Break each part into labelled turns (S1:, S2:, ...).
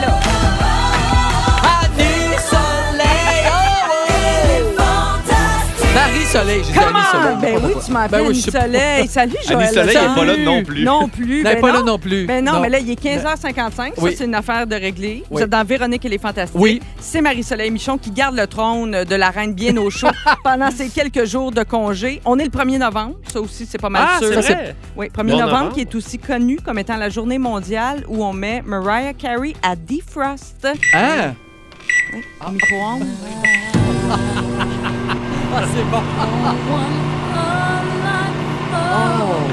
S1: là.
S2: Marie Soleil, j'ai dit Annie Soleil.
S1: Ben
S2: n'importe
S1: oui,
S2: quoi.
S1: tu m'appelles
S2: Ben oui,
S1: Annie
S2: je sais
S1: Soleil. Salut, Joël.
S3: Annie Soleil
S1: Salut.
S3: n'est pas là non plus.
S1: Non plus.
S2: Elle
S1: ben
S2: n'est pas là non plus.
S1: Ben non,
S2: Non.
S1: mais là, il est 15h55.
S2: Oui.
S1: Ça, c'est une affaire de régler. Vous
S2: Oui.
S1: êtes dans Véronique et les Fantastiques.
S2: Oui.
S1: C'est Marie-Soleil Michon qui garde le trône de la reine bien au chaud pendant ces quelques jours de congé. On est le 1er novembre. Ça aussi, c'est pas mal
S2: Ah,
S1: sûr.
S2: c'est
S1: Ça,
S2: vrai.
S1: Oui, 1er
S3: Bon
S1: novembre,
S3: novembre.
S1: qui est aussi connu comme étant la journée mondiale où on met Mariah Carey à defrost.
S4: Ah.
S2: Hein?
S1: En micro-ondes.
S2: Ah, c'est bon.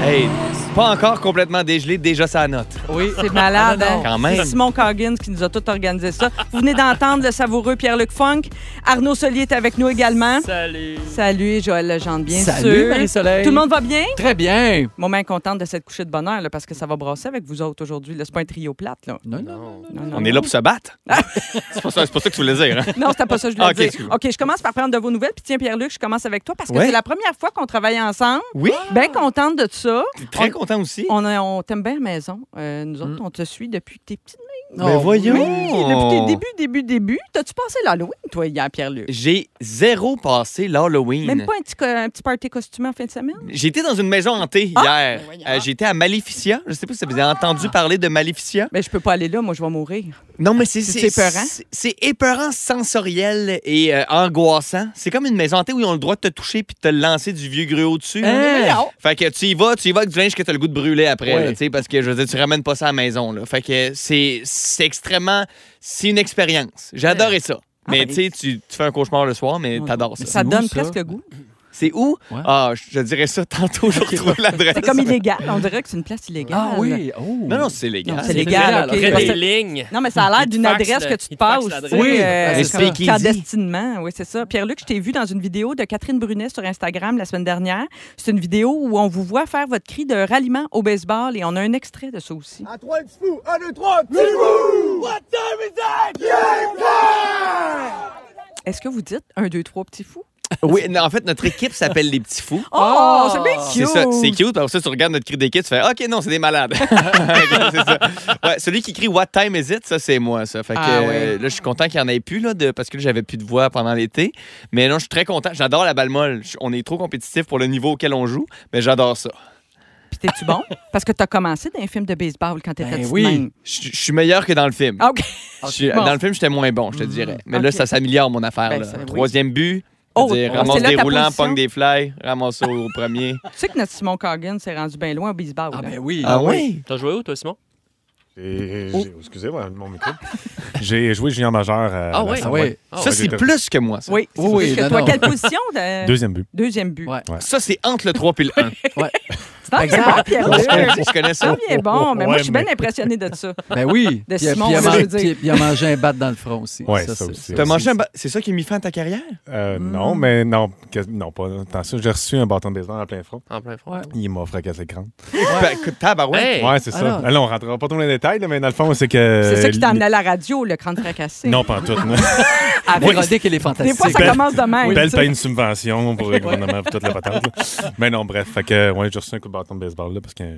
S1: Oh.
S3: Hey, pas encore complètement dégelé, déjà ça note.
S2: Oui.
S1: C'est malade,
S2: Ah, non,
S1: hein?
S2: non.
S3: Quand même.
S1: C'est Simon Coggins qui nous a tout organisé ça. Vous venez d'entendre le savoureux Pierre-Luc Funk. Arnaud Solier est avec nous également.
S2: Salut.
S1: Salut, Joël Legendre, bien
S2: Salut,
S1: sûr.
S2: Marie-Soleil.
S1: Tout le monde va bien?
S2: Très bien.
S1: Moi, même contente de cette couchée de bonheur, là, parce que ça va brasser avec vous autres aujourd'hui. là. C'est pas un trio plate, là.
S2: Non, non.
S1: Non, non,
S3: On est là pour se battre. c'est pas ça, c'est pas ça que tu voulais dire. hein?
S1: Ah. Non, c'était pas ça que je voulais
S3: Ok,
S1: dire.
S3: excuse-moi.
S1: OK, je commence par prendre de vos nouvelles. Puis tiens, Pierre-Luc, je commence avec toi parce que
S3: Ouais.
S1: c'est la première fois qu'on travaille ensemble. Ah.
S3: Oui,
S1: Bien contente de ça.
S3: très content aussi.
S1: On, a- on t'aime bien à la maison. Euh, nous
S2: Mm.
S1: autres, on te suit depuis que t'es petite.
S3: Mais Ben
S2: Oh,
S3: voyons.
S1: Depuis tes débuts, début, début. T'as-tu passé l'Halloween, toi, hier, Pierre-Luc?
S3: J'ai zéro passé l'Halloween.
S1: Même pas un petit, co- un petit party costumé en fin de semaine?
S3: J'étais dans une maison hantée
S1: Ah!
S3: hier. Euh, J'étais à Maleficia. Je sais pas si vous avez entendu parler de Maleficia.
S1: Mais je peux pas aller là, moi, je vais mourir.
S3: Non, mais c'est
S1: C'est épeurant.
S3: c'est- C'est épeurant, sensoriel et euh, angoissant. C'est comme une maison hantée où ils ont le droit de te toucher puis de te lancer du vieux gruau dessus.
S2: Hein?
S3: Fait que tu y vas, tu y vas avec du linge que t'as le goût de brûler après,
S2: Ouais.
S3: là, tu sais, parce que je veux dire, tu ramènes pas ça à la maison. Là. Fait que c'est c'est extrêmement. C'est une expérience. J'adorais ça. Mais
S1: ben,
S3: tu sais, tu tu fais un cauchemar le soir, mais t'adores ça.
S1: Ça
S2: où,
S1: donne
S2: ça?
S1: presque le goût.
S3: C'est où?
S2: Ouais.
S3: Ah, je- je dirais ça tantôt, je retrouve l'adresse.
S1: C'est comme illégal. On dirait que c'est une place illégale.
S2: Ah oui. Oh.
S3: Non, non, c'est légal. Ben,
S1: Non, Ah, c'est
S3: C'est-
S1: légal,
S2: légal,
S1: OK.
S2: ok.
S1: Parce
S5: Près des
S1: que-
S5: lignes.
S1: Non, mais ça a l'air d'une
S5: Il te faxe
S1: adresse
S5: le-
S1: que tu te
S5: il te faxe
S1: passes.
S5: l'adresse.
S1: tu sais,
S2: Oui,
S1: euh,
S3: un
S1: c'est comme
S3: speakeasy.
S1: Clandestinement, oui, c'est ça. Pierre-Luc, je t'ai vu dans une vidéo de Catherine Brunet sur Instagram la semaine dernière. C'est une vidéo où on vous voit faire votre cri de ralliement au baseball et on a un extrait de ça aussi.
S6: À trois, un petit fou! Un, deux, trois, un petit fou! What time is that? Game time!
S1: Est-ce que vous dites un, deux, trois, petits fous?
S3: Oui, non, en fait, notre équipe s'appelle Les Petits Fous.
S1: Oh, c'est bien cute!
S3: C'est ça, c'est cute. Parce que tu regardes notre cri d'équipe, tu fais OK, non, c'est des malades. c'est ça. Ouais, celui qui crie What time is it, ça, c'est moi, ça. Fait que,
S1: Ah,
S3: euh, là, je suis content qu'il n'y en ait plus, là, de, parce que là, j'avais plus de voix pendant l'été. Mais non, je suis très content. J'adore la balle molle. Je- On est trop compétitif pour le niveau auquel on joue, mais j'adore ça.
S1: Puis t'es-tu bon? Parce que t'as commencé dans un film de baseball quand t'étais
S2: Ben
S1: petite
S2: oui.
S1: même.
S3: Je je suis meilleur que dans le film.
S1: Ah, OK.
S3: Je suis-
S1: bon.
S3: Dans le film, j'étais moins bon,
S2: Mm,
S3: je te dirais. Mais là,
S1: ok.
S3: ça s'améliore, mon affaire.
S1: Ben,
S3: là.
S1: ça, oui.
S3: Troisième but.
S1: Oh,
S3: je veux dire,
S1: c'est
S3: ramasse
S1: là
S3: des
S1: ta
S3: roulants,
S1: position.
S3: pogne des fly, ramasse ça au premier.
S1: Tu sais que notre Simon Coggins s'est rendu bien loin au baseball.
S2: Ah
S1: là.
S2: ben oui.
S3: oui?
S5: T'as joué où, toi, Simon?
S6: Et-
S5: Oh.
S6: j'ai- Excusez-moi, mon micro. J'ai joué junior majeur à
S5: Ah
S6: la
S5: ouais?
S2: Ah
S6: Savoie.
S2: oui.
S5: Ah
S3: Ça,
S5: ouais,
S3: c'est
S6: j'étais-
S3: plus que moi. Ça,
S1: Oui, c'est
S2: Oui,
S1: plus
S2: oui,
S1: que
S2: non,
S1: toi.
S2: non.
S1: Quelle position? de-
S6: Deuxième but.
S1: Euh, Deuxième but.
S2: Ouais.
S3: ça c'est entre le 3 et le 1.
S2: Ouais.
S1: Tu t'en viens bon,
S3: Je connais-
S1: Pierre-Luc.
S3: je connais
S1: Tu t'en
S3: ça.
S1: viens bon, mais moi, je suis
S6: Ouais,
S1: bien impressionnée de ça.
S2: Ben oui.
S1: De
S2: Puis il a-
S1: Simon,
S2: puis il a
S1: ça, je
S2: mangé-
S1: veux dire.
S2: puis il a mangé un bat dans le front aussi.
S6: Ouais, ça aussi.
S3: T'as
S6: Oui.
S3: mangé un ba- C'est ça qui a mis fin à ta carrière?
S6: Euh, Non, mais non, que- non, pas. Attention, j'ai reçu un bâton de baseball en plein front.
S5: En plein front.
S2: Ouais.
S6: Il m'a fracassé le crâne.
S3: Bah, écoute, tabarouette.
S5: Hey!
S6: Ouais, c'est
S2: Ah
S6: ça.
S2: non.
S6: Ah, Là, on rentrera pas trop dans les détails, là, mais dans le fond, c'est que.
S1: C'est ça qui t'a amené à la radio, le crâne fracassé.
S6: Non, pas en tout. non.
S2: Ah,
S6: Oui.
S2: Véronique, elle est
S1: Des
S2: fantastique.
S1: fois, ça
S6: Belle-
S1: commence de même.
S6: Belle
S1: tu sais.
S6: paye une subvention pour le gouvernement pour toute la patente. là. Mais non, bref, fait que, ouais, j'ai reçu un coup de bâton de baseball là, parce qu'un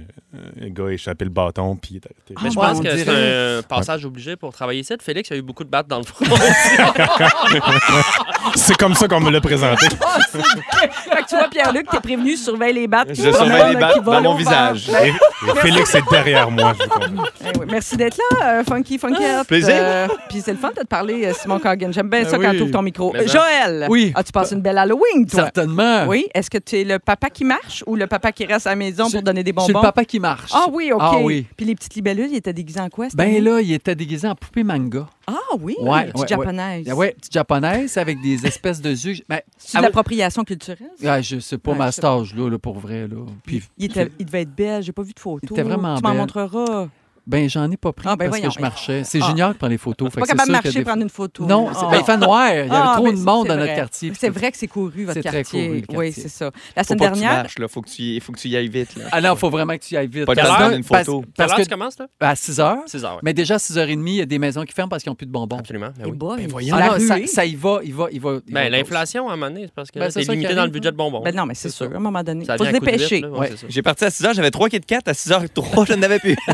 S6: un gars a échappé le bâton puis il est arrêté.
S5: Mais je
S2: Ah, ouais,
S5: pense
S2: on
S5: que c'est
S2: dirait.
S5: un passage obligé pour travailler ici. Félix a eu beaucoup de battes dans le front.
S6: C'est comme ça qu'on me l'a présenté.
S1: Ah, Fait que tu vois, Pierre-Luc, t'es prévenu, surveille les battes.
S3: Je surveille les battes dans mon visage.
S1: Ben,
S6: Et, et Félix est derrière moi, je vous comprends.
S1: Eh oui, merci d'être là, euh, Funky Funky Up.
S3: plaisir.
S1: Euh, Puis c'est le fun de te parler, euh, Simon Coggin. J'aime bien
S2: Ah. Ben
S1: ça quand
S2: oui.
S1: tu ouvres ton micro.
S5: Mais ben.
S1: Joël,
S2: Oui.
S1: as-tu passé une belle Halloween, toi?
S2: Certainement.
S1: Oui. Est-ce que tu es le papa qui marche ou le papa qui reste à la maison
S2: C'est-
S1: pour donner des
S2: C'est le
S1: bonbons?
S2: papa qui marche.
S1: Ah oui, OK.
S2: Ah oui.
S1: Puis les petites libellules, ils étaient déguisés en quoi? cette année?
S2: Ben là, il était déguisé en poupée manga.
S1: Ah oui,
S2: Ouais,
S1: petite
S2: ouais, ouais.
S1: japonaise.
S2: Ah ouais, petite japonaise avec des espèces de yeux. Ben,
S1: C'est de
S2: ah,
S1: l'appropriation culturelle. ça?
S2: ah, je sais pas,
S1: Ouais,
S2: ma
S1: je sais pas.
S2: stage, là, là, pour vrai. Là. Puis,
S1: il, était- il devait être belle, j'ai pas vu de photo.
S2: Il était vraiment
S1: Tu m'en
S2: belle.
S1: montreras.
S2: Ben, j'en ai pas pris
S1: Ah, ben
S2: parce
S1: voyons.
S2: que je marchais. C'est
S1: Ah.
S2: Junior qui prend les photos. Fait
S1: Pas
S2: que c'est
S1: capable de
S2: sûr qu'il y
S1: marcher,
S2: a des-
S1: prendre une photo.
S2: Non,
S1: là.
S2: c'est-
S1: Ah.
S2: ben, il fait noir. Il y avait
S1: Ah,
S2: trop
S1: mais
S2: de
S1: c'est-
S2: monde
S1: c'est
S2: dans notre
S1: vrai.
S2: quartier.
S1: C'est vrai que c'est couru, votre
S2: C'est très
S1: quartier.
S2: couru, le
S1: Oui,
S2: quartier.
S1: c'est ça. La
S3: Faut
S1: semaine
S3: pas que tu
S1: dernière,
S3: marches, là. Faut que tu y, faut que tu y ailles vite, là.
S2: Ah non, il faut vraiment que tu y ailles vite.
S3: Pas le
S2: Parce
S3: temps de
S2: que-
S3: prendre une photo.
S2: Parce, parce
S5: Quelle heure
S2: que
S5: tu commences, là?
S2: à 6 heures,
S5: 6 heures, ouais.
S2: mais déjà à 6h30, il y a des maisons qui ferment parce qu'ils n'ont plus de bonbons.
S5: Absolument. Ben
S1: Eh
S5: oui.
S1: boy.
S2: Ah
S1: La
S2: non, ça,
S1: ruée.
S2: ça y va, il va, il va. il
S5: Ben,
S2: va-
S5: l'inflation, à un moment donné, c'est parce que
S2: Ben,
S5: là,
S2: c'est
S5: t'es
S2: ça qui
S5: limité
S2: arrive,
S5: dans le
S2: hein.
S5: budget de bonbons.
S1: Ben non, mais c'est
S5: C'est
S1: sûr.
S5: ça.
S1: À un moment donné,
S5: Ça
S1: il faut se
S5: vient à coup de
S1: dépêcher.
S5: vite, là, ouais, c'est ça.
S3: J'ai parti à 6 h, j'avais 3 de 4 à 6 h 3, je n'en avais plus.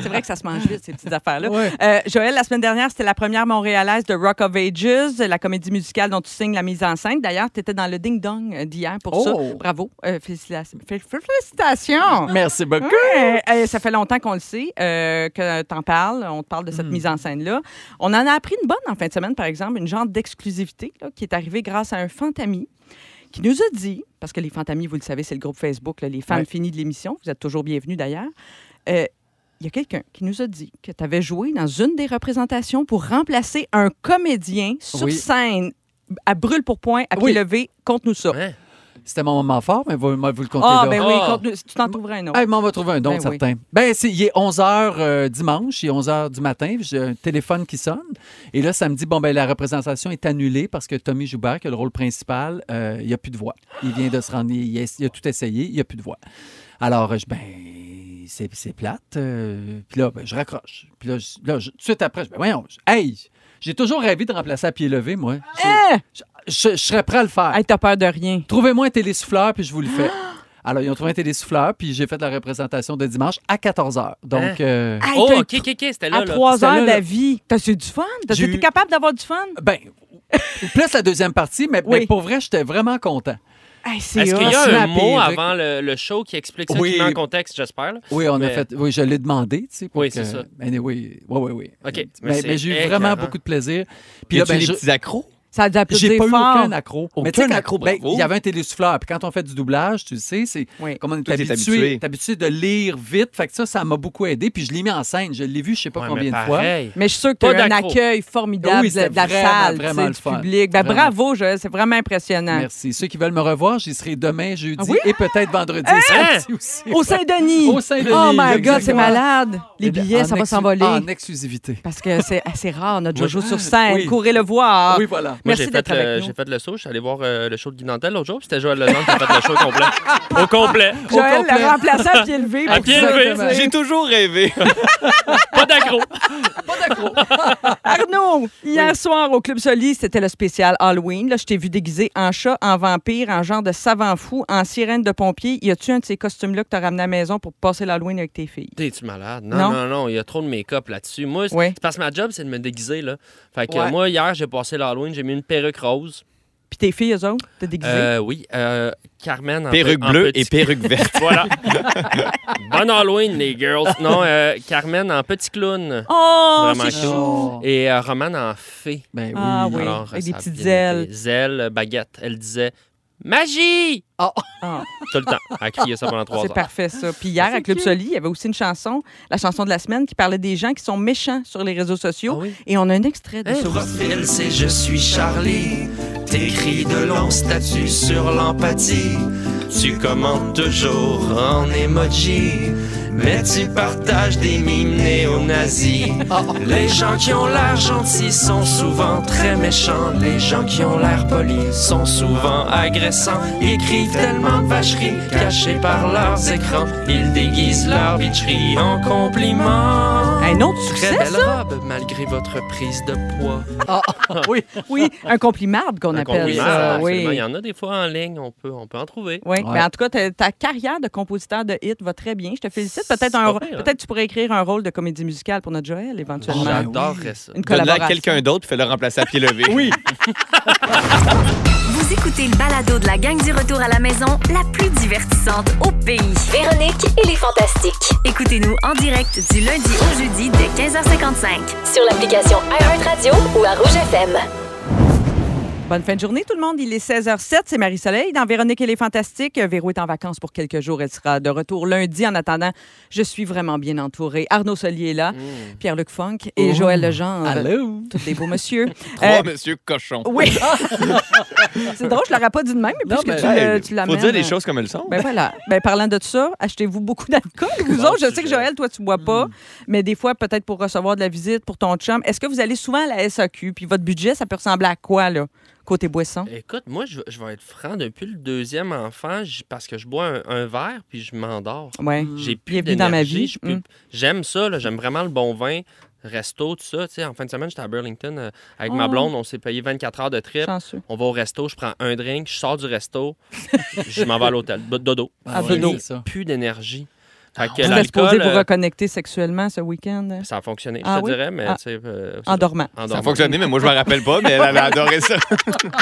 S1: C'est vrai que ça se mange vite, ces petites affaires-là.
S2: Ouais.
S1: Euh, Joël, la semaine dernière, c'était la première montréalaise de Rock of Ages, la comédie musicale dont tu signes la mise en scène. D'ailleurs, tu étais dans le ding-dong euh, d'hier pour ça.
S2: Oh!
S1: Bravo. Euh, félicita- fé- félicitations.
S2: Merci beaucoup.
S1: Ah. Ouais. Euh, ça fait longtemps qu'on le sait, euh, que t'en parles. On te parle de
S2: Hmm.
S1: cette mise en scène-là. On en a appris une bonne en fin de semaine, par exemple, une genre d'exclusivité là, qui est arrivée grâce à un fantami qui nous a dit, parce que les fantamis, vous le savez, c'est le groupe Facebook, là, les fans
S2: Ouais.
S1: finis de l'émission, vous êtes toujours bienvenus d'ailleurs. Euh, il y a quelqu'un qui nous a dit que tu avais joué dans une des représentations pour remplacer un comédien sur
S2: Oui.
S1: scène à brûle pour point, à pied
S2: Oui.
S1: levé. Conte-nous ça.
S5: Hein?
S2: C'était mon moment fort, mais vous, moi, vous le comptez
S1: Ah,
S2: là.
S1: ben oui,
S5: Ah.
S1: conte-nous- tu t'en trouveras un autre.
S2: Ah, mais on va trouver un don,
S1: Ben oui.
S2: certain. Ben, c'est- il est 11h dimanche, il est 11h du matin, puis j'ai un téléphone qui sonne. Et là, ça me dit, bon, ben la représentation est annulée parce que Tommy Joubert, qui a le rôle principal, euh, il n'y a plus de voix. Il vient de se rendre, il a, il a tout essayé, il n'y a plus de voix. Alors, euh, je, ben, c'est c'est plate. euh, puis là, ben, je raccroche. Puis là, je- là, je- tout de suite après, je, ben, voyons, je- hey, j'ai toujours rêvé de remplacer à pied levé, moi. Je-
S1: Hein?
S2: Je, je serais prêt à le faire.
S1: Hey, t'as peur de rien.
S2: Trouvez-moi un télésouffleur, puis je vous le fais. Alors, ils ont trouvé un télésouffleur, puis j'ai fait la représentation de dimanche à 14h.
S5: Hein?
S2: Donc, euh,
S1: Hey,
S5: Oh,
S1: t'as-
S5: ok, ok, ok, c'était là.
S1: à
S5: là.
S1: trois
S2: C'était
S1: heures
S2: là, là.
S1: d'avis, t'as eu du fun? T'as
S2: J'ai
S1: été
S2: eu-
S1: capable d'avoir du fun?
S2: ben, plus la deuxième partie, mais,
S1: Oui.
S2: mais pour vrai, j'étais vraiment content.
S1: Hey, c'est
S5: Est-ce qu'il y
S1: hot.
S5: a
S2: Snap
S5: un
S2: et
S5: mot
S2: Eric.
S5: avant le, le show qui explique ça,
S2: Oui.
S5: qui met en contexte, j'espère? là?
S2: Oui, on a
S5: Mais-
S2: fait. Oui, je l'ai demandé, tu sais. pour
S5: Oui,
S2: que-
S5: c'est ça.
S2: Anyway, oui, oui, oui.
S5: OK, mais
S2: Mais,
S5: c'est
S2: mais j'ai eu vraiment
S5: écœurant.
S2: beaucoup de plaisir.
S3: Puis
S2: Puis là,
S3: tu
S2: ben,
S3: les
S2: je-
S3: petits accros?
S1: Ça a dû
S2: j'ai
S1: applaudir
S2: pas eu
S1: fort.
S2: aucun accro. Mais tu sais,
S3: Aucun
S2: quand-
S3: accro,
S2: ben,
S3: bravo.
S2: il y avait un télésouffleur. Puis quand on fait du doublage, tu sais, c'est
S1: Oui.
S2: comme on est
S3: Toi, t'es
S2: habitué,
S3: habitué.
S2: t'es habitué de lire vite. Fait que ça, ça m'a beaucoup aidé. Puis je l'ai mis en scène. Je l'ai vu, je sais pas
S5: Ouais,
S2: combien
S5: mais
S2: de fois.
S5: pareil.
S1: Mais je suis sûre que
S5: Pas
S1: t'as eu un
S5: d'accro.
S1: accueil formidable
S2: Oui,
S1: de
S2: c'était
S1: de la
S2: vraiment,
S1: salle,
S2: vraiment
S1: tu sais,
S2: le
S1: du
S2: fun.
S1: public. Ben,
S2: Vraiment.
S1: bravo, Joël, c'est vraiment impressionnant.
S2: Merci. Ceux qui veulent me revoir, j'y serai demain, jeudi
S1: Ah oui?
S2: et peut-être vendredi. et samedi aussi.
S1: Hein? Au Saint-Denis.
S2: Au Saint-Denis,
S1: Oh my God,
S2: exactement.
S1: c'est malade. Les
S2: Et de-
S1: billets,
S2: Eh en
S1: ça va
S2: exclu-
S1: s'envoler.
S2: En exclusivité.
S1: Parce que c'est assez rare, notre Jojo sur scène.
S2: Oui.
S1: Courez le voir.
S2: Oui, voilà.
S5: Moi,
S1: Merci
S5: j'ai fait,
S2: euh,
S1: d'être
S5: le,
S1: avec
S5: j'ai
S1: nous.
S5: fait le saut. Je suis allé voir euh, le show de Guy Nantel l'autre jour. puis C'était Joël Legendre qui a fait le show au complet. Au complet.
S1: Joël,
S2: complet.
S1: le remplaçant à pied levé.
S5: À
S1: pour
S5: pied
S1: ça,
S5: levé.
S1: tu sais.
S3: J'ai toujours rêvé.
S5: Pas d'accro.
S1: Arnaud, hier soir au Club Soli, c'était le spécial Halloween. Là, je t'ai vu déguisé en chat, en vampire, en genre de savant fou, en sirène de pompier. Y a-tu un de ces costumes-là que t'as ramené à la maison pour passer l'Halloween avec tes filles?
S5: T'es-tu malade? Non,
S1: Non.
S5: non, non, il y a trop de make-up là-dessus. Moi, c'est
S1: Oui.
S5: c'est parce que ma job, c'est de me déguiser. Là. Fait que euh,
S2: Ouais.
S5: moi, hier, j'ai passé l'Halloween, j'ai mis une perruque rose.
S1: Puis tes filles, eux autres, t'es déguisé?
S5: Euh, oui, euh, Carmen en
S3: Perruque
S5: pe- en
S3: bleue
S5: petit-
S3: et perruque verte.
S5: Voilà. bon Halloween, les girls. Non, euh, Carmen en petit clown.
S1: oh,
S5: vraiment
S1: c'est
S5: chaud.
S1: chaud!
S5: Et euh, Roman en fée.
S2: Ben oui.
S1: Ah oui.
S5: Alors,
S1: avec
S5: ça
S1: des
S5: a
S1: petites
S5: bien été.
S1: ailes.
S5: Ailes, euh, baguette. Elle disait Magie!
S2: Ah.
S1: Ah.
S5: Tout le temps. Elle a crié ça pendant trois
S1: C'est
S5: heures.
S1: parfait, ça. Puis hier, à Club Soli, il y avait aussi une chanson, la chanson de la semaine, qui parlait des gens qui sont méchants sur les réseaux
S5: Ah
S1: sociaux.
S5: oui.
S1: Et on a un extrait de
S5: Hein?
S1: ça aussi.
S7: profil, c'est je suis Charlie. T'écris de longs statuts sur l'empathie. Tu commentes toujours en emoji. Mais tu partages des mimes néo-nazis. Les gens qui ont l'air gentils sont souvent très méchants. Les gens qui ont l'air polis sont souvent agressants. Ils écrivent tellement de vacheries cachées par leurs écrans. Ils déguisent leur bitcherie en compliments.
S1: Un autre
S7: Très
S1: succès,
S7: belle
S1: ça?
S7: robe, malgré votre prise de poids.
S2: oui.
S1: Oui, un complimarde qu'on
S5: Ah. Un
S1: appelle
S5: compliment,
S1: ça.
S5: Ah, absolument.
S1: Oui.
S5: Il y en a des fois en ligne, on peut, on peut en trouver.
S1: Oui,
S2: Ouais.
S1: mais en tout cas, ta, ta carrière de compositeur de hit va très bien. Je te félicite. Peut-être
S5: C'est
S1: un,
S5: pas pire, hein?
S1: peut-être tu pourrais écrire un rôle de comédie musicale pour notre Joël éventuellement.
S3: Oh,
S2: Ah, ben
S5: J'adorerais ça.
S1: Une
S3: Donne-la
S1: collaboration.
S3: à quelqu'un d'autre puis fais-le remplacer à pied levé. Oui.
S8: Vous écoutez le balado de la gang du retour à la maison, la plus divertissante au pays.
S9: Véronique et les Fantastiques.
S8: Écoutez-nous en direct du lundi au jeudi dès 15h55.
S9: Sur l'application iHeartRadio ou à Rouge FM.
S1: Bonne fin de journée, tout le monde. Il est 16h07. C'est Marie-Soleil dans Véronique et les Fantastiques. Véro est en vacances pour quelques jours. Elle sera de retour lundi. En attendant, je suis vraiment bien entourée. Arnaud Solier est là, Pierre-Luc Funk et Joël
S2: Ah,
S1: Legendre.
S2: Allô?
S1: Tous des beaux monsieur.
S3: Trois monsieur cochons.
S1: Oui. c'est drôle, je l'aurais pas dit de même, mais
S2: Ah! Non,
S1: puisque
S2: mais-
S1: tu, le- tu
S3: Faut
S1: l'amènes.
S3: dire les choses comme elles sont.
S1: Ben voilà. Ben parlant de ça, achetez-vous beaucoup d'alcool. Vous
S3: Bon
S1: autres, je sais
S3: sujet.
S1: que Joël, toi, tu
S3: Mm.
S1: bois pas, mais des fois, peut-être pour recevoir de la visite pour ton chum, est-ce que vous allez souvent à la SAQ? Puis votre budget, ça peut ressembler à quoi, là, côté boisson?
S5: Écoute, moi, je, je vais être franc. Depuis le deuxième enfant, j- parce que je bois un, un verre puis je m'endors.
S1: Ouais.
S2: Mm.
S5: J'ai plus
S1: Bienvenue dans ma
S5: d'énergie,
S1: vie.
S5: je peux-
S1: Mm.
S5: J'aime ça, là, j'aime vraiment le bon vin, resto, tout ça. Tu sais, en fin de semaine, j'étais à Burlington euh, avec ma
S1: Oh.
S5: blonde. On s'est payé 24 heures de trip.
S1: Chanceux.
S5: On va au resto, je prends un drink, je sors du resto, je m'en vais à l'hôtel. B- Dodo.
S2: Ah,
S1: Ah,
S2: ouais,
S1: dodo. Ah,
S2: c'est ça.
S5: Plus d'énergie. Fait que
S1: Vous êtes supposé
S5: l'alcool,
S1: vous
S5: euh,
S1: reconnecter sexuellement ce week-end euh,
S5: ça a fonctionné,
S1: Ah
S5: je te
S1: oui?
S5: dirais, mais
S1: Ah.
S5: tu sais... euh, c'est
S1: en dormant.
S5: en
S3: Ça a
S5: dormant.
S3: fonctionné, mais moi, je me rappelle pas, mais elle avait adoré ça.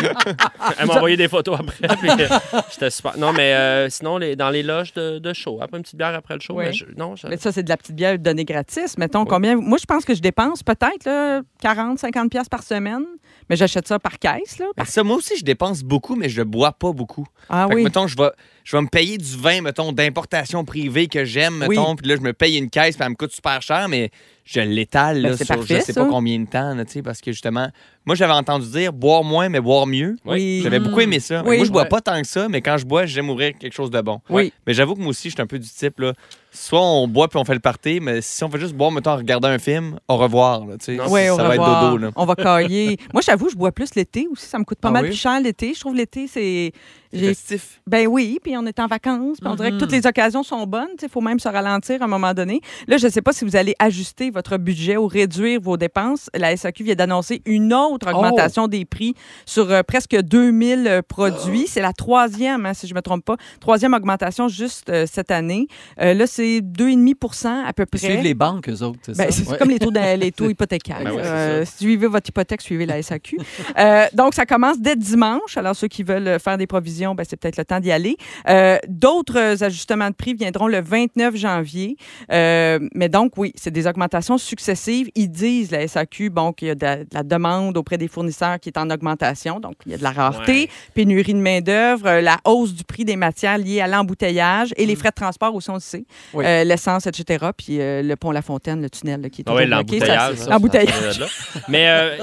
S5: Elle m'a envoyé des photos après. puis, euh, J'étais super. Non, mais euh, sinon, les, dans les loges de, de show, après une petite bière après le show.
S1: Oui.
S5: mais je- non, je-
S1: Mais ça, c'est de la petite bière donnée gratis. Mettons combien. Moi, je pense que je dépense peut-être là, 40, 50 pièces par semaine, mais j'achète ça par caisse. Là.
S3: Ben, ça, moi aussi, je dépense beaucoup, mais je bois pas beaucoup.
S1: Ah
S3: Fait que,
S1: oui.
S3: mettons, je vais, je vais me payer du vin, mettons, d'importation privée que j'aime,
S1: Oui.
S3: mettons, puis là, je me paye une caisse, puis elle me coûte super cher, mais je l'étale,
S1: Ben,
S3: là,
S1: c'est
S3: sur
S1: parfait,
S3: je sais
S1: ça.
S3: pas combien de temps, là, tu sais, parce que justement, moi, j'avais entendu dire boire moins, mais boire mieux.
S1: Oui.
S3: J'avais beaucoup aimé ça.
S1: Oui.
S3: Moi, je bois
S2: Ouais.
S3: pas tant que ça, mais quand je bois, j'aime ouvrir quelque chose de bon.
S1: Oui.
S3: Mais j'avoue que moi aussi, je suis un peu du type, là, soit on boit puis on fait le party, mais si on fait juste boire, mettons, en regardant un film, au revoir, là, tu sais.
S5: Non,
S3: ça
S1: Ouais, au
S3: va
S1: revoir.
S3: être dodo, là.
S1: On va cailler. Moi, j'avoue, je bois plus l'été aussi. Ça me coûte pas
S2: Ah
S1: mal
S2: oui?
S1: plus cher l'été. Je trouve l'été, c'est. j'ai-
S3: Festif.
S1: Ben oui, puis on est en vacances, puis on dirait que toutes les occasions sont bonnes. Il faut même se ralentir à un moment donné. Là, je ne sais pas si vous allez ajuster votre budget ou réduire vos dépenses. La SAQ vient d'annoncer une autre augmentation des prix sur euh, presque 2000 euh, produits. C'est la troisième, hein, si je ne me trompe pas. Troisième augmentation juste euh, cette année. Euh, là, c'est 2,5 à peu
S2: Ils
S1: près.
S2: suivent les banques, eux autres, c'est
S1: Ben,
S2: ça?
S1: c'est
S2: Ouais.
S1: comme les taux, de- les taux hypothécaires.
S5: Ben ouais, c'est
S1: Euh, suivez votre hypothèque, suivez la SAQ. Euh, donc, ça commence dès dimanche. Alors, ceux qui veulent faire des provisions, ben, c'est peut-être le temps d'y aller. Euh, D'autres ajustements de prix viendront le 29 janvier. Euh, mais donc, oui, c'est des augmentations successives. Ils disent, la SAQ, bon, qu'il y a de la, de la demande auprès des fournisseurs qui est en augmentation. Donc, il y a de la rareté,
S5: Ouais.
S1: pénurie de main-d'œuvre, euh, la hausse du prix des matières liées à l'embouteillage et
S5: Mm.
S1: les frais de transport aussi, on le sait.
S2: Oui.
S1: Euh, L'essence, etc. Puis euh, le pont La Fontaine, le tunnel là, qui est
S5: Ah ouais,
S1: toujours bloqué.
S5: l'embouteillage.
S1: Ça,
S5: ça,
S1: c'est- l'embouteillage.
S5: ça, ça, là. Mais euh,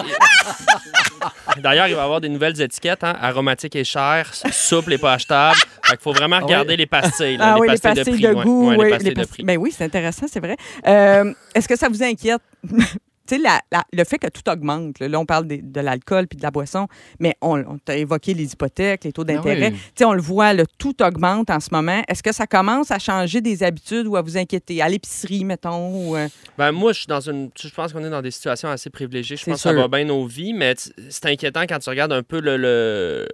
S5: d'ailleurs, il va y avoir des nouvelles étiquettes. Hein? Aromatique et cher, souple et pas achetable. Fait qu'il faut vraiment regarder les pastilles. là,
S1: Ah oui, les
S5: pastilles
S1: pastilles
S5: prix,
S1: de
S5: ouais.
S1: goût.
S5: Ouais,
S1: oui,
S5: les pastilles de
S1: pastilles-
S5: prix.
S1: Ben oui, c'est intéressant, c'est vrai. Euh, Est-ce que ça vous inquiète? Tu sais, la- la- le fait que tout augmente, là, Là, on parle des- de, l'alcool puis de la boisson, mais on, on t'a évoqué les hypothèques, les taux
S2: Ben
S1: d'intérêt.
S2: oui.
S1: Tu sais, on le voit, là, tout augmente en ce moment. Est-ce que ça commence à changer des habitudes ou à vous inquiéter? À l'épicerie, mettons, ou, euh,
S5: Ben, moi, je suis dans une. Je pense qu'on est dans des situations assez privilégiées. Je
S1: C'est
S5: pense que ça
S1: sûr.
S5: va bien nos vies, mais t- c'est inquiétant quand tu regardes un peu le, le,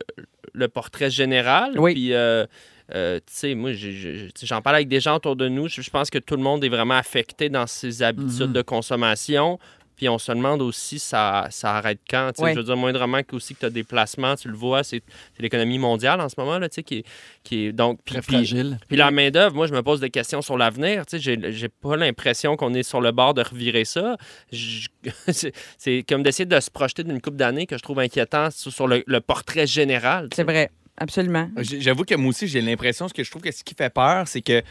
S5: le portrait général.
S1: Oui.
S5: Puis, euh, euh, tu sais, moi, j'ai- j'ai- j'ai- tu sais, j'en parle avec des gens autour de nous. Je je pense que tout le monde est vraiment affecté dans ses habitudes
S2: Mhm.
S5: de consommation. Puis on se demande aussi ça, ça arrête quand. tu sais.
S1: Oui.
S5: Je veux dire, moindrement que aussi que tu as des placements, tu le vois, c'est c'est l'économie mondiale en ce moment, là, tu sais, qui est, qui est donc puis-
S2: Très
S5: puis-
S2: fragile.
S5: puis la main-d'œuvre, moi, je me pose des questions sur l'avenir. Tu sais, j'ai, j'ai pas l'impression qu'on est sur le bord de revirer ça. Je- c'est, c'est comme d'essayer de se projeter d'une coupe d'années que je trouve inquiétant sur, sur le, le portrait général. tu
S1: c'est
S5: sais.
S1: vrai, absolument.
S3: J- J'avoue que moi aussi, Euh, j'ai l'impression, ce que je trouve que ce qui fait peur, c'est que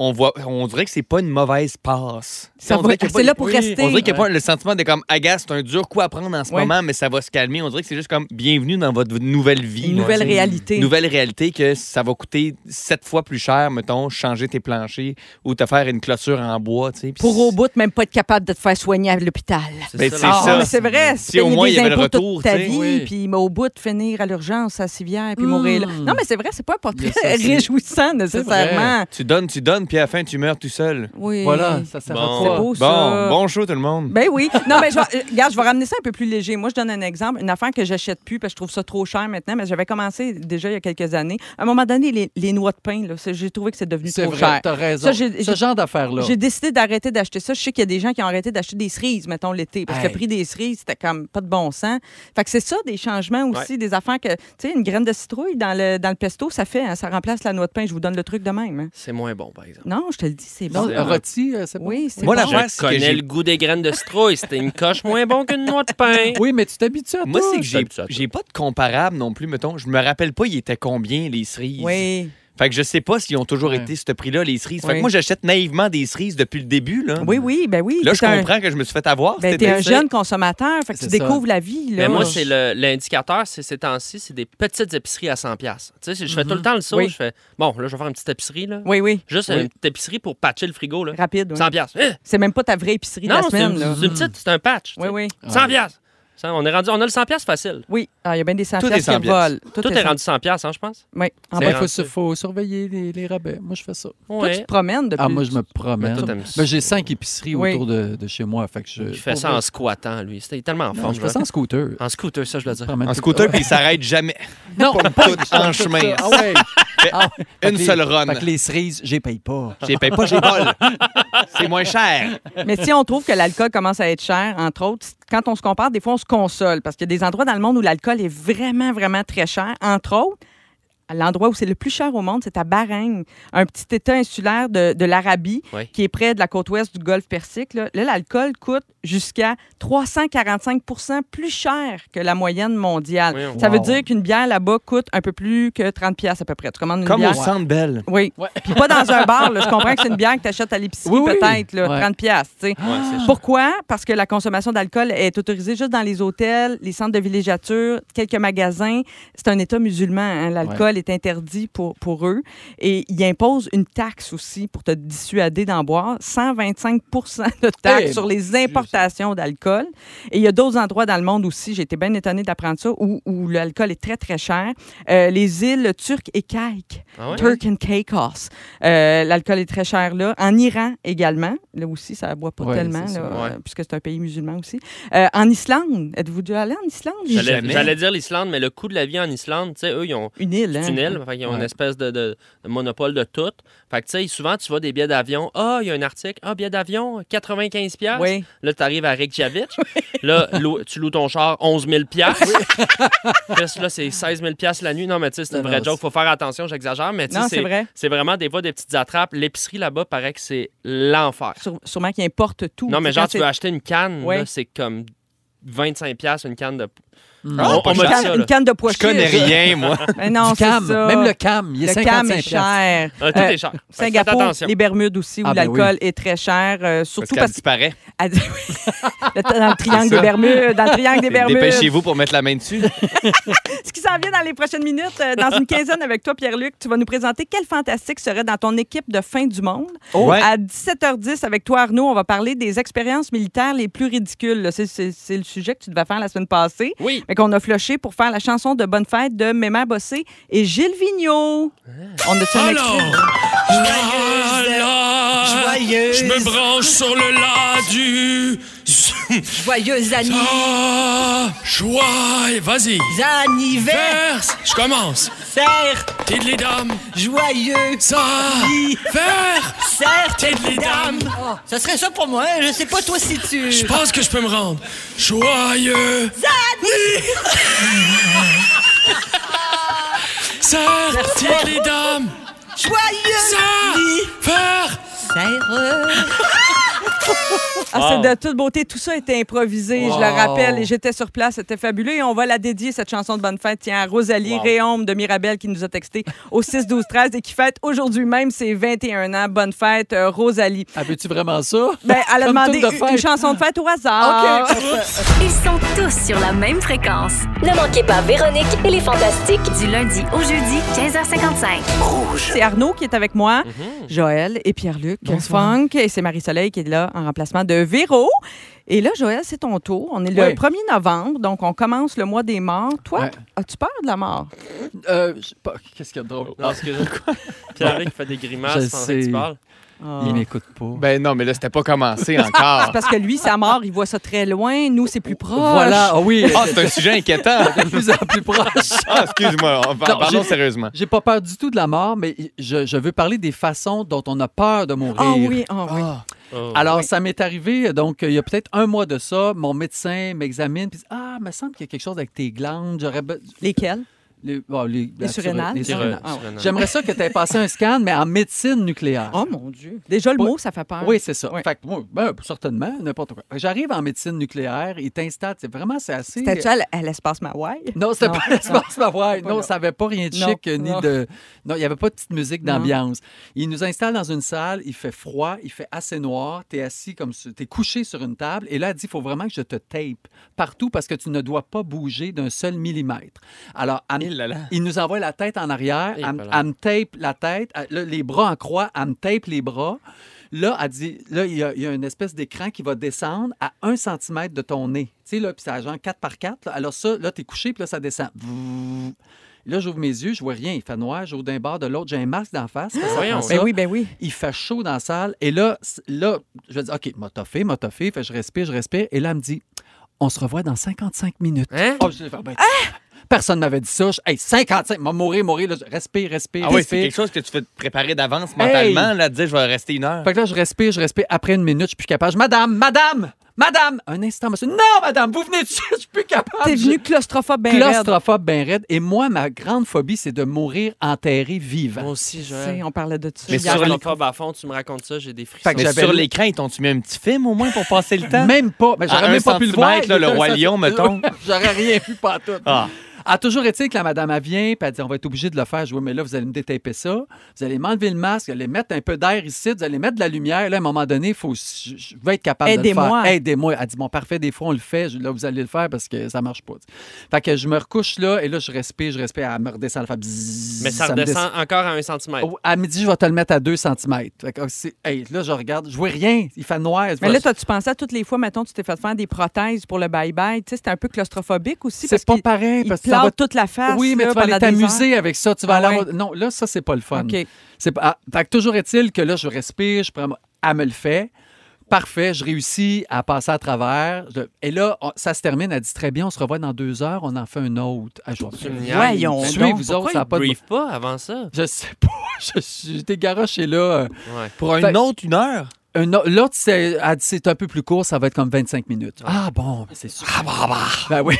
S3: on, voit, on dirait que c'est pas une mauvaise passe.
S1: Ça va-
S3: on dirait qu'il y a pas-
S1: c'est là pour
S3: Oui.
S1: rester.
S3: On dirait qu'il y a pas le sentiment de comme, agace, c'est un dur coup à prendre en ce
S1: Ouais.
S3: moment, mais ça va se calmer. On dirait que c'est juste comme, bienvenue dans votre nouvelle vie.
S1: Une
S3: là,
S1: nouvelle
S3: tu sais.
S1: réalité.
S3: Nouvelle réalité que ça va coûter sept fois plus cher, mettons, changer tes planchers ou te faire une clôture en bois. tu sais, puis
S1: Pour
S3: si-
S1: au bout, même pas être capable de te faire soigner à l'hôpital.
S3: Ben, c'est
S1: Ah,
S3: ça.
S1: mais c'est vrai.
S3: Si
S1: payer
S3: au moins,
S1: des
S3: il y avait le
S1: impôts toute
S3: retour,
S1: ta
S3: tu sais.
S1: vie,
S2: Oui.
S1: puis mais au bout de finir à l'urgence à Civière, puis
S2: Mm.
S1: mourir là. Non, mais c'est vrai, c'est pas un portrait
S2: Il y a ça aussi.
S1: réjouissant nécessairement.
S3: Tu donnes, tu donnes, puis à la fin, tu meurs tout seul.
S1: Oui.
S2: Voilà, ça sert
S5: Bon.
S2: à
S1: C'est
S2: quoi?
S1: beau, ça.
S3: Bon, bon show, tout le monde.
S1: Ben oui. Non, mais je vais- euh, regarde, je vais ramener ça un peu plus léger. Moi, je donne un exemple. Une affaire que j'achète plus parce que je trouve ça trop cher maintenant, mais j'avais commencé déjà il y a quelques années. À un moment donné, les, les noix de pain, là, ça, j'ai trouvé que c'est devenu
S2: C'est
S1: trop
S2: vrai,
S1: cher.
S2: t'as raison.
S1: Ça, j'ai-
S2: Ce
S1: j'ai-
S2: genre d'affaires-là.
S1: J'ai décidé d'arrêter d'acheter ça. Je sais qu'il y a des gens qui ont arrêté d'acheter des cerises, mettons, l'été, parce que
S2: Hey.
S1: le prix des cerises, c'était comme pas de bon sens. Fait que c'est ça, des changements aussi, des affaires que, tu sais, une graine de citrouille dans le, dans le pesto, ça fait, hein, ça remplace la noix de pain. Je vous donne le truc de même. hein.
S5: C'est moins bon, par exemple. exemple.
S1: Non, je te le dis, c'est
S2: Non,
S1: bon.
S5: C'est-
S2: rôti, euh, c'est bon.
S1: Oui, c'est
S3: Moi,
S1: bon. hein?
S3: la l'affaire,
S5: Je
S3: c'est que
S5: connais
S3: j'ai-
S5: le goût des graines de citrouille. C'était une coche moins bon qu'une noix de pain.
S2: Oui, mais tu t'habitues à
S3: Moi,
S2: tout.
S3: c'est que j'ai,
S5: t'habitues à tout.
S3: j'ai pas de comparable non plus, mettons. Je me rappelle pas, il était combien les cerises.
S1: Oui.
S3: Fait que je sais pas s'ils ont toujours
S2: Ouais.
S3: été ce prix-là, les cerises. Fait
S1: Oui.
S3: que moi, j'achète naïvement des cerises depuis le début. Là,
S1: Oui, oui, ben oui.
S3: là je
S1: t'es un-
S3: comprends que je me suis fait avoir.
S1: Ben,
S3: c'était
S1: t'es un
S3: des-
S1: jeune consommateur, fait que tu
S2: C'est ça.
S1: découvres la vie. Là.
S5: Mais Ben, moi, c'est le- l'indicateur, c'est ces temps-ci, c'est des petites épiceries à 100$. piastres. Tu sais, je fais tout le temps le saut.
S1: Mm-hmm. Oui.
S5: Je fais, bon, là, je vais faire une petite épicerie, là.
S1: Oui, oui,
S5: Juste
S2: Oui.
S5: une petite épicerie pour patcher le frigo, là.
S1: rapide. oui.
S5: 100$. piastres. Eh!
S1: C'est même pas ta vraie épicerie de
S5: Non,
S1: la
S5: c'est
S1: semaine.
S5: une,
S1: là.
S5: c'est une petite, c'est un patch. tu
S1: Oui,
S5: sais.
S1: oui.
S3: Ah,
S5: 100$. piastres. Ça, On est rendu, on a le 100$ piastres facile.
S1: Oui, ah, il y a bien des 100
S3: Tout est
S1: piastres
S3: 100
S1: qui volent.
S5: Tout est rendu 100$, piastres, hein, je pense.
S1: Oui, en
S5: C'est
S1: bas.
S2: Il faut, se- faut surveiller les, les rabais. Moi, je fais ça.
S1: Toi, tu te promènes depuis.
S2: Ah, moi, je me
S5: Mais
S2: promène.
S5: toi, t'aimes ça.
S2: Ben, j'ai cinq épiceries
S1: Oui.
S2: autour de, de chez moi. Fait que je,
S5: Il fait ça en squattant, lui. C'était tellement en
S2: Non,
S5: forme.
S2: je fais
S5: là.
S2: ça en scooter.
S5: En scooter, ça, je dois dire.
S2: Promène
S3: En
S2: tout-
S3: scooter, puis il s'arrête jamais.
S2: Non,
S3: Pomme toute en chemin.
S2: Ah ouais. Ah, fait
S3: Une
S2: que les-
S3: seule run.
S2: Fait que les cerises, je les paye pas.
S3: Je les paye pas, j'ai bol. C'est moins cher.
S1: Mais si on trouve que l'alcool commence à être cher, entre autres, c- quand on se compare, des fois, on se console parce qu'il y a des endroits dans le monde où l'alcool est vraiment, vraiment très cher. Entre autres, l'endroit où c'est le plus cher au monde, c'est à Bahreïn, un petit état insulaire de, de l'Arabie
S5: Oui.
S1: qui est près de la côte ouest du golfe Persique. Là, Là, l'alcool coûte jusqu'à 345 plus cher que la moyenne mondiale.
S5: Oui, on-
S1: Ça veut
S2: Wow.
S1: dire qu'une bière là-bas coûte un peu plus que 30 pièces à peu près. Tu commandes une
S3: Comme
S1: bière.
S3: au Centre Bell.
S1: Oui.
S2: Ouais.
S1: Puis pas dans un bar. là. Je comprends que c'est une bière que tu achètes à l'épicerie,
S2: Oui, oui.
S1: peut-être, là,
S2: Ouais.
S1: 30 piastres, tu sais.
S5: Ouais, c'est ça.
S1: Pourquoi? Parce que la consommation d'alcool est autorisée juste dans les hôtels, les centres de villégiature, quelques magasins. C'est un État musulman. hein. L'alcool est interdit pour, pour eux. Et ils imposent une taxe aussi pour te dissuader d'en boire. 125 de taxe
S2: Eh,
S1: sur les importations d'alcool. Et il y a d'autres endroits dans le monde aussi, j'ai été bien étonnée d'apprendre ça, où, où l'alcool est très, très cher. Euh, les îles turques et Caïques.
S5: Ah ouais?
S1: Turk and Caicos. Euh, L'alcool est très cher là. En Iran également. Là aussi, ça ne boit pas
S2: Ouais,
S1: tellement,
S2: c'est ça,
S1: là,
S5: ouais.
S1: euh, puisque c'est un pays musulman aussi. Euh, en Islande, êtes-vous déjà allé en Islande?
S5: J'allais
S3: Jamais.
S5: j'allais dire l'Islande, mais le coût de la vie en Islande, tu sais, eux, ils ont,
S1: Une île, hein?
S5: tunnel. Fait qu'ils ont
S2: Ouais.
S5: une espèce de, de- de monopole de tout. Fait que, tu sais, souvent, tu vois des billets d'avion. Ah, il y a un article. Ah, billet d'avion, 95 piastres.
S1: Oui.
S5: Là, tu arrives à Reykjavik. là, lou- tu loues ton char, 11 000 piastres. Puis là, c'est 16 000 piastres la nuit. Non, mais tu sais, c'est une
S2: Non,
S5: vraie
S2: non,
S5: joke.
S2: c'est-
S5: Faut faire attention, j'exagère. Mais tu sais,
S1: Non, c'est vrai.
S5: c'est vraiment des fois des petites attrapes. L'épicerie là-bas paraît que c'est l'enfer.
S1: Sûre- sûrement qu'ils importent tout.
S5: Non, mais
S1: Tu sais,
S5: genre,
S1: quand
S5: tu
S1: c'est-
S5: veux acheter une canne,
S1: Ouais.
S5: là, c'est comme 25 piastres une canne de...
S2: Mm.
S3: Ah,
S5: on
S3: pas
S5: on m'a
S3: cher.
S5: dit
S1: une
S5: ça,
S1: canne,
S5: là.
S1: une canne de pois
S3: Je connais
S1: chiches.
S3: rien, moi.
S1: Mais non,
S2: Du
S1: c'est
S2: cam,
S1: ça.
S2: même le cam, il est
S1: Le
S2: 55
S1: cam est
S2: piastres.
S1: cher.
S5: Ah, tout
S1: Euh,
S5: est cher. Fait que faites
S1: Singapour,
S5: attention.
S1: les Bermudes aussi, où
S2: Ah, ben
S1: l'alcool est très cher, euh,
S3: Parce
S1: surtout
S3: qu'elle
S1: parce que
S3: disparaît.
S1: dans le triangle des
S3: ça.
S1: Bermudes, dans le triangle des Bermudes.
S3: Dépêchez-vous pour mettre la main dessus.
S1: Ce qui s'en vient dans les prochaines minutes, euh, dans une quinzaine avec toi, Pierre-Luc, tu vas nous présenter quel fantastique serait dans ton équipe de fin du monde.
S3: Ouais.
S1: À 17h10, avec toi, Arnaud, on va parler des expériences militaires les plus ridicules. là. C'est- C'est c'est le sujet que tu devais faire la semaine passée,
S5: Oui.
S1: mais qu'on a floché pour faire la chanson de Bonne Fête de Mémère Bossé et Gilles Vigneault. On a un extrait?
S5: Je me branche sur le la du.
S4: Joyeux anniversaire.
S5: Ah, joie, et vas-y. Verse, je commence. Tide les dames,
S4: Joyeux
S5: ça. Faire,
S4: serre,
S5: tide les dames.
S4: Ah, ça serait ça pour moi, hein. je sais pas toi si tu.
S5: Je pense que je peux me rendre. Joyeux. Serre, tide les dames,
S4: Joyeux
S5: ça. Faire.
S4: serre.
S1: Ah,
S5: Wow.
S1: c'est de toute beauté. Tout ça était improvisé, je
S2: Wow.
S1: le rappelle. Et j'étais sur place, c'était fabuleux. Et on va la dédier, cette chanson de bonne fête, tiens, à Rosalie Réaume de Mirabel qui nous a texté au 6-12-13 et qui fête aujourd'hui même ses 21 ans. Bonne fête, euh, Rosalie.
S2: Ah, veux-tu vraiment ça?
S1: Ben, elle a
S2: Comme
S1: demandé
S2: tourne de
S1: une, une
S2: fête. Ah,
S1: chanson de fête au hasard.
S8: Ils sont tous sur la même fréquence.
S9: Ne manquez pas Véronique et les Fantastiques.
S8: Du lundi au jeudi, 15h55.
S1: C'est Arnaud qui est avec moi,
S2: Mhm.
S1: Joël et Pierre-Luc Funk. Et c'est Marie-Soleil qui est là en remplacement de Véro. Et là, Joël, c'est ton tour. On est le
S2: Oui.
S1: 1er novembre, donc on commence le mois des morts. Toi,
S2: Ouais.
S1: as-tu peur de la mort?
S2: Euh, je sais pas, Qu'est-ce qu'il y a de drôle?
S5: Non, excuse-moi. Pierre-Luc fait des grimaces
S2: Je
S5: pendant que
S2: sais.
S5: tu parles.
S2: Il m'écoute pas.
S3: Ben non, mais là, c'était pas commencé encore.
S1: Ah. Parce que lui, sa mort, il voit ça très loin. Nous, c'est plus proche.
S2: voilà, ah oui,
S3: Ah, c'est un sujet inquiétant.
S2: de plus en plus proche.
S3: Ah, excuse-moi. on-
S2: Non,
S3: Pardon,
S2: j'ai-
S3: sérieusement.
S2: J'ai pas peur du tout de la mort, mais je, je veux parler des façons dont on a peur de mourir.
S1: Ah oui, ah oui.
S2: Ah.
S5: Oh.
S2: Alors, ça m'est arrivé, donc, il y a peut-être un mois de ça, mon médecin m'examine, puis il dit, Ah, me semble qu'il y a quelque chose avec tes glandes, j'aurais. be-
S1: Lesquels?
S2: Les, bon, les- la
S1: surrénales.
S2: surré- les
S1: Les
S5: Sur-
S2: surrénales.
S1: Ah ouais.
S5: sur un-
S2: J'aimerais ça que tu aies passé un scan, mais en médecine nucléaire.
S1: Oh mon Dieu. Déjà, le
S2: Oui.
S1: mot, ça fait peur.
S2: Oui, c'est ça.
S1: Ouais.
S2: Fait que moi, ben, certainement, n'importe quoi. Fait que J'arrive en médecine nucléaire, ils t'installent. C'est vraiment, c'est assez.
S1: C'était-tu à l- à l'espace Mawai?
S2: Non, c'était
S1: Non,
S2: pas
S1: non.
S2: l'espace Bavarois.
S1: Pas
S2: Non,
S1: là.
S2: ça n'avait pas rien de
S1: Non,
S2: chic, ni
S1: non.
S2: de. Non, il n'y avait pas de petite musique
S1: Non.
S2: d'ambiance. Ils nous installent dans une salle, il fait froid, il fait assez noir, tu es assis comme. Tu es couché sur une table, et là, elle dit il faut vraiment que je te tape partout parce que tu ne dois pas bouger d'un seul millimètre. Alors, elle-
S3: Eh là Eh, là.
S2: il nous envoie la tête en arrière,
S5: Et
S2: elle, me-
S5: voilà.
S2: elle me tape la tête, elle- là, les bras en croix, elle me tape les bras. Là, elle dit, là, il y, a- il y a une espèce d'écran qui va descendre à 1 cm de ton nez. Tu sais, là, puis ça genre 4 par 4. là. Alors ça, là, t'es couché, puis là, ça descend. Vroom. Là, j'ouvre mes yeux, je vois rien. Il fait noir, j'ouvre d'un bord, de l'autre, j'ai un masque d'en face. ça prend
S5: Voyons.
S2: ça.
S1: Ben oui, ben oui.
S2: Il fait chaud dans la salle. Et là, c- là je dis, OK, m'a toffé, m'a toffé. Fait que je respire, je respire. Et là, elle me dit, on se revoit dans 55 minutes.
S5: Hein?
S2: Oh, je l'ai fait, ben, Personne m'avait dit ça. Je- hey, 55, m'a mourir, mourir. là. Je respire, respire,
S3: Ah oui, c'est
S2: respire.
S3: quelque chose que tu fais te préparer d'avance mentalement, là, de dire je vais rester une heure.
S2: Fait que là, je respire, je respire. Après une minute, je suis plus capable. Je, madame, madame, madame. Un instant, monsieur. Non, madame, vous venez de je suis plus capable.
S1: T'es
S2: Je-
S1: venu claustrophobe ben raide.
S2: claustrophobe ben raide. Et moi, ma grande phobie, c'est de mourir enterré vivant.
S5: Moi aussi,
S1: C'est-
S5: Joël.
S1: On parlait de ça.
S3: Mais
S5: Mais
S1: hier.
S5: sur
S3: sur
S5: le
S3: les-
S5: pub à fond, tu me racontes ça, j'ai des frissons.
S2: Fait que
S3: Mais
S2: j'avais
S3: sur
S2: lu-
S3: l'écran, ils t'ont-tu mis un petit film au moins pour passer le temps?
S2: Même pas. Ben,
S3: À
S2: J'aurais
S3: un
S2: même pas pu le voir.
S3: centimètre, là, le
S2: Il était
S3: Roi
S2: un
S3: Lion,
S2: centimètre.
S3: mettons.
S2: J'aurais rien vu, pas tout.
S3: Ah.
S2: A toujours été que la madame, elle vient, puis elle dit, on va être obligé de le faire. Je dis, oui, mais là, vous allez me détaper ça. Vous allez m'enlever le masque, vous allez mettre un peu d'air ici, vous allez mettre de la lumière. Là, à un moment donné, faut, je, je vais être capable de le
S1: Aidez-moi.
S2: faire. Aidez-moi. Elle dit, bon, parfait, des fois, on le fait. Je dis, là, vous allez le faire parce que ça marche pas. Fait que je me recouche là, et là, je respire, je respire. Elle me redescend, elle fait bzzz,
S5: Mais ça
S2: me descend.
S5: redescend encore à un centimètre.
S2: Oh, À midi, je vais te le mettre à 2 cm. oh, là, je regarde, je vois rien. Il fait noir.
S1: Mais là, t'as-tu pensé à toutes les fois, mettons, tu t'es fait faire des prothèses pour le bye-bye? Tu sais, c'était un peu claustrophobique aussi.
S2: c'est
S1: parce
S2: pas
S1: qu'il-
S2: pareil.
S1: il
S2: Parce que
S1: plante
S2: ça va-
S1: toute la face.
S2: Oui, mais
S1: là,
S2: tu vas aller
S1: pendant des
S2: t'amuser avec ça. Tu vas
S1: Ah
S2: aller
S1: ouais.
S2: avoir- Non, là, ça, c'est pas le
S1: heures.
S2: fun.
S1: OK.
S2: C'est pas... ah, fait que toujours est-il que là, je respire, je prends... Elle me le fait. Parfait, je réussis à passer à travers. Je- Et là, on- ça se termine. Elle dit très bien, on se revoit dans deux heures, on en fait un autre. Ah, je vais-
S5: Tu me niaises.
S1: Voyons
S2: Suivez,
S1: donc.
S2: vous
S5: Pourquoi
S2: autres, ça
S5: ils
S2: n'a pas de...
S5: briefent pas avant ça?
S2: Je sais pas, je suis j'étais garoché là. euh,
S5: Ouais.
S3: Pour
S2: Fait-
S3: une autre, une heure?
S2: Un o- L'autre, c'est elle dit, c'est un peu plus court, ça va être comme 25 minutes. Ah bon, ben c'est sûr. Ah bah, bah. Ben oui.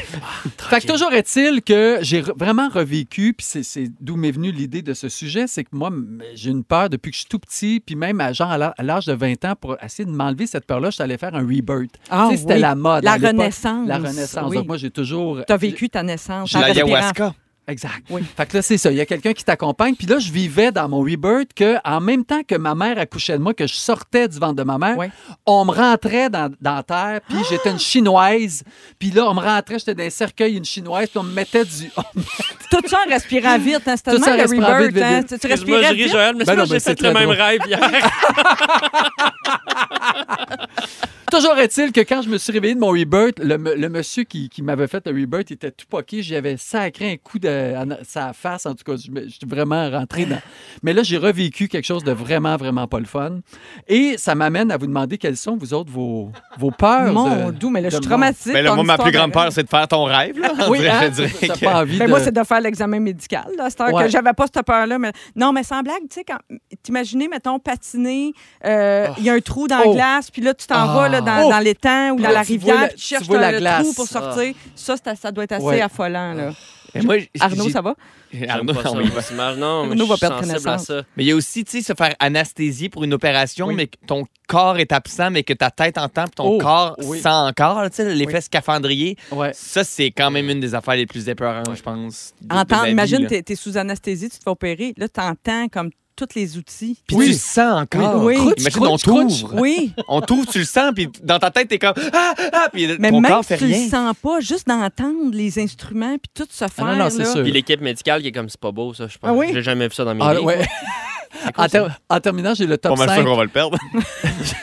S2: fait que toujours est-il que j'ai re- vraiment revécu, puis c'est- c'est d'où m'est venue l'idée de ce sujet, c'est que moi, m- j'ai une peur depuis que je suis tout petit, puis même à, genre à l'a- à l'âge de 20 ans, pour essayer de m'enlever cette peur-là, je suis allé faire un rebirth.
S1: Ah
S2: Tu sais, c'était
S1: oui.
S2: la mode.
S1: La
S2: à l'époque.
S1: renaissance.
S2: La renaissance.
S1: Oui.
S2: Donc moi, j'ai toujours...
S1: T'as vécu ta naissance. en respirant.
S3: L'ayahuasca.
S2: Exact.
S1: Oui.
S2: Fait que là, c'est ça. Il y a quelqu'un qui t'accompagne. Puis là, je vivais dans mon rebirth que, en même temps que ma mère accouchait de moi, que je sortais du ventre de ma mère,
S1: Oui.
S2: on me rentrait dans, dans la terre. Puis j'étais une chinoise. Puis là, on me rentrait, j'étais dans un cercueil, une chinoise. Puis on me mettait du.
S1: Tout ça en respirant vite. Hein. C'était
S2: Tout ça
S1: tellement
S2: en
S1: le
S2: respirant
S1: rebirth.
S2: vite, vite,
S1: hein.
S2: vite.
S1: Tu- Tu
S5: Excuse-moi,
S1: respirais
S5: je ris,
S1: vite.
S5: Joël, mais
S2: Ben
S5: c'est
S2: non,
S5: moi, j'ai
S2: mais c'est
S5: fait le
S2: très
S5: même
S2: drôle.
S5: rêve hier.
S2: Toujours est-il que quand je me suis réveillé de mon rebirth, le, m- le monsieur qui, qui m'avait fait le rebirth il était tout poqué. J'avais sacré un coup de en- sa face. En tout cas, je me- je suis vraiment rentré dans. Mais là, j'ai revécu quelque chose de vraiment, vraiment pas le fun. Et ça m'amène à vous demander quelles sont, vous autres, vos, vos peurs.
S1: Mon
S2: de-
S1: doux, mais là, je suis
S2: de
S1: traumatisée.
S3: Mais Ben là,
S1: par
S3: moi, ma
S1: l'histoire
S3: plus grande
S1: de-
S3: peur, c'est de faire ton rêve, là. On
S2: Oui,
S3: dirait-
S2: hein?
S3: je dirais
S2: T'as
S3: que-
S2: pas envie
S1: Mais
S2: de-
S1: Ben, moi, c'est de faire l'examen médical. Là, c'est-à-dire
S2: Ouais.
S1: que j'avais pas cette peur-là. Mais... Non, mais sans blague, tu sais, quand... t'imagines, mettons, patiner, euh, il y a un trou dans
S2: Oh.
S1: la glace, puis là, tu t'en
S2: Ah.
S1: vas là, dans,
S2: Oh.
S1: dans l'étang ou dans
S2: Ah,
S1: la
S2: tu vois la-
S1: rivière, puis tu
S2: tu
S1: cherches
S2: vois la
S1: le
S2: glace.
S1: trou pour sortir. Ça, ça, ça doit être assez
S2: Ouais.
S1: affolant. Là.
S3: Mais moi, j-
S1: Arnaud,
S3: j'ai-
S1: ça va?
S3: Arnaud,
S5: J'aime pas ça,
S3: oui.
S5: moi, cette image. Non, mais
S1: Arnaud
S5: je
S1: va
S5: suis
S1: perdre
S5: sensible à
S1: connaissance.
S5: ça.
S3: Mais il y a aussi, tu sais, se faire anesthésier pour une opération, mais que ton corps est absent, mais que ta tête entend, puis ton
S2: Oh,
S3: corps
S2: oui.
S3: sent encore, là, tu sais, l'effet scaphandrier.
S2: Ouais.
S3: Ça, c'est quand même une des affaires les plus épeurantes, je pense. de- de ma
S1: Entendre,
S3: vie,
S1: imagine,
S3: là.
S1: t'es es sous anesthésie, tu te fais opérer. Là, t'entends comme tous les outils.
S3: Puis
S2: Oui.
S3: tu sens encore.
S1: Oui. Croûte,
S3: Imagine,
S2: croûte,
S3: on
S2: croûte.
S3: t'ouvre.
S1: Oui,
S3: On t'ouvre, tu le sens, puis dans ta tête, t'es comme Ah, ah, puis
S1: mais
S3: ton
S1: même
S3: corps
S1: si
S3: fait
S1: tu
S3: rien.
S1: le sens pas, juste d'entendre les instruments puis tout se faire.
S2: Ah non, non, c'est
S1: là.
S2: sûr.
S5: Puis l'équipe médicale qui est comme c'est pas beau, ça, je pense.
S1: Ah oui?
S5: J'ai jamais vu ça dans mes
S2: Ah,
S5: vies.
S2: ouais. en, ter- en terminant, j'ai le top 5.
S3: va le perdre.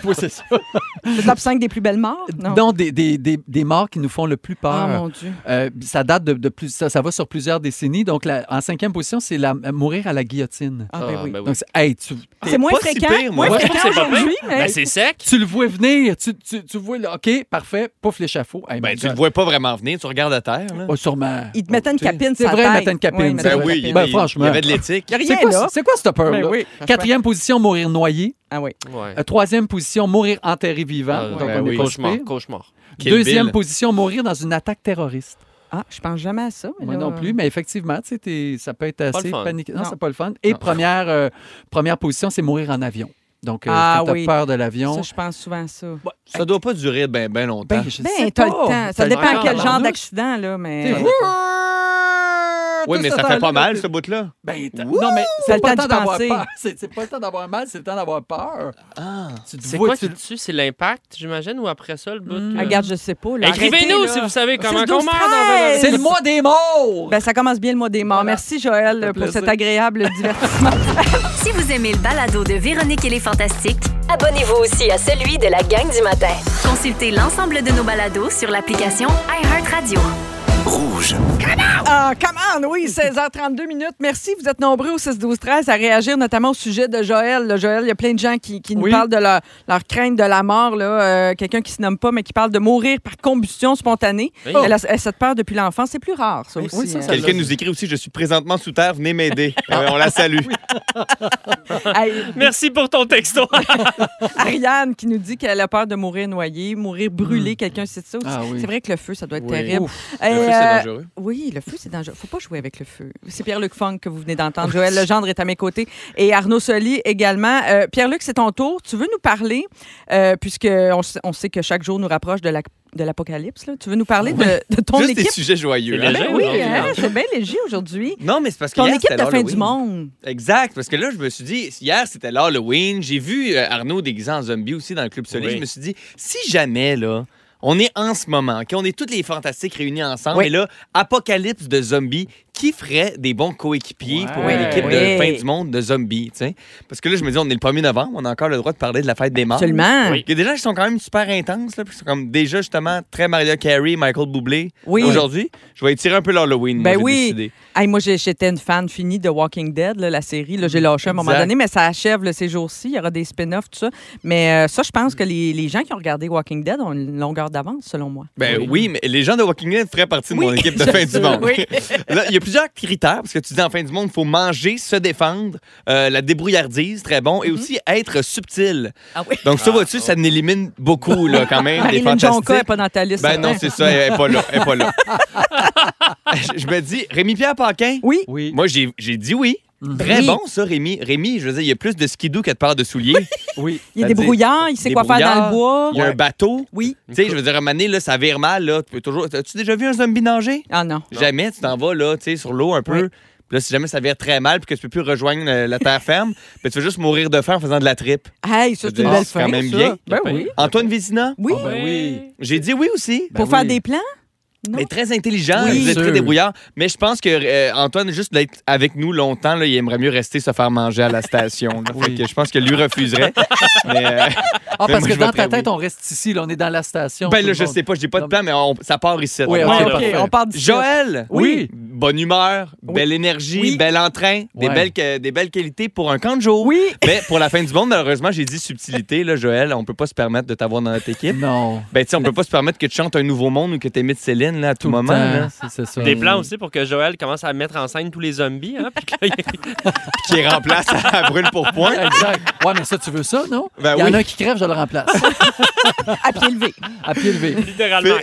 S2: Oui, c'est ça.
S1: Le top 5 des plus belles morts? Non.
S2: Non, des, des, des, des morts qui nous font le plus
S1: Ah,
S2: peur.
S1: mon Dieu.
S2: Euh, ça date de, de plus, ça, ça va sur plusieurs décennies. Donc, la- en cinquième position, c'est la, euh, mourir à la guillotine.
S1: Ah, ben oui.
S2: Donc, c'est- hey, tu, t'es-
S1: C'est moins
S3: pas si
S1: fréquent.
S3: pire,
S1: moins
S3: moi. Moi, je
S5: trouve
S1: fréquent
S5: que c'est pas
S1: aujourd'hui, mais.
S5: Ben, c'est sec.
S2: tu le vois venir. Tu, tu, tu vois, là, OK, parfait, pouf l'échafaud. Hey,
S3: Ben,
S2: mon
S3: tu
S2: Dieu.
S3: le vois pas vraiment venir, tu regardes à terre. Là.
S2: Oh, sûrement.
S1: Ils te mettaient une
S2: Tu sais,
S1: capine
S2: C'est
S1: sur la
S2: vrai, ils
S1: tête.
S2: mettaient une
S1: Ouais,
S2: capine.
S1: ils
S2: c'est
S3: Ben
S1: mettaient
S2: vrai.
S3: oui, il y
S2: Ben,
S3: avait- il
S2: franchement.
S3: y avait de l'éthique.
S1: Il n'y a
S2: C'est
S1: rien,
S2: quoi,
S1: là.
S2: ce- c'est quoi cette peur-là?
S1: Ben oui.
S2: Quatrième position, mourir noyé.
S1: Ah oui.
S5: Ouais.
S2: Euh, Troisième position, mourir enterré vivant.
S5: Ah,
S2: Donc,
S3: ben
S2: on est
S3: oui.
S2: pas
S5: Cauchemar,
S2: super.
S5: cauchemar.
S3: Kill
S2: Deuxième
S3: Bill.
S2: position, mourir dans une attaque terroriste.
S1: Ah, je pense jamais à ça. mais
S2: Moi
S1: là, euh,
S2: non plus, mais effectivement, tu sais, t'es- ça peut être
S5: le
S2: assez
S5: fun.
S2: paniqué. Non,
S1: Non.
S2: c'est pas le fun. Et
S3: Non.
S2: première, euh, première position, c'est mourir en avion. Donc, euh,
S1: Ah
S2: quand t'as
S1: oui.
S2: peur de
S1: euh,
S2: l'avion,
S1: Ça, je pense souvent à ça.
S3: Ça doit pas durer ben, ben longtemps.
S2: ben, je sais
S1: Ben, t'as le
S2: pas.
S1: temps. Ça
S2: T'as le
S1: dépend
S2: temps,
S1: quel genre
S2: tabarnouche.
S1: d'accident, là, mais... euh,
S2: T'sais,
S3: oui,
S2: tout
S3: mais
S2: ce
S3: ça fait pas
S2: temps-là,
S3: mal,
S2: t'es-
S3: ce bout-là.
S2: Ben, t'as- non, mais
S1: T'as
S2: c'est
S1: le
S2: pas le
S1: temps
S2: temps
S1: d'y
S2: d'avoir
S1: penser.
S2: peur. C'est c'est pas le temps d'avoir mal, c'est le temps d'avoir peur.
S3: Ah.
S2: Tu te
S5: C'est
S2: vois,
S5: quoi
S2: tu-
S5: qui te tue? C'est l'impact, j'imagine, ou après ça, le bout?
S2: Hmm.
S5: que-
S1: Ah, Regarde, je sais pas. là,
S5: Écrivez-nous
S1: arrêtez,
S5: si
S1: là.
S5: vous savez comment
S1: 6, 12,
S5: on meurt dans
S2: C'est le mois des morts!
S1: Ben, ça commence bien le mois des morts.
S2: Voilà.
S1: Merci, Joël,
S2: fait
S1: pour
S2: plaisir.
S1: cet agréable divertissement.
S8: Si vous aimez le balado de Véronique et les Fantastiques,
S9: Abonnez-vous aussi à celui de la gang du matin.
S8: consultez l'ensemble de nos balados sur l'application iHeartRadio.
S1: Ah, come on, oui, 16h32 minutes. Merci, vous êtes nombreux au 6-12-13 à réagir, notamment au sujet de Joël. Là, Joël, il y a plein de gens qui, qui nous
S2: Oui.
S1: parlent de leur, leur crainte de la mort. là. Euh, Quelqu'un qui se nomme pas, mais qui parle de mourir par combustion spontanée.
S5: Oui.
S1: Elle, a, elle a cette peur depuis l'enfance. C'est plus rare, ça
S2: Oui,
S1: aussi.
S2: oui, ça,
S1: hein.
S2: ça
S3: Quelqu'un nous écrit aussi Je suis présentement sous terre, venez m'aider. Euh, on la salue.
S1: Hey,
S5: Merci pour ton texto.
S1: Ariane qui nous dit qu'elle a peur de mourir noyée, mourir brûlée.
S3: Hmm.
S1: Quelqu'un, c'est ça aussi.
S2: Ah oui.
S1: C'est vrai que le feu, ça doit être
S2: Oui.
S1: terrible.
S2: Ouf.
S1: Et,
S3: Le feu,
S1: euh,
S3: c'est dangereux.
S1: Oui, le feu, c'est dangereux. Faut pas jouer avec le feu. C'est Pierre-Luc Funk que vous venez d'entendre. Joël Legendre est à mes côtés et Arnaud Soli également. Euh, Pierre-Luc, c'est ton tour. Tu veux nous parler, euh, puisque on, s- on sait que chaque jour nous rapproche de la- de l'apocalypse. là. Tu veux nous parler de, de ton
S3: Juste des
S1: équipe?
S3: sujets joyeux.
S5: C'est
S3: hein.
S5: léger.
S1: Oui,
S5: aujourd'hui,
S1: hein,
S5: là.
S1: c'est bien léger aujourd'hui.
S3: Non, mais c'est parce que.
S1: Ton
S3: hier,
S1: équipe
S3: c'était
S1: de fin du
S3: l'Halloween.
S1: monde.
S3: Exact, parce que là, je me suis dit, hier, c'était l'Halloween. J'ai vu euh, Arnaud déguisé en zombie aussi dans le Club Soleil.
S5: Oui.
S3: Je me suis dit, si jamais, là, on est en ce moment, qu'on est tous les fantastiques réunis ensemble,
S1: Oui.
S3: et là, apocalypse de zombies, qui ferait des bons coéquipiers
S2: Ouais.
S3: pour une équipe
S1: Oui.
S3: de fin du monde de zombies, tu sais? Parce que là, je me dis, on est le 1er novembre, on a encore le droit de parler de la fête des morts.
S1: Absolument.
S5: Oui.
S3: Il y a des gens qui sont quand même super intenses, là, puis qui sont comme déjà justement très Maria Carey, Michael Bublé.
S1: Oui.
S3: Aujourd'hui, je vais étirer un peu l'Halloween.
S1: Ben
S3: moi, j'ai
S1: oui.
S3: décidé.
S1: Hey, moi, j'ai- j'étais une fan finie de Walking Dead, là, la série. Là, j'ai lâché à un moment
S3: Exact.
S1: donné, mais ça achève là, ces jours-ci. Il y aura des spin-offs, tout ça. Mais euh, ça, je pense que les, les gens qui ont regardé Walking Dead ont une longueur d'avance, selon moi.
S3: Ben oui. mais les gens de Walking Dead feraient partie de mon équipe de fin du monde. Là, il y a plusieurs critères, parce que tu dis en fin du monde, il faut manger, se défendre, euh, la débrouillardise, très bon, et aussi être subtil.
S1: Mhm. Ah oui.
S3: Donc ça, vois-tu, ça n'élimine beaucoup, là, quand même, des
S1: Marilyn
S3: fantastiques.
S1: Jonca n'est pas dans ta liste. hein.
S3: Ben
S1: certain.
S3: non, c'est ça, elle n'est pas là, elle est pas là. je, je me dis, Rémi-Pierre Paquin,
S1: Oui. Mhm.
S2: Oui.
S3: moi, j'ai j'ai dit oui. Très
S1: Oui.
S3: bon, ça, Rémi. Rémi, je veux dire, il y a plus de skidou que de paires de souliers.
S2: Oui.
S1: Il y a
S3: Ça
S1: des
S3: dit-
S1: brouillards, il sait
S3: des
S1: quoi faire dans le
S3: brouillards,
S1: bois.
S3: Il y a un bateau.
S1: Oui.
S3: Tu sais, je veux dire, à un moment donné, là, ça vire mal, là. Tu peux toujours... As-tu déjà vu un zombie nager?
S1: Ah non.
S3: Jamais tu t'en vas là, tu sais, sur l'eau un peu. Puis là, si jamais ça vire très mal puis que tu peux plus rejoindre euh, la terre ferme, ben, tu vas juste mourir de faim en faisant de la tripe.
S1: Hey, ça, c'est une
S3: Ah,
S1: belle
S3: c'est quand
S1: fin.
S3: même
S1: ça.
S3: bien.
S1: Ben oui.
S3: Antoine Vézina,
S1: Oui.
S2: Ah, ben oui.
S3: j'ai dit oui aussi.
S2: Ben
S1: Pour faire
S2: oui.
S1: des plans? Non.
S3: Mais très intelligent,
S2: Oui.
S3: vous êtes
S2: Sûr.
S3: très débrouillard. Mais je pense que euh, Antoine, juste d'être avec nous longtemps, là, il aimerait mieux rester se faire manger à la station. là. Fait que je pense que lui refuserait. mais, euh,
S2: Ah, parce
S3: moi,
S2: que
S3: je vais
S2: dans ta
S3: très
S2: tête,
S3: oui.
S2: on reste ici, là, on est dans la station.
S3: ben
S2: tout
S3: là,
S2: le
S3: je
S2: monde.
S3: sais pas, je n'ai pas de
S2: Non.
S3: plan, mais on- ça part ici.
S2: Oui,
S3: On
S2: ok,
S3: part.
S1: OK,
S2: parfait.
S1: on part d'ici.
S3: Joël,
S2: Oui.
S3: bonne humeur, belle énergie,
S1: Oui.
S3: bel entrain, des,
S2: Ouais.
S3: belles, que- des belles qualités pour un camp de jour.
S1: Oui.
S3: Mais pour la fin du monde, malheureusement, j'ai dit subtilité, là, Joël, on peut pas se permettre de t'avoir dans notre équipe.
S2: Non.
S3: Ben, tu sais, on peut pas se permettre que tu chantes un nouveau monde ou que tu émites Céline, là, à tout,
S2: le
S3: moment,
S2: temps,
S3: là,
S2: c'est- C'est ça.
S5: Des plans aussi pour que Joël commence à mettre en scène tous les zombies. Hein, puis que-
S3: qui est remplace à brûle pour point.
S2: Exact. Ouais, mais ça, tu veux ça, non?
S3: Ben
S2: Il y en
S3: oui. Ben
S2: a un qui crève, je le remplace.
S1: À pied levé.
S2: À pied levé.
S5: littéralement.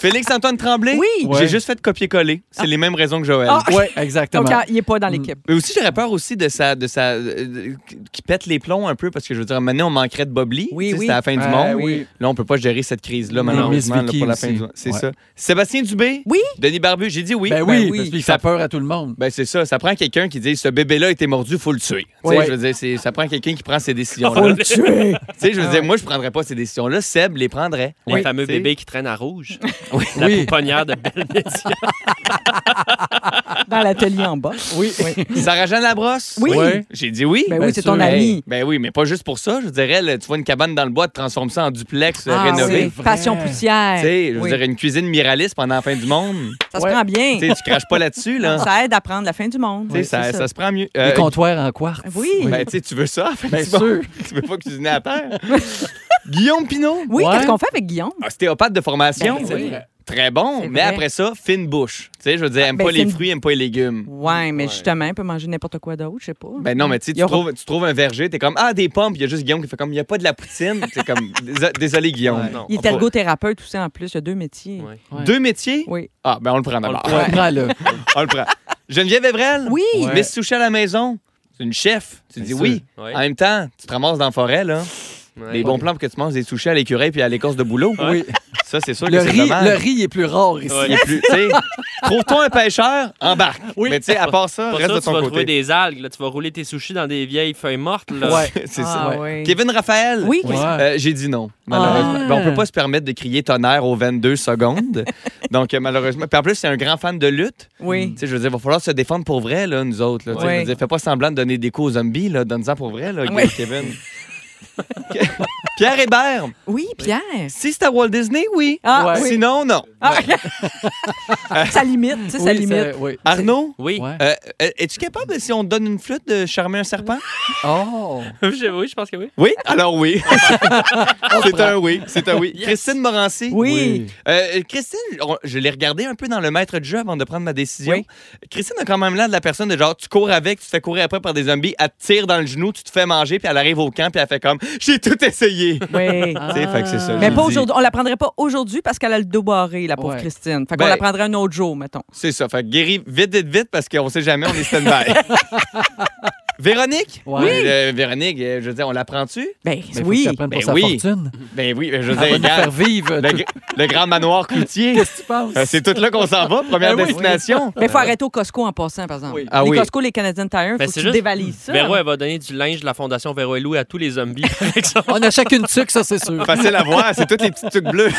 S3: Félix-Antoine Tremblay,
S1: Oui.
S2: Ouais.
S3: j'ai juste fait copier-coller. C'est les mêmes raisons que Joël.
S1: Ah.
S2: Ouais,
S1: Donc,
S2: exactement.
S1: ah, il n'est pas dans l'équipe.
S3: Mm. Mais aussi, j'aurais peur aussi de sa. De sa euh, qui pète les plombs un peu, parce que je veux dire, maintenant, on manquerait de Bobli.
S1: Oui, oui. Mm.
S3: C'était la fin du
S2: Ah,
S3: monde.
S2: oui.
S3: Là, on peut pas gérer cette crise-là,
S2: Non, Miss
S3: malheureusement, là,
S2: Vicky
S3: pour la fin
S2: aussi.
S3: du monde. C'est
S2: Ouais.
S3: ça. Sébastien Dubé.
S1: Oui.
S3: Denis Barbu, j'ai dit oui.
S2: Ben oui,
S1: Ben oui.
S2: parce qu'il fait peur à tout le monde.
S3: Ben c'est ça, ça prend quelqu'un qui dit ce bébé-là a été mordu, faut le tuer. Tu sais,
S2: Ouais.
S3: Je veux dire, c'est- ça prend quelqu'un qui prend ces décisions-là. tu
S2: tuer!
S3: sais, je veux dire, moi je prendrais pas ces décisions-là, Seb les prendrait.
S5: Les
S3: Oui.
S5: fameux
S3: Tu sais.
S5: bébés qui traînent à rouge. La
S2: Oui.
S5: pouponnière de belle
S1: Dans l'atelier en bas.
S2: Oui.
S3: Sarah Jeanne Labrosse.
S1: Oui.
S2: Ouais.
S3: J'ai dit oui.
S1: Ben
S2: Bien
S1: oui, c'est ton
S2: sûr.
S1: ami.
S3: Hey, ben oui, mais pas juste pour ça. Je dirais, là, tu vois une cabane dans le bois, tu transformes ça en duplex euh,
S1: Ah,
S3: rénové.
S1: oui.
S2: Vrai.
S1: Passion poussière.
S3: Tu sais, je veux
S1: Oui.
S3: dire, une cuisine Miralis pendant la fin du monde.
S1: Ça
S2: Ouais.
S1: se prend bien.
S3: Tu sais, tu craches pas là-dessus, là.
S1: Ça aide à prendre la fin du monde.
S3: Tu sais,
S1: Oui,
S3: ça,
S1: c'est
S3: ça
S1: ça. Ah
S3: se prend mieux.
S2: Les
S3: Euh,
S2: comptoirs en quartz.
S1: Oui.
S3: ben, tu sais, tu veux ça, la fin
S2: Bien
S3: du monde?
S2: sûr.
S3: Tu veux pas cuisiner à terre. Guillaume Pinot.
S1: Oui,
S2: Ouais.
S1: qu'est-ce qu'on fait avec Guillaume?
S3: Ostéopathe de formation.
S2: Ben oui.
S3: Très bon,
S1: C'est
S3: mais
S1: vrai.
S3: après ça, fine bouche. Tu sais, je veux dire, aime
S1: ben,
S3: pas les
S1: fine-
S3: fruits, aime pas les légumes.
S1: Ouais, mais justement, il peut manger n'importe quoi d'autre, je sais pas.
S3: Ben
S5: Hein?
S3: non, mais tu sais,
S1: Il
S3: tu
S1: y aura-
S3: trouves, tu trouves un verger, t'es comme, ah, des pommes, puis il y a juste Guillaume qui fait comme, il n'y a pas de la poutine. C'est comme, Déso- désolé, Guillaume.
S5: Ouais. Non.
S1: Il est ergothérapeute aussi en plus, il y a deux métiers.
S5: Ouais.
S3: Ah, Deux métiers?
S1: Oui.
S3: Ah, ben on le prend
S5: On le
S3: d'abord.
S2: On le prend, là.
S3: On le prend. Geneviève Evrel?
S1: Oui.
S2: Ouais.
S3: Miss Sushi à la maison? C'est une chef. Tu
S2: Bien
S3: dis
S2: sûr.
S3: oui.
S5: Ouais.
S3: En même temps, tu te ramasses dans la forêt, là.
S5: Ouais.
S3: Des bons plans pour que tu manges des sushis à l'écureuil puis à l'écorce de boulot.
S2: Oui.
S3: Ça, c'est sûr
S2: Le
S3: que c'est
S2: riz,
S3: dommage.
S2: le riz est plus rare ici.
S5: Ouais.
S3: Il est plus- tu sais, Trouve-toi un pêcheur, embarque.
S2: Oui.
S3: Mais tu sais, à part ça,
S5: Pour
S3: reste
S5: ça,
S3: de
S5: tu
S3: ton
S5: vas
S3: côté.
S5: trouver des algues. là. Tu vas rouler tes sushis dans des vieilles feuilles mortes. Là.
S2: Ouais.
S3: c'est ça.
S1: Ah,
S2: ouais.
S1: ouais.
S3: Kevin Raphaël.
S1: Oui.
S2: Ouais.
S3: Euh, J'ai dit non, malheureusement.
S1: Ah.
S3: Ben, on peut pas se permettre de crier tonnerre aux 22 secondes. Donc, euh, malheureusement. Puis en plus, c'est un grand fan de lutte.
S1: Oui.
S3: Tu sais, je veux dire, il va falloir se défendre pour vrai, là, nous autres. Là, Tu sais,
S1: Ouais.
S3: je veux dire, fais pas semblant de donner des coups aux zombies, là. Donne-en pour vrai, là,
S1: Ouais.
S3: Kevin. Pierre Hébert,
S1: Oui, Pierre.
S3: si c'est à Walt Disney, oui.
S1: Ah,
S2: Ouais.
S1: oui.
S3: Sinon, non.
S1: ça limite, tu sais, ça
S2: Oui,
S1: limite.
S2: ça- oui.
S3: Arnaud,
S5: Oui.
S2: Ouais.
S3: euh, euh, es-tu capable, si on te donne une flûte, de charmer un serpent?
S2: Oh.
S5: Je- oui, je pense que oui.
S3: Oui, alors oui. c'est un oui, c'est un oui. Christine Morancy.
S1: Oui.
S3: Euh, Christine, on- je l'ai regardée un peu dans le maître de jeu avant de prendre ma décision.
S1: Oui.
S3: Christine a quand même l'air de la personne de genre, tu cours avec, tu te fais courir après par des zombies, elle te tire dans le genou, tu te fais manger, puis elle arrive au camp, puis elle fait comme, j'ai tout essayé.
S1: Oui. Ah.
S3: Tu sais, fait que c'est ça.
S1: Mais
S3: j'ai
S1: pas
S3: dit.
S1: aujourd'hui. On la prendrait pas aujourd'hui parce qu'elle a le dos barré, la pauvre
S2: Ouais.
S1: Christine. Fait qu'on
S3: Ben-
S1: la prendrait un autre jour, mettons.
S3: C'est ça. Fait que guéris vite, vite, vite, parce qu'on sait jamais, on est stand-by. Véronique?
S2: Ouais. Oui.
S3: Euh, Véronique, euh, je veux dire, on la prend-tu?
S1: Ben,
S2: Ben, faut
S1: oui.
S2: que t'apprennes pour
S3: Ben
S2: sa
S3: oui.
S2: fortune.
S3: Ben oui, je veux
S2: Elle va
S3: dire,
S2: nous faire
S3: regarde,
S2: vivre.
S3: le,
S2: tout-
S3: gr- le grand manoir Cloutier.
S2: Qu'est-ce que tu penses?
S3: Euh, C'est tout là qu'on s'en va, première
S2: Ben oui.
S3: destination.
S1: Mais il faut arrêter au Costco en passant, par exemple.
S2: Oui.
S3: Ah
S1: les
S3: oui.
S1: Costco, les Canadian Tire, faut
S5: Ben,
S1: que
S5: c'est
S1: tu
S5: juste-
S1: dévalises ça.
S2: Ben
S5: Véro, elle va donner du linge de la Fondation Véro et Lou à tous les zombies, par exemple.
S2: On a chacune tuque, ça, c'est sûr.
S3: Facile à voir, c'est toutes les petites trucs bleues.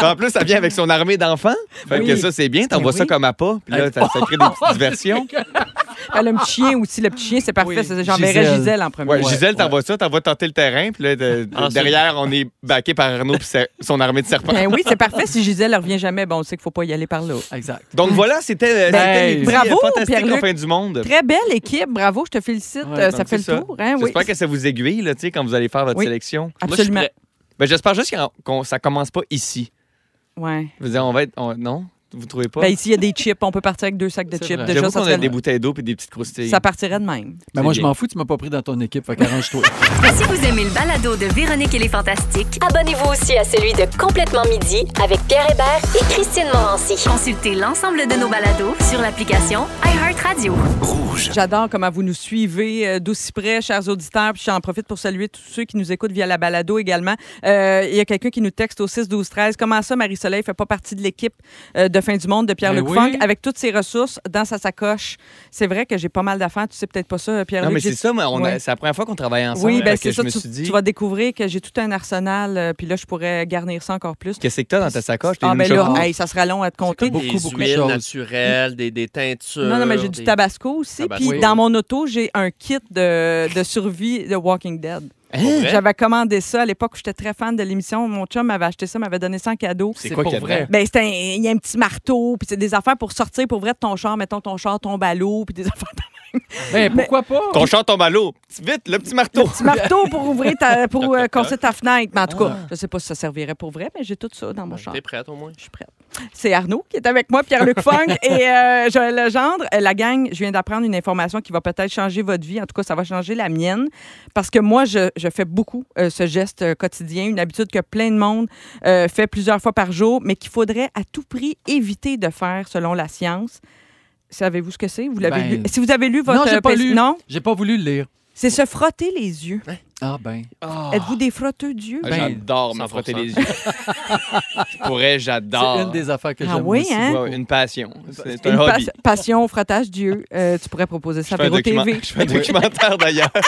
S2: Ben
S3: en plus, ça vient avec son armée d'enfants. Fait que
S1: Oui.
S3: ça, c'est bien. T'envoies
S1: Ben
S3: ça
S1: oui.
S3: comme appât. Puis là, t'as- ça crée des petites diversions.
S1: Elle a un petit chien aussi. Le petit chien, c'est parfait.
S2: Oui.
S1: C'est- J'enverrais
S2: Gisèle.
S1: Gisèle. en premier.
S3: Ouais, Gisèle, t'envoies ça, t'envoies tenter le terrain. Puis là, de- de-
S5: Ensuite.
S3: derrière, on est baqué par Arnaud puis sa- son armée de serpents.
S1: Ben oui, c'est parfait. Si Gisèle ne revient jamais, ben on sait qu'il ne faut pas y aller par là.
S2: Exact.
S3: Donc voilà, c'était euh,
S2: Ben,
S3: c'était les petits, euh,
S1: bravo,
S3: fantastiques en
S1: Pierre-Luc.
S3: fin du monde.
S1: Très belle équipe. Bravo, je te félicite.
S2: Ouais,
S1: Euh,
S3: Donc,
S1: ça fait le
S3: c'est ça.
S1: tour. Hein? Oui,
S3: J'espère que ça vous aiguille là, tu sais, quand vous allez faire votre
S1: Oui.
S3: sélection.
S1: absolument.
S5: Moi,
S3: Ben, J'espère juste que ça commence pas ici.
S1: Ouais.
S3: Je veux dire, on va être. on- non? Vous trouvez pas?
S1: Ben, ici, il y a des chips. On peut partir avec deux sacs de
S2: C'est
S1: chips.
S2: vrai.
S1: Déjà,
S3: J'avoue
S1: ça,
S3: qu'on a
S1: serait-
S3: des bouteilles d'eau et des petites croustilles.
S1: ça partirait de même.
S2: Mais Ben, moi,
S3: C'est
S2: je m'en fous, tu m'as pas pris dans ton équipe. Fait qu'arrange-toi.
S8: Ah, Si vous aimez le balado de Véronique et les Fantastiques,
S9: Abonnez-vous aussi à celui de Complètement Midi avec Pierre Hébert et Christine Morancy.
S8: consultez l'ensemble de nos balados sur l'application iHeartRadio.
S1: J'adore comment vous nous suivez euh, d'aussi près, chers auditeurs. Puis j'en profite pour saluer tous ceux qui nous écoutent via la balado également. Euh, Il y a quelqu'un qui nous texte au 6 12 13. Comment ça, Marie-Soleil fait pas partie de l'équipe euh, de fin du monde de Pierre-Luc
S2: Ben oui.
S1: Funk avec toutes ses ressources dans sa sacoche? C'est vrai que j'ai pas mal d'affaires. Tu sais peut-être pas ça, euh, Pierre-Luc.
S3: Non, mais
S1: Ben J'ai-
S3: c'est ça, mais on a-
S1: Ouais.
S3: c'est la première fois qu'on travaille ensemble.
S1: Oui, ben
S3: Fait que
S1: c'est ça.
S3: Je me
S1: Tu,
S3: suis dit,
S1: tu vas découvrir que j'ai tout un arsenal, euh, puis là, je pourrais garnir ça encore plus.
S3: qu'est-ce que t'as dans ta sacoche? T'es
S1: Ah,
S3: une
S1: ben là,
S3: chocolat.
S1: hey, ça sera long à te compter.
S2: beaucoup,
S5: des
S2: beaucoup de
S5: huiles
S2: choses.
S5: naturelles, des, des teintures.
S1: Non, non, mais j'ai du
S5: des-
S1: tabasco aussi.
S5: Tabasco.
S1: Puis dans mon auto, j'ai un kit de, de survie de Walking Dead.
S5: Hein? Pour vrai?
S1: J'avais commandé ça à l'époque où j'étais très fan de l'émission. Mon chum m'avait acheté ça, m'avait donné ça en cadeau.
S3: C'est quoi
S2: pour
S3: qu'il y a
S2: vrai.
S3: dedans?
S1: Ben, c'était un- il y a un petit marteau, puis c'est des affaires pour sortir pour vrai de ton char. Mettons, ton char tombe à l'eau, puis des affaires de
S2: Ben, pourquoi pas?
S3: Ton chat tombe à l'eau. Vite, le petit marteau.
S1: petit marteau pour ouvrir ta, pour euh, casser ta fenêtre. Mais en tout cas, je sais pas si ça servirait pour vrai, mais j'ai tout ça dans mon char.
S5: Ah. Ben, T'es prête au moins?
S1: Je suis prête. C'est Arnaud qui est avec moi, Pierre-Luc Funk et euh, Joël Legendre. Euh, La gang, je viens d'apprendre une information qui va peut-être changer votre vie. En tout cas, ça va changer la mienne. Parce que moi, je, je fais beaucoup euh, ce geste euh, quotidien, une habitude que plein de monde euh, fait plusieurs fois par jour, mais qu'il faudrait à tout prix éviter de faire selon la science. Savez-vous ce que c'est? Vous l'avez lu?
S2: Ben,
S1: Si vous avez lu votre...
S2: non, j'ai
S1: euh,
S2: pas
S1: PC-
S2: lu.
S1: Non?
S2: J'ai pas voulu le lire.
S1: C'est se frotter les yeux.
S2: Ah, ben.
S1: Êtes-vous des frotteux d'yeux?
S3: Ah,
S2: Ben,
S3: J'adore me
S5: 100%.
S3: frotter les yeux. Je pourrais, j'adore.
S2: C'est une des affaires que
S1: Ah
S2: j'aime
S1: oui,
S2: aussi.
S3: Ouais,
S1: hein?
S3: ouais, une passion. C'est
S1: Une
S3: un hobby.
S1: pas- passion, frottage d'yeux. Euh, tu pourrais proposer ça
S3: Je
S1: à
S3: fais, un
S1: Véro
S3: document-
S1: TV.
S3: je fais un documentaire d'ailleurs.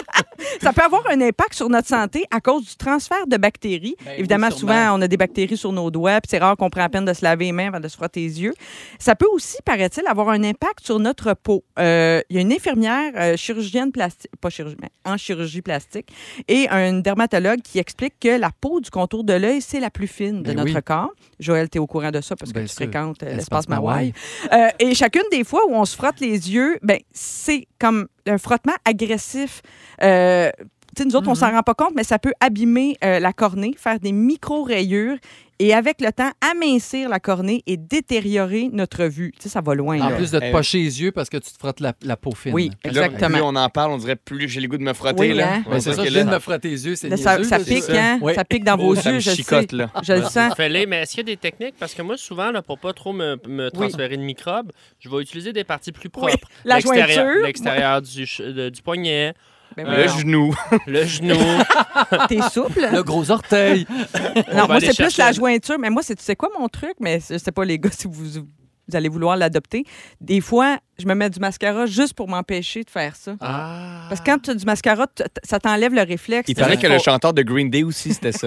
S1: Ça peut avoir un impact sur notre santé à cause du transfert de bactéries.
S2: Ben oui,
S1: Évidemment,
S2: sûrement.
S1: souvent, on a des bactéries sur nos doigts, puis c'est rare qu'on prend la peine de se laver les mains avant de se frotter les yeux. Ça peut aussi, paraît-il, avoir un impact sur notre peau. Euh, Il y a une infirmière, euh, chirurgienne plastique, pas chirurgienne, en chirurgie plastique, et un dermatologue qui explique que la peau du contour de l'œil, c'est la plus fine de
S2: Ben
S1: notre
S2: oui.
S1: corps. Joël, tu es au courant de ça parce que
S2: Bien
S1: tu
S2: sûr.
S1: fréquentes euh,
S2: L'espace
S1: l'espace
S2: Maouai.
S1: Mawaï. Euh, et chacune des fois où on se frotte les yeux, ben, c'est comme un frottement agressif. Euh, Tu sais, nous
S3: Mm-hmm.
S1: autres, on s'en rend pas compte, mais ça peut abîmer euh, la cornée, faire des micro-rayures et avec le temps, amincir la cornée et détériorer notre vue. Tu sais, ça va
S5: Ben
S1: loin.
S2: En
S1: là.
S2: plus de te
S3: Eh oui.
S2: pocher les yeux parce que tu te frottes la, la peau fine.
S1: Oui,
S3: Puis là,
S1: exactement.
S3: Plus on en parle, on dirait plus j'ai le goût de me frotter.
S1: Oui,
S3: là.
S1: hein?
S3: On
S2: Ben, c'est
S3: dirait
S2: ça,
S3: que
S2: je
S3: là,
S2: viens de me frotter les yeux, c'est
S1: Là, ça,
S2: niaiseux,
S1: ça
S2: là, c'est
S1: pique,
S2: ça.
S1: hein?
S2: Ouais.
S1: Ça pique dans vos
S3: Oh, ça me
S1: yeux, je le sais.
S3: chicote, là.
S1: Je le sens.
S5: Fais-les, mais est-ce qu'il y a des techniques? Parce que moi, souvent, là, pour pas trop me, me transférer de microbes, je vais utiliser des parties plus propres.
S1: la
S5: L'extérieur-
S1: jointure.
S5: L'extérieur du, ch- de- du poignet, Euh,
S1: Ben
S3: Le
S1: voyons.
S3: genou.
S5: le genou.
S1: T'es souple.
S2: Le gros orteil.
S1: Non,
S5: va
S1: moi,
S5: aller
S1: c'est plus
S5: chercher.
S1: la jointure. Mais moi, c'est tu sais quoi mon truc? Mais je sais pas, les gars, si vous, vous allez vouloir l'adopter. Des fois, je me mets du mascara juste pour m'empêcher de faire ça.
S5: Ah.
S1: Parce que quand tu as du mascara, t- t- ça t'enlève le réflexe.
S3: Il paraît que le
S1: Faut-
S3: chanteur de Green Day aussi, c'était ça.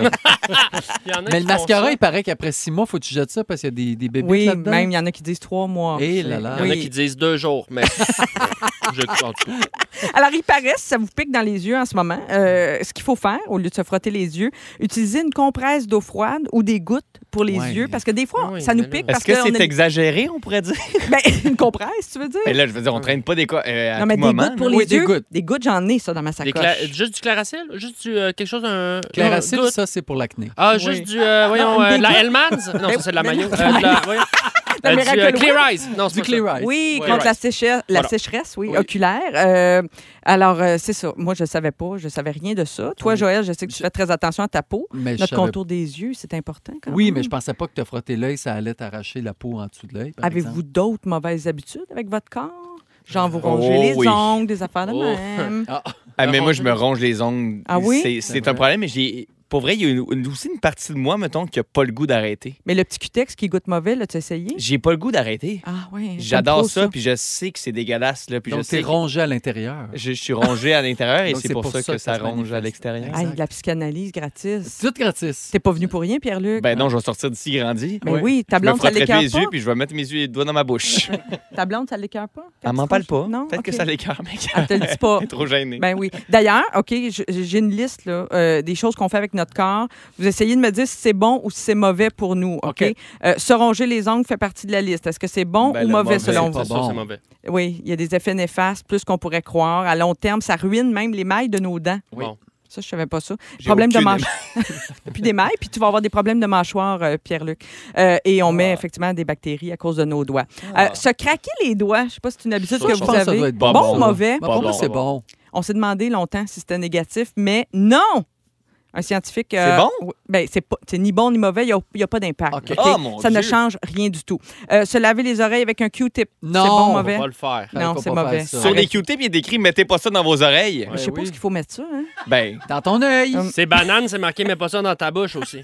S5: Il y en a
S2: Mais
S5: qui
S2: le
S5: font
S2: mascara,
S5: ça.
S2: il paraît qu'après six mois, faut que tu jettes ça parce qu'il y a des, des bébés
S1: Oui,
S2: là-dedans.
S1: même, il y en a qui disent trois mois.
S2: Eh
S1: tu sais.
S2: là là.
S5: Il y en a
S1: Oh, Oui.
S5: qui disent deux jours, mais je en tout cas.
S1: Alors, il paraît, si ça vous pique dans les yeux en ce moment, euh, ce qu'il faut faire, au lieu de se frotter les yeux, utiliser une compresse d'eau froide ou des gouttes pour les
S2: Ouais.
S1: yeux, parce que des fois,
S5: Ah Oui,
S1: ça nous
S5: mais là-
S1: pique parce
S3: Est-ce que
S1: on
S3: c'est
S1: a-
S3: exagéré, on pourrait dire?
S1: Ben, une compresse, tu veux dire?
S3: Mais Ben là, je veux dire, on traîne pas des cas euh, à
S1: non, mais
S3: tout
S1: des
S3: moment.
S1: gouttes pour
S3: là.
S1: les
S2: Oui, des
S1: yeux.
S2: gouttes.
S1: Des gouttes, j'en ai, ça, dans ma
S5: Des
S1: sacoche.
S5: cla- Juste du claracil? Juste du, euh, quelque chose, un...
S2: Claracil,
S5: un doute?
S2: ça, c'est pour l'acné.
S5: Ah,
S1: Oui.
S5: juste du, euh, voyons,
S1: Non,
S5: euh,
S1: des
S5: de la
S1: gouttes.
S5: Hellmann's? Non, ça, c'est de la
S1: Mais
S5: mayo.
S1: non.
S5: Euh, de la- voyons.
S1: La
S5: Euh, du
S1: Miracle
S5: euh,
S1: Whip.
S5: Clear Eyes. Non, c'est
S2: Du
S5: pas
S2: Clear
S5: ça.
S2: Eyes.
S1: Oui,
S5: Ouais,
S1: contre
S5: ouais.
S1: la sécheresse, la
S5: Voilà.
S1: sécheresse oui,
S5: Oui.
S1: oculaire. Euh, alors, euh, c'est ça. Moi, je ne savais pas. Je ne savais rien de ça. Toi,
S2: Oui.
S1: Joël, je sais que tu
S2: Je-
S1: fais très attention à ta peau.
S2: Mais je
S1: Notre
S2: savais-
S1: contour des yeux, c'est important quand
S2: Oui,
S1: même.
S2: mais je pensais pas que te frotter l'œil, ça allait t'arracher la peau en dessous de l'œil. par
S1: Avez-vous
S2: exemple.
S1: d'autres mauvaises habitudes avec votre corps? Genre vous
S3: Oh
S1: ronger les
S3: oui.
S1: ongles, des affaires de
S5: Oh.
S1: même.
S2: Ah,
S3: Ah, mais moi, je me ronge les ongles.
S1: Ah oui?
S3: C'est- C'est un problème, mais j'ai. Pour vrai, il y a une- une- aussi une partie de moi, mettons, qui a pas le goût d'arrêter.
S1: Mais le petit cutex qui goûte mauvais, là, tu as essayé?
S3: J'ai pas le goût d'arrêter.
S1: Ah oui. j'aime
S3: J'adore
S1: trop
S3: ça, puis je sais que c'est dégueulasse, là, puis je
S2: donc t'es
S3: sais. que
S2: rongé à l'intérieur.
S3: Je, je suis rongé à l'intérieur et
S2: Donc,
S3: c'est pour, ça, que ça
S2: se
S3: ronge à
S2: manifeste.
S3: l'extérieur.
S1: Ah,
S2: Exact.
S1: de la psychanalyse gratis.
S2: C'est tout gratis.
S1: T'es pas venu pour rien, Pierre-Luc?
S3: Ben non, je vais sortir d'ici grandi.
S1: Mais oui, ta
S3: Je me
S1: blonde, ça
S3: frotterai plus
S1: l'écœure
S3: les
S1: pas?
S3: yeux, puis je vais mettre mes yeux et les doigts dans ma bouche.
S2: Ben.
S1: Ta blonde, ça l'écœure pas?
S3: Elle m'en parle pas.
S1: Non?
S3: Peut-être que
S1: OK.
S3: ça l'écœure, mec.
S1: Elle te le dit pas.
S3: Elle est trop gênée.
S1: Ben oui. D'ailleurs, OK, je- j'ai une liste là, euh, des choses qu'on fait avec notre corps. Vous essayez de me dire si c'est bon ou si c'est mauvais pour nous, OK?
S2: OK.
S1: Euh, se ronger les ongles fait partie de la liste. Est-ce que c'est bon
S3: Ben,
S1: ou
S3: le
S1: mauvais,
S3: mauvais,
S1: selon
S2: c'est
S1: vous?
S2: pas
S5: C'est sûr,
S2: bon.
S5: c'est mauvais.
S1: Oui, il y a des effets néfastes, plus qu'on pourrait croire. À long terme, ça ruine même les mailles de nos dents.
S5: Oui.
S1: Ça, je savais pas ça.
S3: J'ai
S1: Problème de
S3: aucune-
S1: mâchoire. puis des mailles, puis tu vas avoir des problèmes de mâchoire, euh, Pierre-Luc. Euh, et on met effectivement des bactéries à cause de nos doigts. Euh, se craquer les doigts, je sais pas si c'est une habitude
S5: Ça,
S1: que
S5: je
S1: vous
S2: pense que ça
S1: avez.
S2: doit être
S3: Pas
S1: bon,
S3: bon,
S1: ou
S3: ça.
S1: mauvais?
S2: Bah,
S3: Pas
S2: pour moi,
S3: bon.
S2: c'est bon.
S1: On s'est demandé longtemps si c'était négatif, mais non! Un scientifique.
S3: C'est bon?
S1: oui, Ben, c'est pas- c'est ni bon ni mauvais, il n'y a, pas d'impact.
S2: OK.
S1: OK?
S3: Ah, mon
S1: ça ne
S3: Dieu.
S1: change rien du tout. Euh, se laver les oreilles avec un Q-tip.
S2: Non,
S1: c'est bon ou
S2: on va
S5: On
S1: mauvais?
S5: va le faire.
S1: Non,
S2: Faut
S1: c'est
S2: pas faire
S1: mauvais.
S2: ça.
S3: Sur les
S1: Arrête.
S3: Q-tips, il est écrit mettez pas ça dans vos oreilles.
S1: Je sais pas
S2: oui.
S1: où qu'il faut mettre ça. hein.
S3: Ben,
S2: Dans ton œil.
S1: Hum.
S5: C'est banane, c'est marqué, mais pas ça dans ta bouche aussi.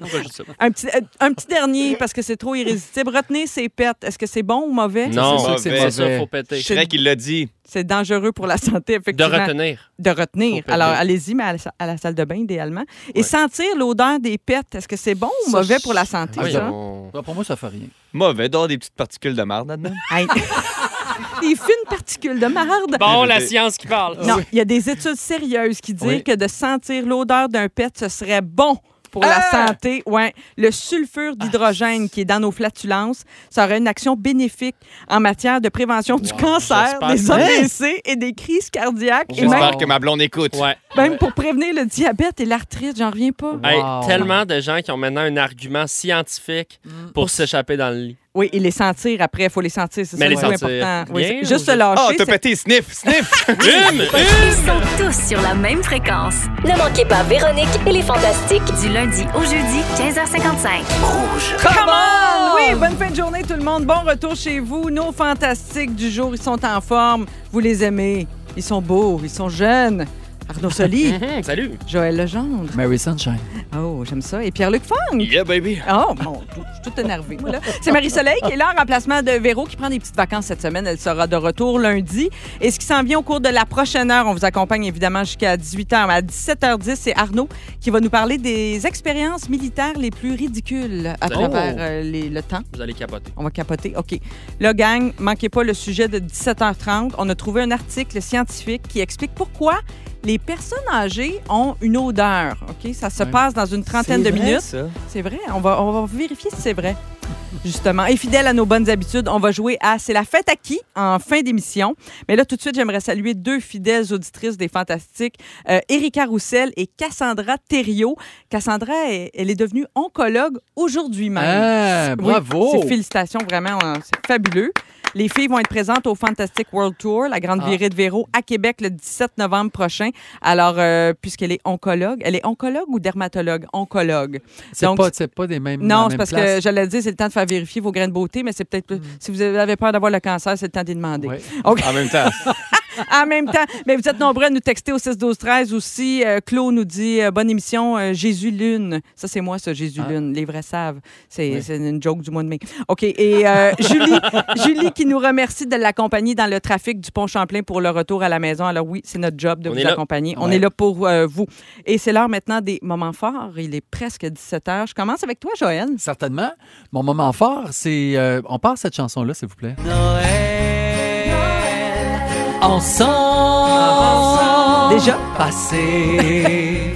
S5: Pourquoi je dis ça?
S1: Un, petit, euh, un petit dernier, parce que c'est trop irrésistible. Retenez ses pertes. Est-ce que c'est bon ou mauvais?
S5: Non,
S3: sûr que c'est
S5: c'est ça,
S2: mauvais.
S5: faut péter.
S3: Shrek, il l'a dit.
S1: C'est dangereux pour la santé,
S5: De
S1: effectivement.
S5: retenir.
S1: De retenir.
S5: Faut péter.
S1: Alors, allez-y, mais à la, sa- à la salle de bain, idéalement. Et
S5: Ouais.
S1: sentir l'odeur des pertes. Est-ce que c'est bon ou
S2: Ça,
S1: mauvais
S2: je-
S1: pour la santé,
S2: Ah,
S5: Oui,
S1: ça?
S5: on-
S2: Bah, pour moi, ça fait rien.
S3: Mauvais, dehors des petites particules de marde là-dedans.
S1: Hey. Des fines particules de marde.
S5: Bon, la science qui parle.
S1: Non, il y a des études sérieuses qui disent
S2: Oui.
S1: que de sentir l'odeur d'un pet, ce serait bon pour la
S5: Ah!
S1: santé. Ouais. Le sulfure d'hydrogène qui est dans nos flatulences, ça aurait une action bénéfique en matière de prévention du
S5: Wow,
S1: cancer,
S5: j'espère
S1: des
S5: que-
S1: AVC et des crises cardiaques, et
S3: J'espère
S1: même,
S2: Wow.
S3: que ma blonde écoute.
S5: Ouais.
S1: même pour prévenir le diabète et l'arthrite. J'en reviens pas.
S5: Hey,
S2: Wow.
S5: tellement de gens qui ont maintenant un argument scientifique
S1: Mm.
S5: pour s'échapper dans le lit.
S1: Oui, et les sentir après, il faut les sentir, c'est
S5: Mais
S1: ça
S5: les
S1: le plus
S5: sentir
S1: important. Oui,
S5: bien,
S1: c'est-
S5: ou
S1: juste
S5: juste-
S1: se lâcher.
S3: Ah, t'as
S1: c'est-
S3: pété, sniff, sniff!
S5: Une!
S8: Ils sont tous sur la même fréquence.
S9: Ne manquez pas Véronique et les Fantastiques.
S8: Du lundi au jeudi, 15h55.
S1: Come on! Oui, bonne fin de journée tout le monde. Bon retour chez vous. Nos fantastiques du jour, ils sont en forme. Vous les aimez. Ils sont beaux, ils sont jeunes. Arnaud Soli,
S5: Mhm, Salut!
S1: Joël Legendre.
S2: Mary Sunshine.
S1: Oh, j'aime ça. Et Pierre-Luc Fong.
S3: Yeah, baby!
S1: Oh, mon Dieu, je suis tout énervée. moi, là. C'est Marie-Soleil qui est là en remplacement de Véro qui prend des petites vacances cette semaine. Elle sera de retour lundi. Et ce qui s'en vient au cours de la prochaine heure, on vous accompagne évidemment jusqu'à 18h. À 17h10, c'est Arnaud qui va nous parler des expériences militaires les plus ridicules à
S5: Oh.
S1: travers euh, les- le temps.
S5: Vous allez capoter.
S1: On va capoter. OK. Là, gang, manquez pas le sujet de 17h30. On a trouvé un article scientifique qui explique pourquoi les personnes âgées ont une odeur. OK? Ça se
S2: Ouais.
S1: passe dans une trentaine de minutes.
S3: Ça.
S1: C'est vrai. On va, on va vérifier si c'est vrai. justement. Et fidèle à nos bonnes habitudes, on va jouer à C'est la fête à qui en fin d'émission. Mais là, tout de suite, j'aimerais saluer deux fidèles auditrices des Fantastiques, euh, Erika Roussel et Cassandra Thériault. Cassandra, elle, elle est devenue oncologue aujourd'hui même.
S2: Ah,
S1: Oui,
S2: bravo!
S1: c'est- félicitations, vraiment, euh, c'est fabuleux. Les filles vont être présentes au Fantastic World Tour, la grande
S2: Ah.
S1: virée de Véro, à Québec le 17 novembre prochain. Alors, euh, puisqu'elle est oncologue, elle est oncologue ou dermatologue? Oncologue.
S2: C'est
S1: donc-
S2: pas, c'est pas des mêmes la
S1: Non, c'est
S2: même
S1: parce
S2: place.
S1: que j'allais dire, c'est le temps de faire vérifier vos grains de beauté, mais c'est peut-être plus- si vous avez peur d'avoir le cancer, c'est le temps d'y demander.
S2: Ouais.
S3: En même temps,
S1: En même temps, mais vous êtes nombreux à nous texter au 6 12 13 aussi. Euh, Claude nous dit euh, bonne émission euh, Jésus lune. Ça c'est moi ça Jésus lune, les vrais savent. C'est
S2: Oui.
S1: c'est une joke du mois de mai. OK et euh, Julie Julie qui nous remercie de l'accompagner dans le trafic du pont Champlain pour le retour à la maison. Alors oui, c'est notre job de
S5: On
S1: vous
S5: est là.
S1: accompagner. On
S2: Ouais.
S1: est là pour euh, vous. Et c'est l'heure maintenant des moments forts. Il est presque 17 heures. Je commence avec toi Joël.
S2: Certainement. Mon moment fort, c'est. euh, on part cette chanson-là, s'il vous plaît. Ensemble.
S1: Déjà?
S2: Passé.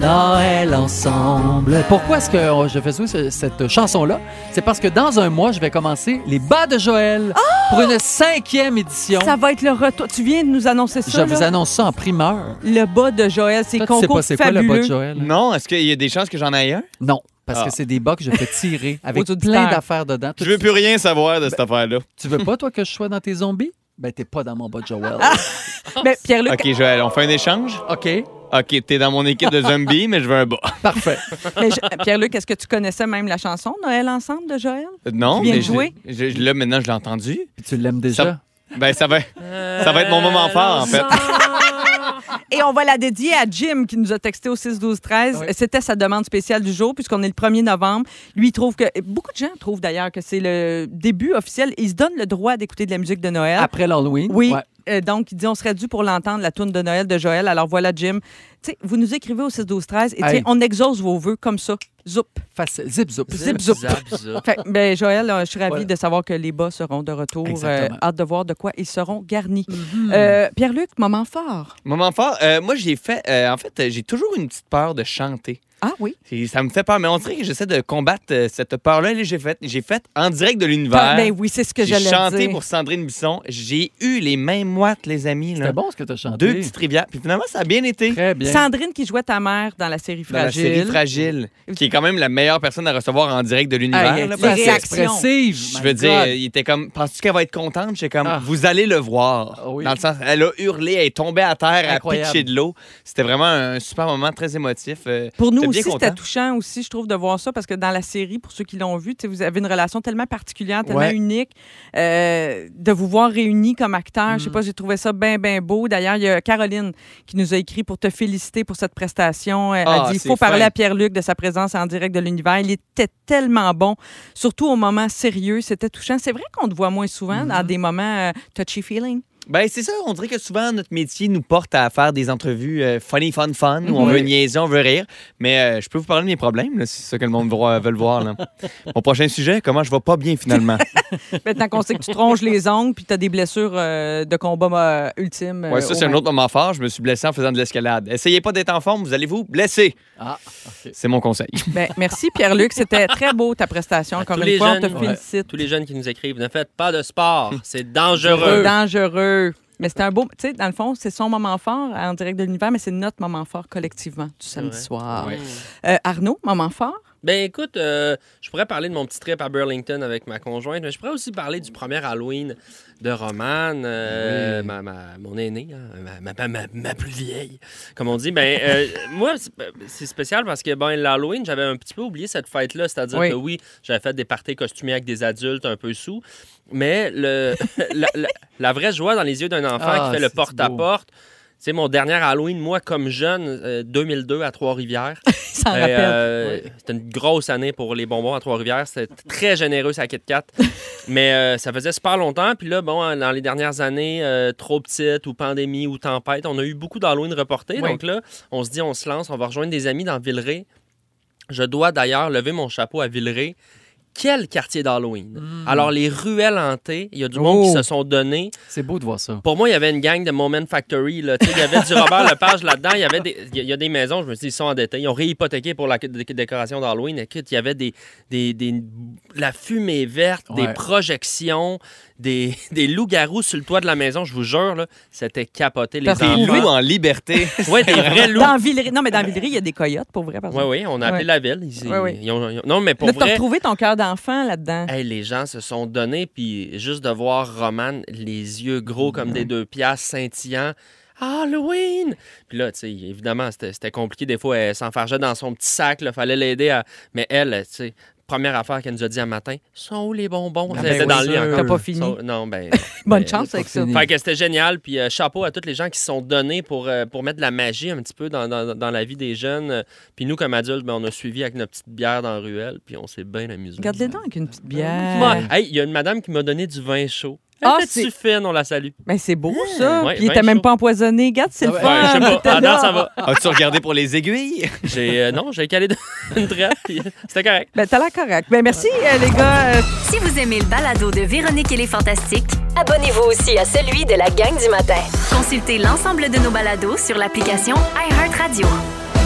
S2: Noël ensemble. Pourquoi est-ce que euh, je fais jouer ce- cette chanson-là? C'est parce que dans un mois, je vais commencer les bas de Joël pour une cinquième édition.
S1: Ah! Ça va être le retour. Tu viens de nous annoncer ça.
S2: je
S1: là?
S2: vous annonce ça en primeur.
S1: Le bas de Joël, c'est
S2: Toi, tu sais
S1: concours
S2: pas c'est quoi
S1: fabuleux.
S2: le bas de Joël?
S3: non, est-ce qu'il y a des chances que j'en aille un?
S2: Non, parce
S3: Ah.
S2: que c'est des bas que je fais tirer avec
S1: Aux auditeurs.
S2: plein d'affaires dedans. Toi,
S3: Je veux
S2: tu-
S3: plus rien savoir de cette affaire-là.
S2: Tu veux pas, toi, que je sois dans tes zombies? Ben, t'es pas dans mon bas de Joël.
S1: Ah, Mais Pierre-Luc,
S3: OK, Joël, on fait un échange?
S2: OK,
S3: OK, t'es dans mon équipe de zombies, mais je veux un bas.
S2: parfait.
S1: mais je- Pierre-Luc, est-ce que tu connaissais même la chanson Noël ensemble de Joël?
S3: Euh, Non,
S1: Tu viens
S3: mais
S1: de jouer?
S3: je- je- là, maintenant, je l'ai entendu.
S2: Puis tu l'aimes déjà.
S3: Ça- Ben, ça va, ça va être mon
S1: Euh,
S3: moment fort, en fait.
S1: Et on va la dédier à Jim qui nous a texté au 6 12 13.
S2: Oui.
S1: C'était sa demande spéciale du jour puisqu'on est le 1er novembre. Lui il trouve que beaucoup de gens trouvent d'ailleurs que c'est le début officiel, il se donne le droit d'écouter de la musique de Noël.
S2: Après l'Halloween.
S1: Oui.
S2: Ouais.
S1: Euh, donc, il dit, on serait dû pour l'entendre, la tourne de Noël de Joël. Alors voilà, Jim. Tu sais, vous nous écrivez au 6-12-13 et tiens,
S2: Hey.
S1: on exauce vos vœux comme ça. Zoup.
S2: Facile. Zip, zoup.
S1: Zip, zoup. Fait, ben, Joël, euh, je suis ravie
S2: Voilà.
S1: de savoir que les bas seront de retour. Euh,
S2: Exactement.
S1: hâte de voir de quoi ils seront garnis.
S3: Mm-hmm.
S1: Euh, Pierre-Luc, moment fort.
S3: Moment fort, euh, moi, j'ai fait, euh, en fait, euh, j'ai toujours une petite peur de chanter.
S1: Ah oui.
S3: C'est- Ça me fait peur, mais on dirait que j'essaie de combattre euh, cette peur-là. Là, j'ai fait, j'ai fait en direct de l'univers.
S1: Ben oui, c'est ce que
S3: j'ai
S1: j'allais
S3: chanté
S1: dire.
S3: pour Sandrine Bisson. J'ai eu les mêmes moites, les amis. là.
S2: C'était bon ce que t'as chanté.
S3: Deux petites rivières. Puis finalement, ça a Eh bien été.
S2: Très bien.
S1: Sandrine qui jouait ta mère dans la série
S3: Dans la
S1: Fragile.
S3: série Fragile, qui est quand même la meilleure personne à recevoir en direct de l'univers.
S2: Hey,
S3: là,
S1: c'est
S3: parce
S2: assez
S3: que-
S1: réaction.
S2: expressive.
S3: Je
S2: My
S3: veux dire,
S2: God.
S3: il était comme, penses-tu qu'elle va être contente? J'étais comme,
S2: Ah.
S3: vous allez le voir.
S2: Ah oui.
S3: Dans le sens, elle a hurlé, elle est tombée à terre, elle a
S2: Incroyable.
S3: pitché de l'eau. C'était vraiment un super moment très émotif. Euh,
S1: Pour nous
S3: j'étais bien
S1: aussi,
S3: content.
S1: c'était touchant aussi, je trouve, de voir ça, parce que dans la série, pour ceux qui l'ont vu, tu sais, vous avez une relation tellement particulière, tellement
S3: Ouais.
S1: unique, euh, de vous voir réunis comme acteurs.
S3: Mm.
S1: Je sais pas, j'ai trouvé ça bien, bien beau. D'ailleurs, il y a Caroline qui nous a écrit pour te féliciter pour cette prestation. Elle
S3: Ah,
S1: a dit, il
S3: c'est
S1: faut
S3: fin.
S1: parler à Pierre-Luc de sa présence en direct de l'univers. Il était tellement bon, surtout au moment sérieux. C'était touchant. C'est vrai qu'on te voit moins souvent
S3: Mm-hmm.
S1: dans des moments euh, touchy-feeling.
S3: Ben, c'est ça, on dirait que souvent notre métier nous porte à faire des entrevues euh, funny, fun, fun, où on veut niaiser, on veut rire. Mais euh, je peux vous parler de mes problèmes, là, si c'est ça que le monde veut, veut le voir. là. Mon prochain sujet, comment je vais pas bien finalement.
S1: Maintenant qu'on sait que tu tronches les ongles puis tu as des blessures euh, de combat euh, ultime. euh,
S3: Ouais, ça,
S1: aux
S3: c'est un
S1: mains.
S3: autre moment fort. Je me suis blessé en faisant de l'escalade. Essayez pas d'être en forme, vous allez vous blesser.
S2: Ah, OK.
S3: C'est mon conseil.
S1: Ben, merci Pierre-Luc, c'était très beau ta prestation.
S5: À
S1: Encore
S5: tous
S1: une
S5: les
S1: fois, on
S5: jeunes,
S1: te
S5: ouais.
S1: félicite.
S5: Tous les jeunes qui nous écrivent, ne faites pas de sport, c'est
S1: C'est
S5: dangereux.
S1: dangereux. Mais c'était un beau. Tu sais, dans le fond, c'est son moment fort euh, en direct de l'univers, mais c'est notre moment fort collectivement du samedi
S5: vrai.
S1: soir.
S5: Ouais.
S1: Euh, Arnaud, moment fort?
S5: Ben écoute, euh, je pourrais parler de mon petit trip à Burlington avec ma conjointe, mais je pourrais aussi parler du premier Halloween de Romane, euh, ma- ma- mon aînée, hein, ma, ma- ma- ma plus vieille, comme on dit. Ben euh, moi, c'est- c'est spécial parce que ben l'Halloween, j'avais un petit peu oublié cette fête-là, c'est-à-dire
S1: Oui.
S5: que oui, j'avais fait des parties costumées avec des adultes un peu sous, mais le, la, la- la vraie joie dans les yeux d'un enfant
S2: Ah,
S5: qui fait le
S2: c'est beau.
S5: porte-à-porte. C'est mon dernier Halloween, moi, comme jeune, euh, 2002 à Trois-Rivières.
S1: Il s'en
S5: Euh,
S1: rappelle.
S5: euh, C'était une grosse année pour les bonbons à Trois-Rivières. C'était très généreux, sa Kit Kat. Mais euh, ça faisait super longtemps. Puis là, bon, hein, dans les dernières années, euh, trop petite ou pandémie ou tempête, on a eu beaucoup d'Halloween reportés.
S2: Oui.
S5: Donc là, on se dit, on se lance, on va rejoindre des amis dans Villeray. Je dois d'ailleurs lever mon chapeau à Villeray quel quartier d'Halloween. Alors, les ruelles hantées, il y a du monde qui
S2: Mm. Oh.
S5: se sont donnés.
S2: C'est beau de voir ça.
S5: Pour moi, il y avait une gang de Moment Factory. Là. Tu sais, Il y avait du Robert Lepage là-dedans. Il y avait des, il y a- il y a des maisons, je me suis dit, ils sont endettés. Ils ont réhypothéqué pour la dé- dé- décoration d'Halloween. Écoute, il y avait des, des, des- la fumée verte, des
S2: Ouais.
S5: projections, des, des loups-garous sur le toit de la maison. Je vous jure, là, c'était capoté. Les
S2: Parce
S3: Des
S2: que
S5: enfants.
S3: loups en liberté.
S5: Ouais, des vrais loups.
S1: Dans Villeray, non, mais dans Villeray, il y a des coyotes, pour vrai, par
S5: Oui,
S1: exemple.
S5: oui, on a appelé
S1: Ouais.
S5: la ville. Ils-
S1: Ouais, ouais.
S5: ils ont- ils ont- non, mais pour
S1: Là, t'as
S5: vrai, Ben,
S1: retrouvé ton cœur d'enfant là-dedans.
S5: Hey, les gens se sont donnés, puis juste de voir Roman, les yeux gros comme
S2: Mhm.
S5: des deux piastres, scintillants. Halloween! Puis là, tu sais, évidemment, c'était c'était compliqué. Des fois, elle s'enfargeait dans son petit sac, il fallait l'aider à. Mais elle, tu sais, première affaire qu'elle nous a dit un matin, sont où les bonbons?
S2: Ah,
S5: elle
S2: ben
S5: était
S2: oui,
S5: dans le lit
S2: sûr.
S5: encore.
S1: T'as pas fini.
S5: Sont- Non, ben.
S1: Bonne
S5: ben,
S1: chance avec ça.
S2: fini.
S5: Fait que c'était génial. Puis euh, chapeau à tous les gens qui se sont donnés pour, euh, pour mettre de la magie un petit peu dans, dans- dans la vie des jeunes. Puis nous, comme adultes, ben, on a suivi avec notre petite bière dans la ruelle, puis on s'est bien amusés.
S1: Regarde-les donc avec une petite bière.
S5: Moi, hey, il y a une madame qui m'a donné du vin chaud. Elle
S1: Ah,
S5: était-tu
S1: c'est-
S5: fine, on la salue.
S1: Mais c'est beau, ça.
S5: Ouais,
S1: Puis il
S5: ben
S1: était même
S5: chaud.
S1: pas empoisonné. Regarde, c'est le
S2: Ouais,
S1: fun.
S5: je sais pas.
S1: T'étais
S5: Ah, non,
S1: là.
S5: ça va.
S3: As-tu regardé pour les aiguilles?
S5: J'ai, euh, non, j'ai calé de- une traite, puis c'était correct.
S1: Ben, t'as l'air correct. Ben, merci, euh, les gars. Euh,
S8: Si vous aimez le balado de Véronique et les Fantastiques,
S9: Abonnez-vous aussi à celui de la gang du matin.
S8: consultez l'ensemble de nos balados sur l'application iHeartRadio.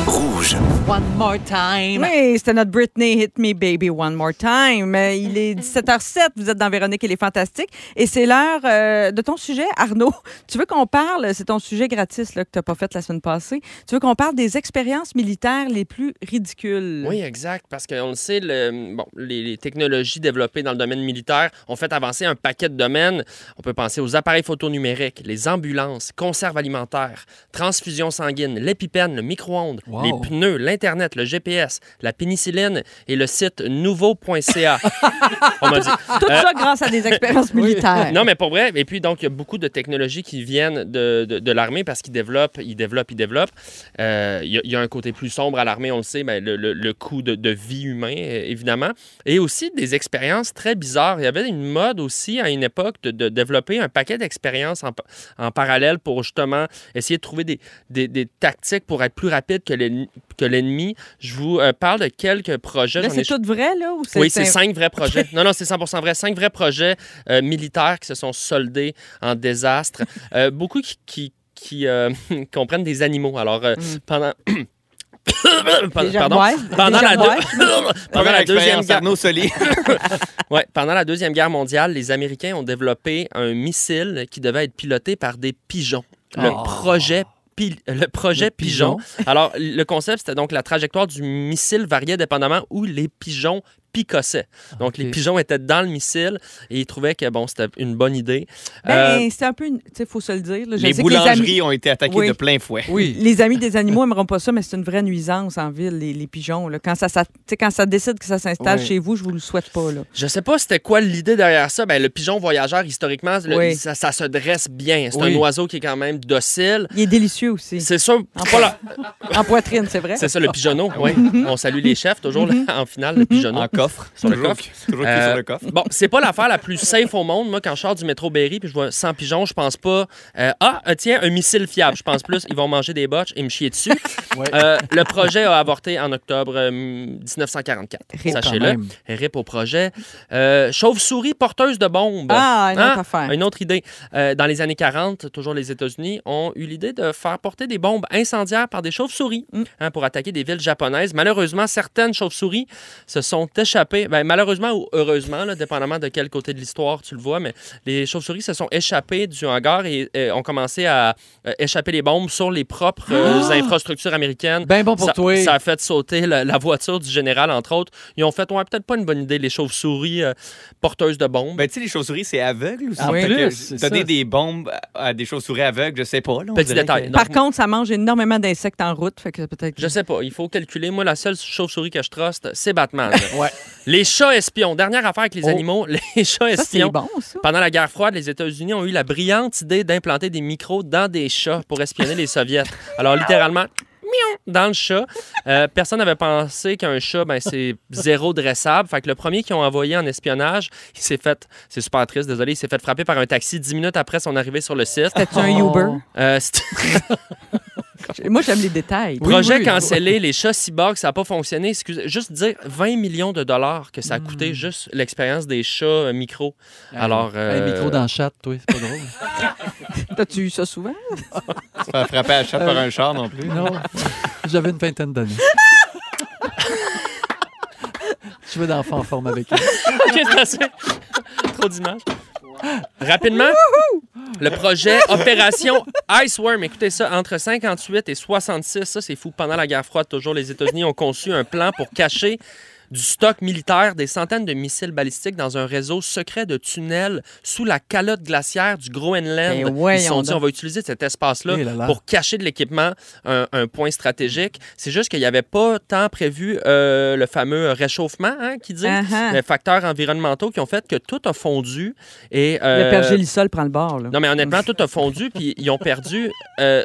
S4: One more time.
S1: Oui, c'était notre Britney Hit Me Baby One More Time. Euh, Il est 17h07, vous êtes dans Véronique et les Fantastiques. Et c'est l'heure euh, de ton sujet, Arnaud. Tu veux qu'on parle, c'est ton sujet gratis là, que tu n'as pas fait la semaine passée, tu veux qu'on parle des expériences militaires les plus ridicules.
S5: Oui, exact, parce qu'on le sait, le- bon, les, les technologies développées dans le domaine militaire ont fait avancer un paquet de domaines. On peut penser aux appareils photo numériques, les ambulances, conserves alimentaires, transfusion sanguine, l'épipène, le micro-ondes,
S2: Wow.
S5: les pneus, l'Internet, le GPS, la pénicilline et le site nouveau.ca.
S1: Ah,
S5: On m'a dit. euh,
S1: Tout ça grâce à des expériences militaires.
S5: Non, mais pour vrai. Et puis, donc, il y a beaucoup de technologies qui viennent de, de- de l'armée parce qu'ils développent, ils développent, ils développent. Euh, Il y, a- il y a un côté plus sombre à l'armée, on le sait, mais le, le- le coût de, de vie humain, euh, évidemment. Et aussi des expériences très bizarres. Il y avait une mode aussi à une époque de, de développer un paquet d'expériences en, pa- en parallèle pour justement essayer de trouver des, des- des tactiques pour être plus rapide que l'en- que l'ennemi. Je vous euh, parle de quelques projets.
S1: Là,
S5: J'en ai
S1: c'est tout vrai, là? Ou
S5: oui, c'est cinq vrais projets. Non, non, c'est 100 vrai. Cinq vrais projets euh, militaires qui se sont soldés en désastre. Euh, beaucoup qui, qui, qui, euh, comprennent des animaux. Alors, euh, pendant... Pardon.
S1: Déjà,
S5: Pendant,
S1: ouais, déjà,
S5: la, deux-
S1: ouais.
S5: pendant la deuxième guerre
S3: Arnaud Soli.
S5: Ouais, pendant la Deuxième Guerre mondiale, les Américains ont développé un missile qui devait être piloté par des pigeons. Le
S2: Oh.
S5: projet Pil- le projet
S2: Le
S5: pigeon. Alors, le concept, c'était donc la trajectoire du missile variait dépendamment où les pigeons picossaient. Donc, les
S2: Ok.
S5: pigeons étaient dans le missile et ils trouvaient que, bon, c'était une bonne idée.
S1: Ben,
S5: Euh,
S1: c'est un peu... une- Tu sais, il faut se le dire. là. Je
S3: Les
S1: sais que les amis-
S3: boulangeries ont été attaquées
S1: Oui.
S3: de plein fouet.
S2: Oui.
S1: Les amis des animaux n'aimeront pas ça, mais c'est une vraie nuisance en ville, les, les pigeons. là. Quand, ça, ça- tu sais, quand ça décide que ça s'installe
S2: Ouais.
S1: chez vous, je vous le souhaite pas. Là.
S5: je sais pas c'était quoi l'idée derrière ça. Ben, le pigeon voyageur, historiquement, le-
S1: Oui.
S5: ça, ça se dresse bien. C'est
S2: Oui.
S5: un oiseau qui est quand même docile.
S1: Il est délicieux aussi.
S5: C'est sûr,
S1: En,
S5: pas la-
S1: en poitrine, c'est vrai?
S5: C'est ça, le pigeonneau. Oui. On salue les chefs, toujours là, en finale, le pigeonneau.
S3: En coffre.
S5: Sur le
S3: Toujours-
S5: coffre.
S3: Toujours écrit
S5: Euh,
S3: sur le coffre.
S5: Bon, c'est pas l'affaire la plus safe au monde. Moi, quand je sors du métro Berry puis je vois 100 pigeons, je pense pas. euh, ah, euh, tiens, un missile fiable. Je pense plus, ils vont manger des botches et me chier dessus.
S2: Ouais.
S5: Euh, le projet a avorté en octobre euh, 1944.
S1: Rip.
S2: Quand
S5: Sachez-le.
S2: même.
S5: RIP au projet. Euh, Chauve-souris porteuse de bombes.
S1: Ah, une autre
S5: Hein?
S1: affaire.
S5: Une autre idée. Euh, dans les années 40, toujours les États-Unis ont eu l'idée de faire porter des bombes incendiaires par des chauves-souris
S1: Mm.
S5: hein, pour attaquer des villes japonaises. Malheureusement, certaines chauves-souris se sont échappées. Ben, malheureusement ou heureusement, là, dépendamment de quel côté de l'histoire tu le vois, mais les chauves-souris se sont échappées du hangar et, euh, ont commencé à euh, échapper les bombes sur les propres euh, infrastructures américaines.
S2: Ah! Ben bon pour
S5: ça,
S2: toi.
S5: ça a fait sauter la, la voiture du général, entre autres. Ils ont fait, ouais, peut-être pas une bonne idée, les chauves-souris euh, porteuses de bombes.
S3: Ben, tu sais, les chauves-souris, c'est aveugle aussi.
S2: En
S3: Fait
S2: plus,
S3: que
S2: c'est
S3: Donner
S2: ça.
S3: des bombes à à des chauves-souris aveugles, je sais pas. là, on
S5: Petit
S3: dirait
S5: détail.
S3: que-
S5: Donc,
S1: Par contre, ça mange énormément d'insectes en route, fait que peut-être...
S5: Je sais pas, il faut calculer. Moi, la seule chauve-souris que je truste, c'est Batman.
S2: Ouais.
S5: les chats espions. Dernière affaire avec les
S2: Oh.
S5: animaux, les chats
S1: Ça, c'est
S5: espions.
S1: bon, ça.
S5: Pendant la guerre froide, les États-Unis ont eu la brillante idée d'implanter des micros dans des chats pour espionner les Soviets. Alors, littéralement, miaou, dans le chat. Euh, personne n'avait pensé qu'un chat, ben, c'est zéro dressable. Fait que le premier qu'ils ont envoyé en espionnage, il s'est fait, c'est super triste, désolé, il s'est fait Euh, frapper par un taxi dix minutes après son arrivée sur le site.
S1: C'était un Uber.
S5: Euh, c'est-
S1: Moi, j'aime les détails.
S5: Projet cancellé, les chats cyborgs, ça n'a pas fonctionné. Excusez, juste dire 20 millions de dollars que ça a
S2: Hmm.
S5: coûté juste l'expérience des chats euh, micro. Alors,
S2: Un
S5: euh,
S2: micro dans le chat, toi, c'est pas drôle.
S1: T'as-tu eu ça souvent? Euh,
S3: Se faire frapper à la chatte par un char non plus.
S2: non, j'avais une vingtaine d'années. Je veux d'enfants en forme avec eux.
S5: Qu'est-ce que c'est? Trop d'images. Rapidement, le projet Opération Iceworm. Écoutez ça, entre 58 et 66, ça c'est fou. Pendant la guerre froide, toujours, les États-Unis ont conçu un plan pour cacher du stock militaire des centaines de missiles balistiques dans un réseau secret de tunnels sous la calotte glaciaire du Groenland.
S1: Ben
S5: Ils se sont
S1: voyons
S5: dit,
S1: donc.
S5: on va utiliser cet espace-là
S2: Eh là là.
S5: pour cacher de l'équipement, un, un point stratégique. C'est juste qu'il n'y avait pas tant prévu euh, le fameux réchauffement hein, qui dit
S1: Ah, ah.
S5: les facteurs environnementaux qui ont fait que tout a fondu. Et, euh,
S1: Le pergélisol prend le bord. Là.
S5: Non, mais honnêtement, tout a fondu, puis ils ont perdu euh,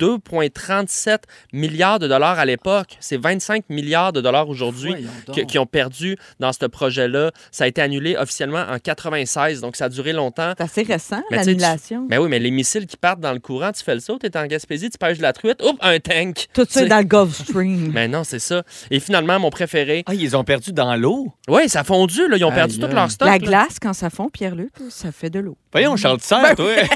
S5: 2,37 milliards de dollars à l'époque. C'est 25 milliards de dollars aujourd'hui
S2: Voyons donc.
S5: que- qui ont perdu dans ce projet-là. Ça a été annulé officiellement en 96, donc ça a duré longtemps.
S1: C'est assez récent,
S5: Mais tu sais, tu-
S1: Hein, l'annulation.
S5: Mais oui, mais les missiles qui partent dans le courant, tu fais le saut, t'es en Gaspésie, tu pêches de la truite, oups, un tank!
S1: Tout
S5: Tu
S1: ça
S5: sais.
S1: est dans le Gulf Stream.
S5: Mais non, c'est ça. Et finalement, mon préféré,
S3: Ah, ils ont perdu dans l'eau.
S5: oui, ça a fondu, là, ils ont perdu
S2: Aïe,
S5: tout
S2: aïe.
S5: leur stock.
S1: La
S5: là.
S1: glace, quand ça fond, Pierre-Luc, ça fait de l'eau.
S3: Voyons, Charles Tissère, toi.
S1: Mm.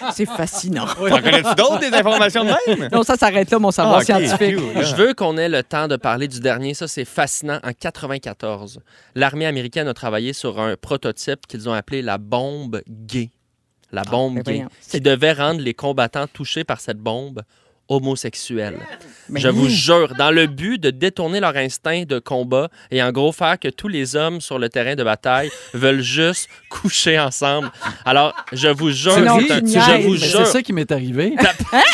S1: Ben C'est fascinant.
S3: T'en connais-tu d'autres des informations de même?
S1: Non, ça s'arrête là, mon
S3: Ah,
S1: savoir
S3: ok,
S1: scientifique.
S3: cute, là.
S5: Je veux qu'on ait le temps de parler du dernier. Ça, c'est fascinant. En 94, l'armée américaine a travaillé sur un prototype qu'ils ont appelé la bombe gay. La bombe
S1: ben
S5: gay.
S1: voyons.
S5: Qui devait rendre les combattants touchés par cette bombe homosexuels. Je vous jure, dans le but de détourner leur instinct de combat et en gros faire que tous les hommes sur le terrain de bataille veulent juste coucher ensemble. Alors, je vous jure,
S2: Tu ris,
S5: c'est un- Hein?
S1: tu
S5: je vous
S2: Mais
S5: jure,
S2: C'est ça qui m'est arrivé.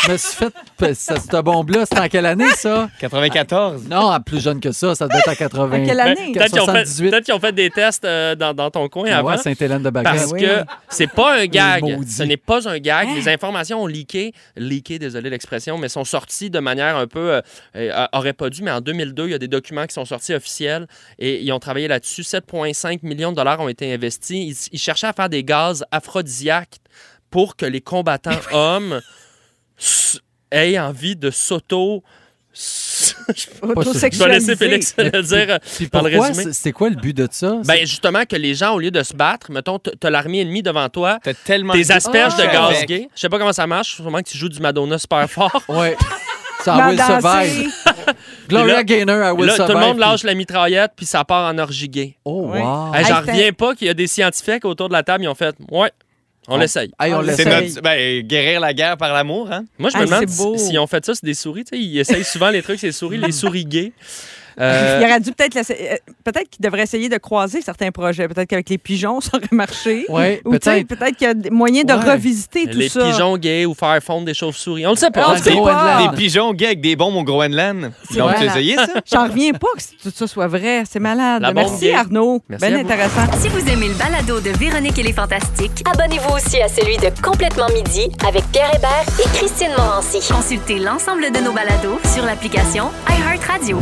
S2: Je me suis fait. ben, ça, Cette bombe-là, c'était en quelle année, ça?
S3: 94.
S2: Non, à plus jeune que ça, ça devait être en 80.
S1: À quelle
S5: Ben,
S1: année?
S5: Peut-être qu'ils ont, fait-
S2: 78.
S5: peut-être qu'ils ont fait des tests euh, dans, dans ton coin avant.
S2: Ouais, Sainte-Hélène de Bagan.
S1: Ben
S5: Parce
S1: oui.
S5: que c'est pas un gag.
S2: maudits.
S5: Ce n'est pas un gag.
S1: Hein?
S5: Les informations ont leaké, leaké, désolé l'expression, mais sont sorties de manière un peu. euh, euh, aurait pas dû, mais en 2002, il y a des documents qui sont sortis officiels et ils ont travaillé là-dessus. 7,5 millions de dollars ont été investis. Ils, ils cherchaient à faire des gaz aphrodisiaques pour que les combattants hommes s- aient envie de s'auto. s- Je vais laisser
S1: Autosexualisé.
S5: Félix le dire euh,
S2: Puis
S5: dans le
S2: pourquoi?
S5: résumé.
S2: C'est- C'est quoi le but de ça?
S5: Ben justement que les gens, au lieu de se battre, mettons, t- t'as l'armée ennemie devant toi,
S3: T'as tellement...
S5: des asperges de
S3: Ah!
S5: gaz
S3: Avec.
S5: gay. Je sais pas comment ça marche, sûrement que tu joues du Madonna super fort.
S2: C'est- Ouais. Ça, I will survive. Gloria
S5: Là-
S2: Gaynor, I will
S5: Là,
S2: survive.
S5: tout le monde
S2: Puis-
S5: lâche la mitraillette, puis ça part en orgie gay.
S2: Oh,
S1: Ouais.
S2: wow.
S5: Hey, J'en
S1: Hey, c'est-
S5: reviens pas qu'il y a des scientifiques autour de la table, ils ont fait « Ouais, on
S2: Oh.
S5: l'essaye
S2: Hey, on
S1: Ah,
S3: C'est
S2: l'essaye.
S1: l'essaye.
S3: notre... Ben, guérir la guerre par l'amour, hein? ».
S5: Moi, je me
S1: Hey,
S5: demande
S1: c'est
S5: si-
S1: beau.
S5: s'ils ont fait ça, c'est des souris. tu sais, ils essayent souvent les trucs, c'est des souris, les souris gays. Euh,
S1: Il aurait dû peut-être l'essa- euh, peut-être qu'il devrait essayer de croiser certains projets. Peut-être qu'avec les pigeons, ça aurait marché.
S2: Ouais,
S1: Ou tu sais,
S2: peut-être.
S1: peut-être qu'il y a des moyens de
S2: Ouais.
S1: revisiter tout
S5: les
S1: ça.
S5: pigeons gays ou faire fondre des chauves-souris. On le sait pas.
S1: On
S5: en
S1: le
S5: tout cas.
S1: sait pas.
S2: Groenland.
S3: Des pigeons gays avec des bombes au Groenland. Ils l'ont
S2: vrai.
S3: essayé, ça?
S1: J'en reviens pas que tout ça soit vrai. C'est malade.
S5: La bombe
S1: Merci,
S5: gay.
S1: Arnaud.
S5: Merci
S1: ben
S5: à vous.
S1: intéressant.
S8: Si vous aimez le balado de Véronique et les Fantastiques,
S9: Abonnez-vous aussi à celui de Complètement Midi avec Pierre Hébert et Christine Morancy.
S8: consultez l'ensemble de nos balados sur l'application iHeartRadio.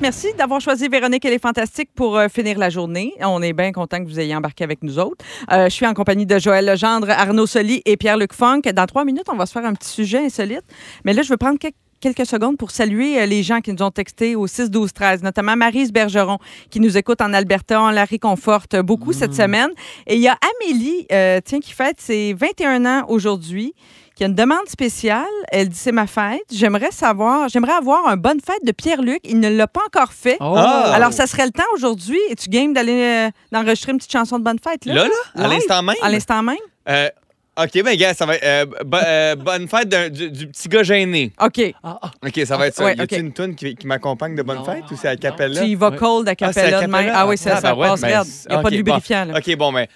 S1: Merci d'avoir choisi Véronique et les Fantastiques pour euh, finir la journée. On est bien content que vous ayez embarqué avec nous autres. Euh, je suis en compagnie de Joël Legendre, Arnaud Soli et Pierre-Luc Funk. Dans trois minutes, on va se faire un petit sujet insolite. Mais là, je veux prendre quelques quelques secondes pour saluer euh, les gens qui nous ont texté au 6 12 13 notamment Marise Bergeron qui nous écoute en Alberta on la réconforte beaucoup cette semaine et il y a Amélie euh, tiens qui fête ses 21 ans aujourd'hui qui a une demande spéciale elle dit c'est ma fête j'aimerais savoir j'aimerais avoir un bonne fête de Pierre-Luc il ne l'a pas encore fait
S2: Oh.
S3: Ah.
S1: alors ça serait le temps aujourd'hui et tu game d'aller euh, d'enregistrer une petite chanson de bonne fête là,
S3: Là, là? À
S1: Live?
S3: l'instant même?
S1: à l'instant même
S3: Euh, OK, ben, gars, ça va être... euh, bo- euh, bonne fête d'un- du, du petit gars gêné.
S1: OK
S2: Ah, ah.
S3: OK, ça va être ça.
S1: Ouais,
S3: y a-tu
S1: ok.
S3: une toune qui, qui m'accompagne de bonne
S2: Non.
S3: fête ou c'est à
S1: tu
S3: Capella?
S1: y vas
S2: Ouais.
S1: cold à
S3: Ah, c'est à
S1: Capella demain.
S3: Capella.
S1: Ah oui, ça,
S3: Ah,
S1: ça
S3: ben ouais,
S1: passe
S3: ben,
S1: raide. Il n'y a
S3: ok,
S1: pas de
S3: bon.
S1: lubrifiant. là.
S3: OK, bon, ben.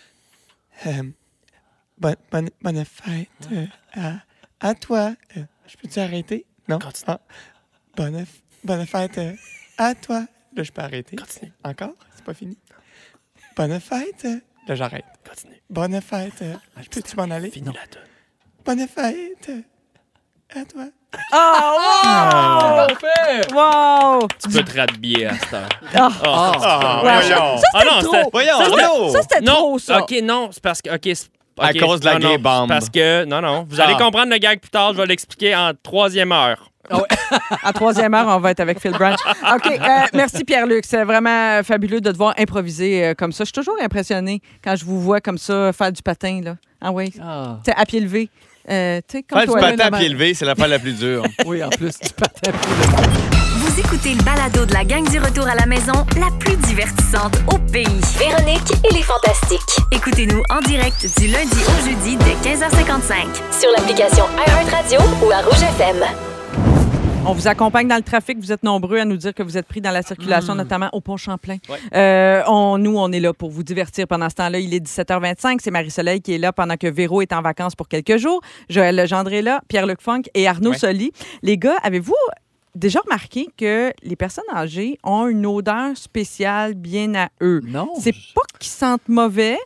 S3: euh, bonne, bonne- bonne fête euh, à, à toi. Euh, je peux-tu arrêter? Non? Ah. bonne, f- bonne fête euh, à toi. Là, je peux arrêter. Encore? C'est pas fini? Bonne fête. euh, là, j'arrête.
S5: Continue.
S3: Bonne fête. euh, peux-tu m'en aller?
S5: Finis la toune.
S3: Bonne fête euh, à toi. Ah.
S1: Oh, wow! Wow!
S5: Ah, Tu peux te rhabiller à cette heure.
S1: Ah.
S5: Ah.
S1: Wow. Ça,
S5: Ah
S1: c'était
S5: non,
S1: trop!
S3: Voyons,
S1: Ça, c'était trop, ça!
S5: Non, OK, non, c'est parce que OK, c'est-
S3: À
S5: OK,
S3: cause de
S5: non,
S3: la
S5: non,
S3: gay bomb.
S5: Parce que, non, non, vous
S3: Ah.
S5: allez comprendre le gag plus tard, je vais l'expliquer en troisième heure.
S1: À troisième heure, on va être avec Phil Branch. OK. euh, merci, Pierre-Luc. C'est vraiment euh, fabuleux de te voir improviser euh, comme ça. Je suis toujours impressionnée quand je vous vois comme ça faire du patin. Là. Ah oui. Tu
S2: Ah,
S1: sais, à pied levé. Euh, tu sais, comme
S3: Faire du
S1: toi.
S3: patin à
S2: la
S3: pied
S2: main.
S3: levé, c'est l'affaire la plus dure.
S2: oui, en plus, tu patin.
S8: Vous écoutez le balado de la gang du retour à la maison, la plus divertissante au pays.
S9: Véronique et les Fantastiques.
S8: Écoutez-nous en direct du lundi au jeudi dès 15h55.
S9: Sur l'application iHeartRadio ou à Rouge FM.
S1: On vous accompagne dans le trafic. Vous êtes nombreux à nous dire que vous êtes pris dans la circulation,
S2: Mm.
S1: notamment au pont Champlain.
S3: Ouais.
S1: Euh, on, nous, on est là pour vous divertir pendant ce temps-là. Il est 17h25. C'est Marie-Soleil qui est là pendant que Véro est en vacances pour quelques jours. Joël Legendre est là, Pierre-Luc Funk et Arnaud
S3: Ouais.
S1: Soli. Les gars, avez-vous déjà remarqué que les personnes âgées ont une odeur spéciale bien à eux?
S2: Non.
S1: C'est pas qu'ils sentent mauvais,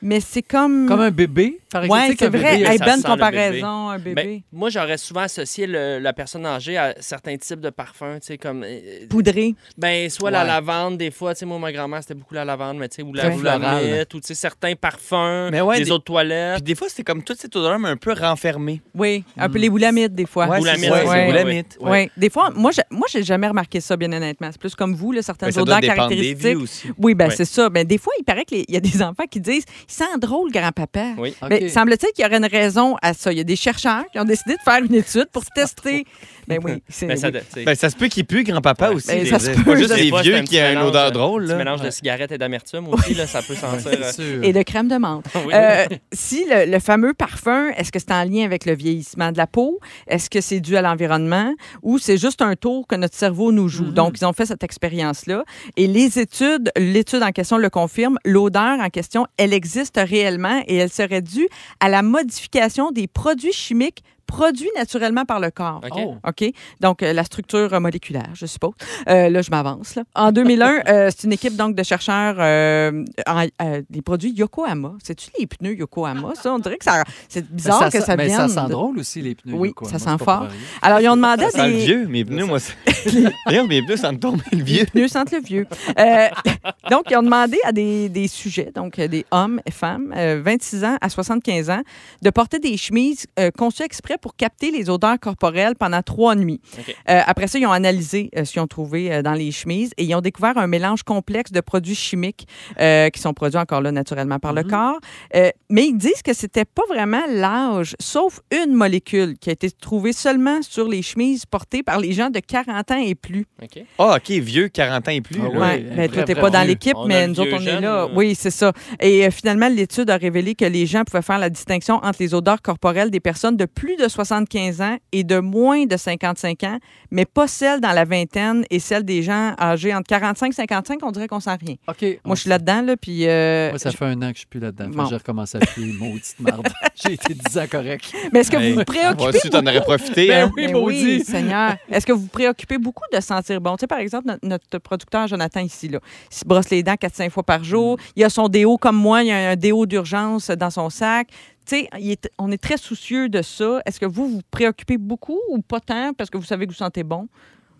S1: mais c'est comme...
S5: Mm.
S2: Comme un bébé, par exemple.
S1: Ouais,
S2: Tu
S1: c'est
S2: sais qu'un
S1: vrai.
S2: bébé,
S1: Hey,
S5: ça
S1: ben
S5: sent le
S1: comparaison, un bébé.
S5: Mais moi, j'aurais souvent associé le- la personne âgée à certains types de parfums, tu sais, comme. euh,
S1: Poudré.
S5: Ben, soit la
S2: Ouais.
S5: lavande, des fois, tu sais, moi, ma grand-mère, c'était beaucoup la lavande, mais tu sais, ou la
S2: Ouais.
S5: ou la
S2: Florale.
S5: miette, ou tu sais, certains parfums,
S3: Mais ouais,
S5: des
S3: des-
S5: autres toilettes.
S3: Puis des fois, c'était comme toute cette odeur, mais un peu Hmm. renfermée.
S1: Oui, un peu les boulamites, des fois.
S3: Ouais,
S5: Boulamites,
S3: c'est ça,
S1: ouais.
S3: c'est boulamites.
S1: Oui, des fois, moi, j'ai- moi, j'ai jamais remarqué ça, bien honnêtement. C'est plus comme vous, là, certaines
S3: Ben, ça doit
S1: odeurs
S3: dépendre des
S1: caractéristiques.
S3: vies aussi.
S1: Oui, ben
S5: Ouais.
S1: c'est ça. Ben, des fois, il paraît qu'il y a des enfants qui disent Il sent drôle, grand-papa.
S5: Oui.
S2: OK.
S1: Ben, semble-t-il qu'il y aurait une raison à ça. Il y a des chercheurs qui ont décidé de faire une étude pour tester. Ben oui, c'est.
S5: Mais ça,
S1: oui.
S5: de- tu sais,
S3: Ben, ça se peut qu'il pue, grand-papa aussi.
S1: Ben,
S3: je
S1: ça
S3: veux
S1: se
S3: dire.
S1: peut.
S3: Pas juste
S5: des
S3: les
S5: fois, c'est
S3: vieux
S5: un
S3: qui
S5: petit
S3: a une
S5: mélange,
S3: odeur
S5: euh,
S3: drôle.
S5: petit
S3: là.
S5: mélange de cigarettes et d'amertume aussi, là, ça peut sentir. euh,
S2: C'est sûr.
S1: Et de crème de menthe.
S5: oui.
S1: Euh, si le, le fameux parfum, est-ce que c'est en lien avec le vieillissement de la peau? Est-ce que c'est dû à l'environnement? Ou c'est juste un tour que notre cerveau nous joue?
S2: Mm-hmm.
S1: Donc, ils ont fait cette expérience-là. Et les études, l'étude en question le confirme, l'odeur en question, elle existe réellement et elle serait due à la modification des produits chimiques produits naturellement par le corps.
S5: OK.
S2: Oh.
S1: OK? Donc, euh, la structure euh, moléculaire, je suppose. Euh, là, je m'avance. là. En 2001, euh, c'est une équipe donc de chercheurs euh, en- euh, des produits Yokohama. C'est-tu les pneus Yokohama, ça? On dirait que ça, c'est bizarre
S2: Mais
S1: que ça
S2: Ben, sent-
S1: vienne.
S2: Mais ça sent
S1: de-
S2: drôle aussi, les pneus.
S1: Oui,
S2: là, quoi.
S1: ça
S2: Moi,
S1: sent
S2: c'est pas
S1: fort.
S2: pour rien.
S1: Alors, ils ont demandé à
S3: Ça sent le
S1: des...
S3: vieux, mes pneus, moi. ça- D'ailleurs, mes pneus, ça me tombe le vieux.
S1: Les pneus sentent le vieux. Euh, donc, ils ont demandé à des, des sujets, donc euh, des hommes et femmes, euh, 26 ans à 75 ans, de porter des chemises euh, conçues exprès pour capter les odeurs corporelles pendant trois nuits.
S5: OK.
S1: Euh, après ça, ils ont analysé euh, ce qu'ils ont trouvé euh, dans les chemises et ils ont découvert un mélange complexe de produits chimiques euh, qui sont produits encore là naturellement par le corps. Euh, mais ils disent que c'était pas vraiment l'âge, sauf une molécule qui a été trouvée seulement sur les chemises portées par les gens de 40 ans et plus.
S5: OK.
S3: Ah, OK, vieux, 40 ans et plus.
S2: Ah
S3: là.
S2: ouais.
S1: Oui, mais
S2: un
S1: toi,
S2: vrai,
S1: t'es
S2: vrai
S1: pas dans
S2: vieux.
S1: l'équipe,
S5: On a
S1: mais
S5: le
S1: nous
S5: vieux
S1: autres, on est
S5: jeune,
S1: là.
S5: euh.
S1: Oui, c'est ça. Et euh, finalement, l'étude a révélé que les gens pouvaient faire la distinction entre les odeurs corporelles des personnes de plus de 75 ans et de moins de 55 ans, mais pas celles dans la vingtaine et celles des gens âgés entre 45 et 55, on dirait qu'on sent rien.
S2: OK.
S1: Moi, je suis là-dedans, là, puis... euh,
S2: Moi, ça fait un an que je suis plus là-dedans. Faut
S1: Bon.
S2: que J'ai recommencé à pied, maudite marde. J'ai été 10 ans correct.
S1: Mais est-ce que vous vous
S3: Hey,
S1: préoccupez...
S3: Ah, Moi aussi, t'en aurais profité.
S2: Ben
S3: hein.
S2: oui,
S1: Ben
S2: maudit.
S1: Seigneur. Est-ce que vous vous préoccupez beaucoup de sentir bon? Tu sais, par exemple, notre, notre producteur Jonathan ici, là, il se brosse les dents 4-5 fois par jour. Il a son déo comme moi, il a un déo d'urgence dans son sac. Tu sais, il est- on est très soucieux de ça. Est-ce que vous vous préoccupez beaucoup ou pas tant parce que vous savez que vous sentez bon?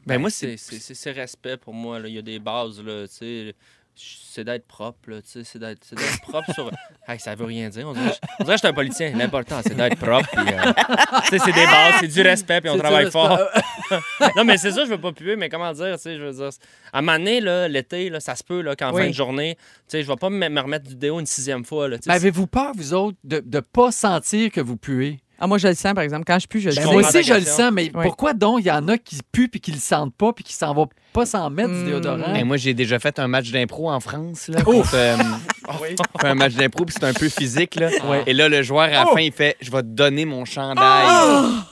S3: Ben, moi, c'est.
S5: C'est c'est- c'est respect pour moi. là. Il y a des bases, là, tu sais. Je- C'est d'être propre, là, tu sais, c'est d'être c'est d'être propre sur... Hey, ça veut rien dire. On dirait, on dirait que je suis un politicien. L'important, c'est d'être propre. puis, euh, tu sais, c'est des bases, c'est du respect, puis on
S2: C'est
S5: travaille
S2: ça,
S5: fort.
S2: c'est pas-
S5: non, mais c'est ça, je veux pas puer, mais comment dire, tu sais, je veux dire... c'est- À un moment donné, là, l'été, là, ça se peut là, qu'en
S1: Oui.
S5: fin de journée, tu sais, je vais pas me me remettre du déo une sixième fois, là, tu sais.
S3: Ben,
S2: Mais avez-vous peur, vous autres, de ne pas sentir que vous puez?
S1: Ah, moi, je le sens, par exemple. Quand je pue, je le
S5: Ben,
S1: sens.
S2: moi
S5: comprends ta
S2: aussi, je le
S5: question.
S2: sens, mais
S1: Oui.
S2: pourquoi donc il y en a qui puent puis qui le sentent pas puis qui s'en vont pas s'en mettre
S1: Hmm.
S2: du déodorant?
S3: Ben, moi, j'ai déjà fait un match d'impro en France. Là, contre, euh,
S1: Ah
S3: on fait un match d'impro, puis c'est un peu physique. Là. Et là, le joueur, à
S1: Oh!
S3: la fin, il fait Je vais te donner mon chandail.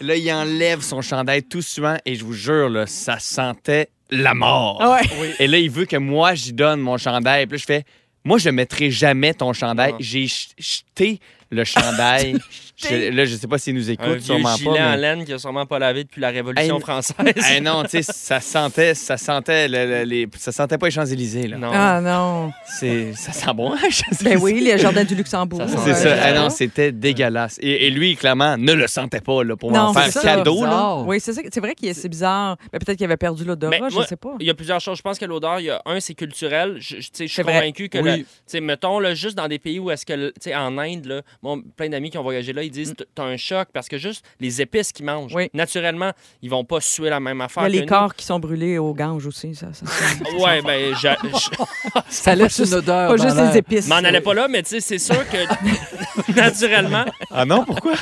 S3: Là, il enlève son chandail tout suant, et je vous jure, là, ça sentait la mort.
S1: Ah ouais.
S3: Et là, il veut que moi, j'y donne mon chandail. Puis là, je fais Moi, je mettrai jamais ton chandail.
S5: Ah.
S3: J'ai ch- jeté le chandail. Je- là, je sais pas s'il nous écoute,
S5: un vieux
S3: sûrement
S5: gilet
S3: pas.
S5: en
S3: mais-
S5: laine qui a sûrement pas lavé depuis la Révolution
S3: Hey,
S5: française.
S3: Eh non, tu sais, ça sentait, ça sentait, le- le- les, ça sentait pas les Champs-Élysées, là.
S5: Non.
S1: Ah non.
S3: C'est, ça sent bon. je sais
S1: Ben
S3: pas.
S1: oui, les jardins du Luxembourg.
S5: Ça sent
S3: C'est
S1: Euh,
S3: ça.
S5: Ouais.
S3: Ah non, c'était dégueulasse. Et, et lui, clairement, ne le sentait pas là, pour
S1: Non,
S3: en
S1: c'est
S3: faire
S1: ça.
S3: cadeau. Là.
S2: Bizarre.
S1: Oui, c'est ça. C'est vrai qu'il est c'est bizarre. Ben, Peut-être qu'il avait perdu l'odorat,
S5: Mais
S1: je
S5: moi,
S1: sais pas.
S5: Il y a plusieurs choses. Je pense que l'odeur, il y a un, c'est culturel. Je, je- tu sais, je
S1: C'est
S5: suis
S1: vrai.
S5: convaincu que,
S2: Oui.
S5: le- tu sais, mettons, là, juste dans des pays où est-ce que, le- tu sais, en Inde, là, Bon, plein d'amis qui ont voyagé là, ils
S1: Mm.
S5: disent t'as un choc parce que juste les épices qu'ils mangent, naturellement, ils vont pas suer la même
S1: Il y
S5: affaire.
S1: a les
S5: que
S1: corps qui sont brûlés au gange aussi, ça. ça, ça.
S5: nous. Ouais, ben, j'a- j'-
S2: Ça laisse une odeur.
S1: Pas
S2: dans
S1: juste
S2: l'air.
S1: les épices.
S5: m'en allais pas là, mais tu sais, c'est sûr que naturellement.
S3: Ah non, pourquoi?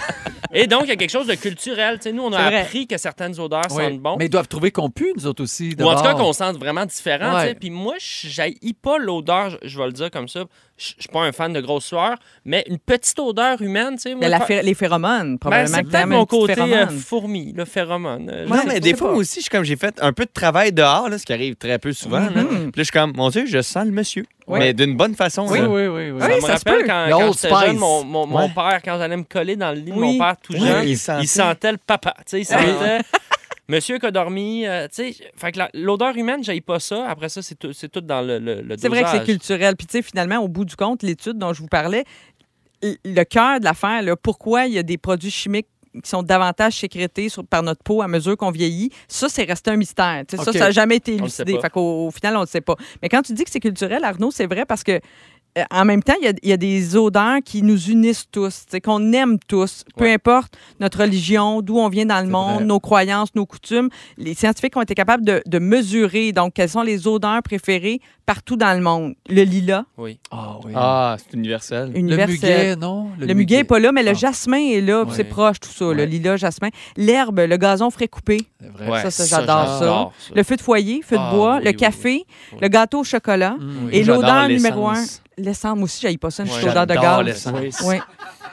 S5: Et donc, il y a quelque chose de culturel. Tu sais, nous, on a
S1: C'est vrai.
S5: appris que certaines odeurs
S2: Oui.
S5: sentent bon.
S2: Mais ils doivent trouver qu'on pue, nous autres aussi.
S5: Ou en tout cas,
S2: d'abord.
S5: qu'on sente vraiment différent.
S2: Ouais.
S5: tu sais. Puis moi, j'haïs pas l'odeur, je- je vais le dire comme ça. Je je suis pas un fan de grosse sueur, mais une petite odeur humaine, tu sais. moi,
S1: Mais la
S5: je-
S1: phé- les phéromones,
S5: Ben,
S1: probablement.
S5: c'est
S1: que t'aimes,
S5: peut-être mon
S1: une petite
S5: côté euh,
S1: phéromone.
S5: fourmi, le phéromone. Euh,
S3: non,
S1: Ouais,
S3: mais
S1: je
S3: des
S1: sais
S3: fois,
S1: pas.
S3: moi aussi, je suis comme j'ai fait un peu de travail dehors, là, ce qui arrive très peu souvent.
S1: Mm-hmm.
S3: là. Puis là, je suis comme, mon Dieu, je sens le monsieur.
S1: Ouais.
S3: Mais d'une bonne façon.
S2: Oui,
S3: là.
S2: oui, oui. oui.
S5: Ça me
S1: ça se
S5: rappelle
S1: peut.
S5: quand,
S2: Le
S5: quand
S2: Old
S5: j'étais
S2: Spice.
S5: jeune, mon, mon- mon
S3: Ouais.
S5: père, quand j'allais me coller dans le lit de
S1: Oui.
S5: mon père tout
S3: Ouais,
S5: jeune,
S3: il
S5: il,
S3: sentait.
S5: sentait... le papa. Tu sais, il sentait monsieur qui a dormi. euh, tu sais, fait que la- l'odeur humaine, j'aille pas ça. Après ça, c'est tout, c'est tout dans le, le, le
S1: C'est vrai que c'est
S5: dosage.
S1: culturel. Puis, tu sais, finalement, au bout du compte, l'étude dont je vous parlais, l- le cœur de l'affaire, là, pourquoi il y a des produits chimiques qui sont davantage sécrétés sur- par notre peau à mesure qu'on vieillit, ça, c'est resté un mystère. Tu sais,
S2: OK.
S1: Ça, ça n'a jamais été
S5: On le sait
S1: élucidé.
S5: pas.
S1: Fait qu'au au final, on ne le sait pas. Mais quand tu dis que c'est culturel, Arnaud, c'est vrai parce que euh, en même temps, il y a- il y, a des odeurs qui nous unissent tous, tu sais, qu'on aime tous, peu
S5: Ouais.
S1: importe notre religion, d'où on vient dans le
S2: C'est
S1: monde,
S2: vrai.
S1: nos croyances, nos coutumes. Les scientifiques ont été capables de, de mesurer donc quelles sont les odeurs préférées partout dans le monde. Le lilas,
S5: Oui.
S2: Ah oui.
S3: Ah, c'est universel.
S2: le
S1: universel.
S2: muguet, non?
S1: euh, Le muguet n'est pas là, mais le
S2: Ah.
S1: jasmin est là, puis
S2: Ouais.
S1: c'est proche tout ça, le
S2: Ouais.
S1: lilas, jasmin. L'herbe, le gazon frais coupé,
S2: C'est vrai.
S5: Ouais,
S1: ça, ça, j'adore ça. le feu de foyer, feu
S5: Ah,
S1: de bois,
S5: oui,
S1: le
S5: oui,
S1: café, le gâteau au chocolat,
S2: Mm, oui.
S1: et
S3: J'adore
S1: l'odeur numéro un,
S3: l'essence.
S1: l'essence. Moi aussi, j'aille pas ça, une petite
S5: Ouais,
S1: odeur de
S3: j'adore
S1: gaz.
S3: l'essence.
S1: Oui.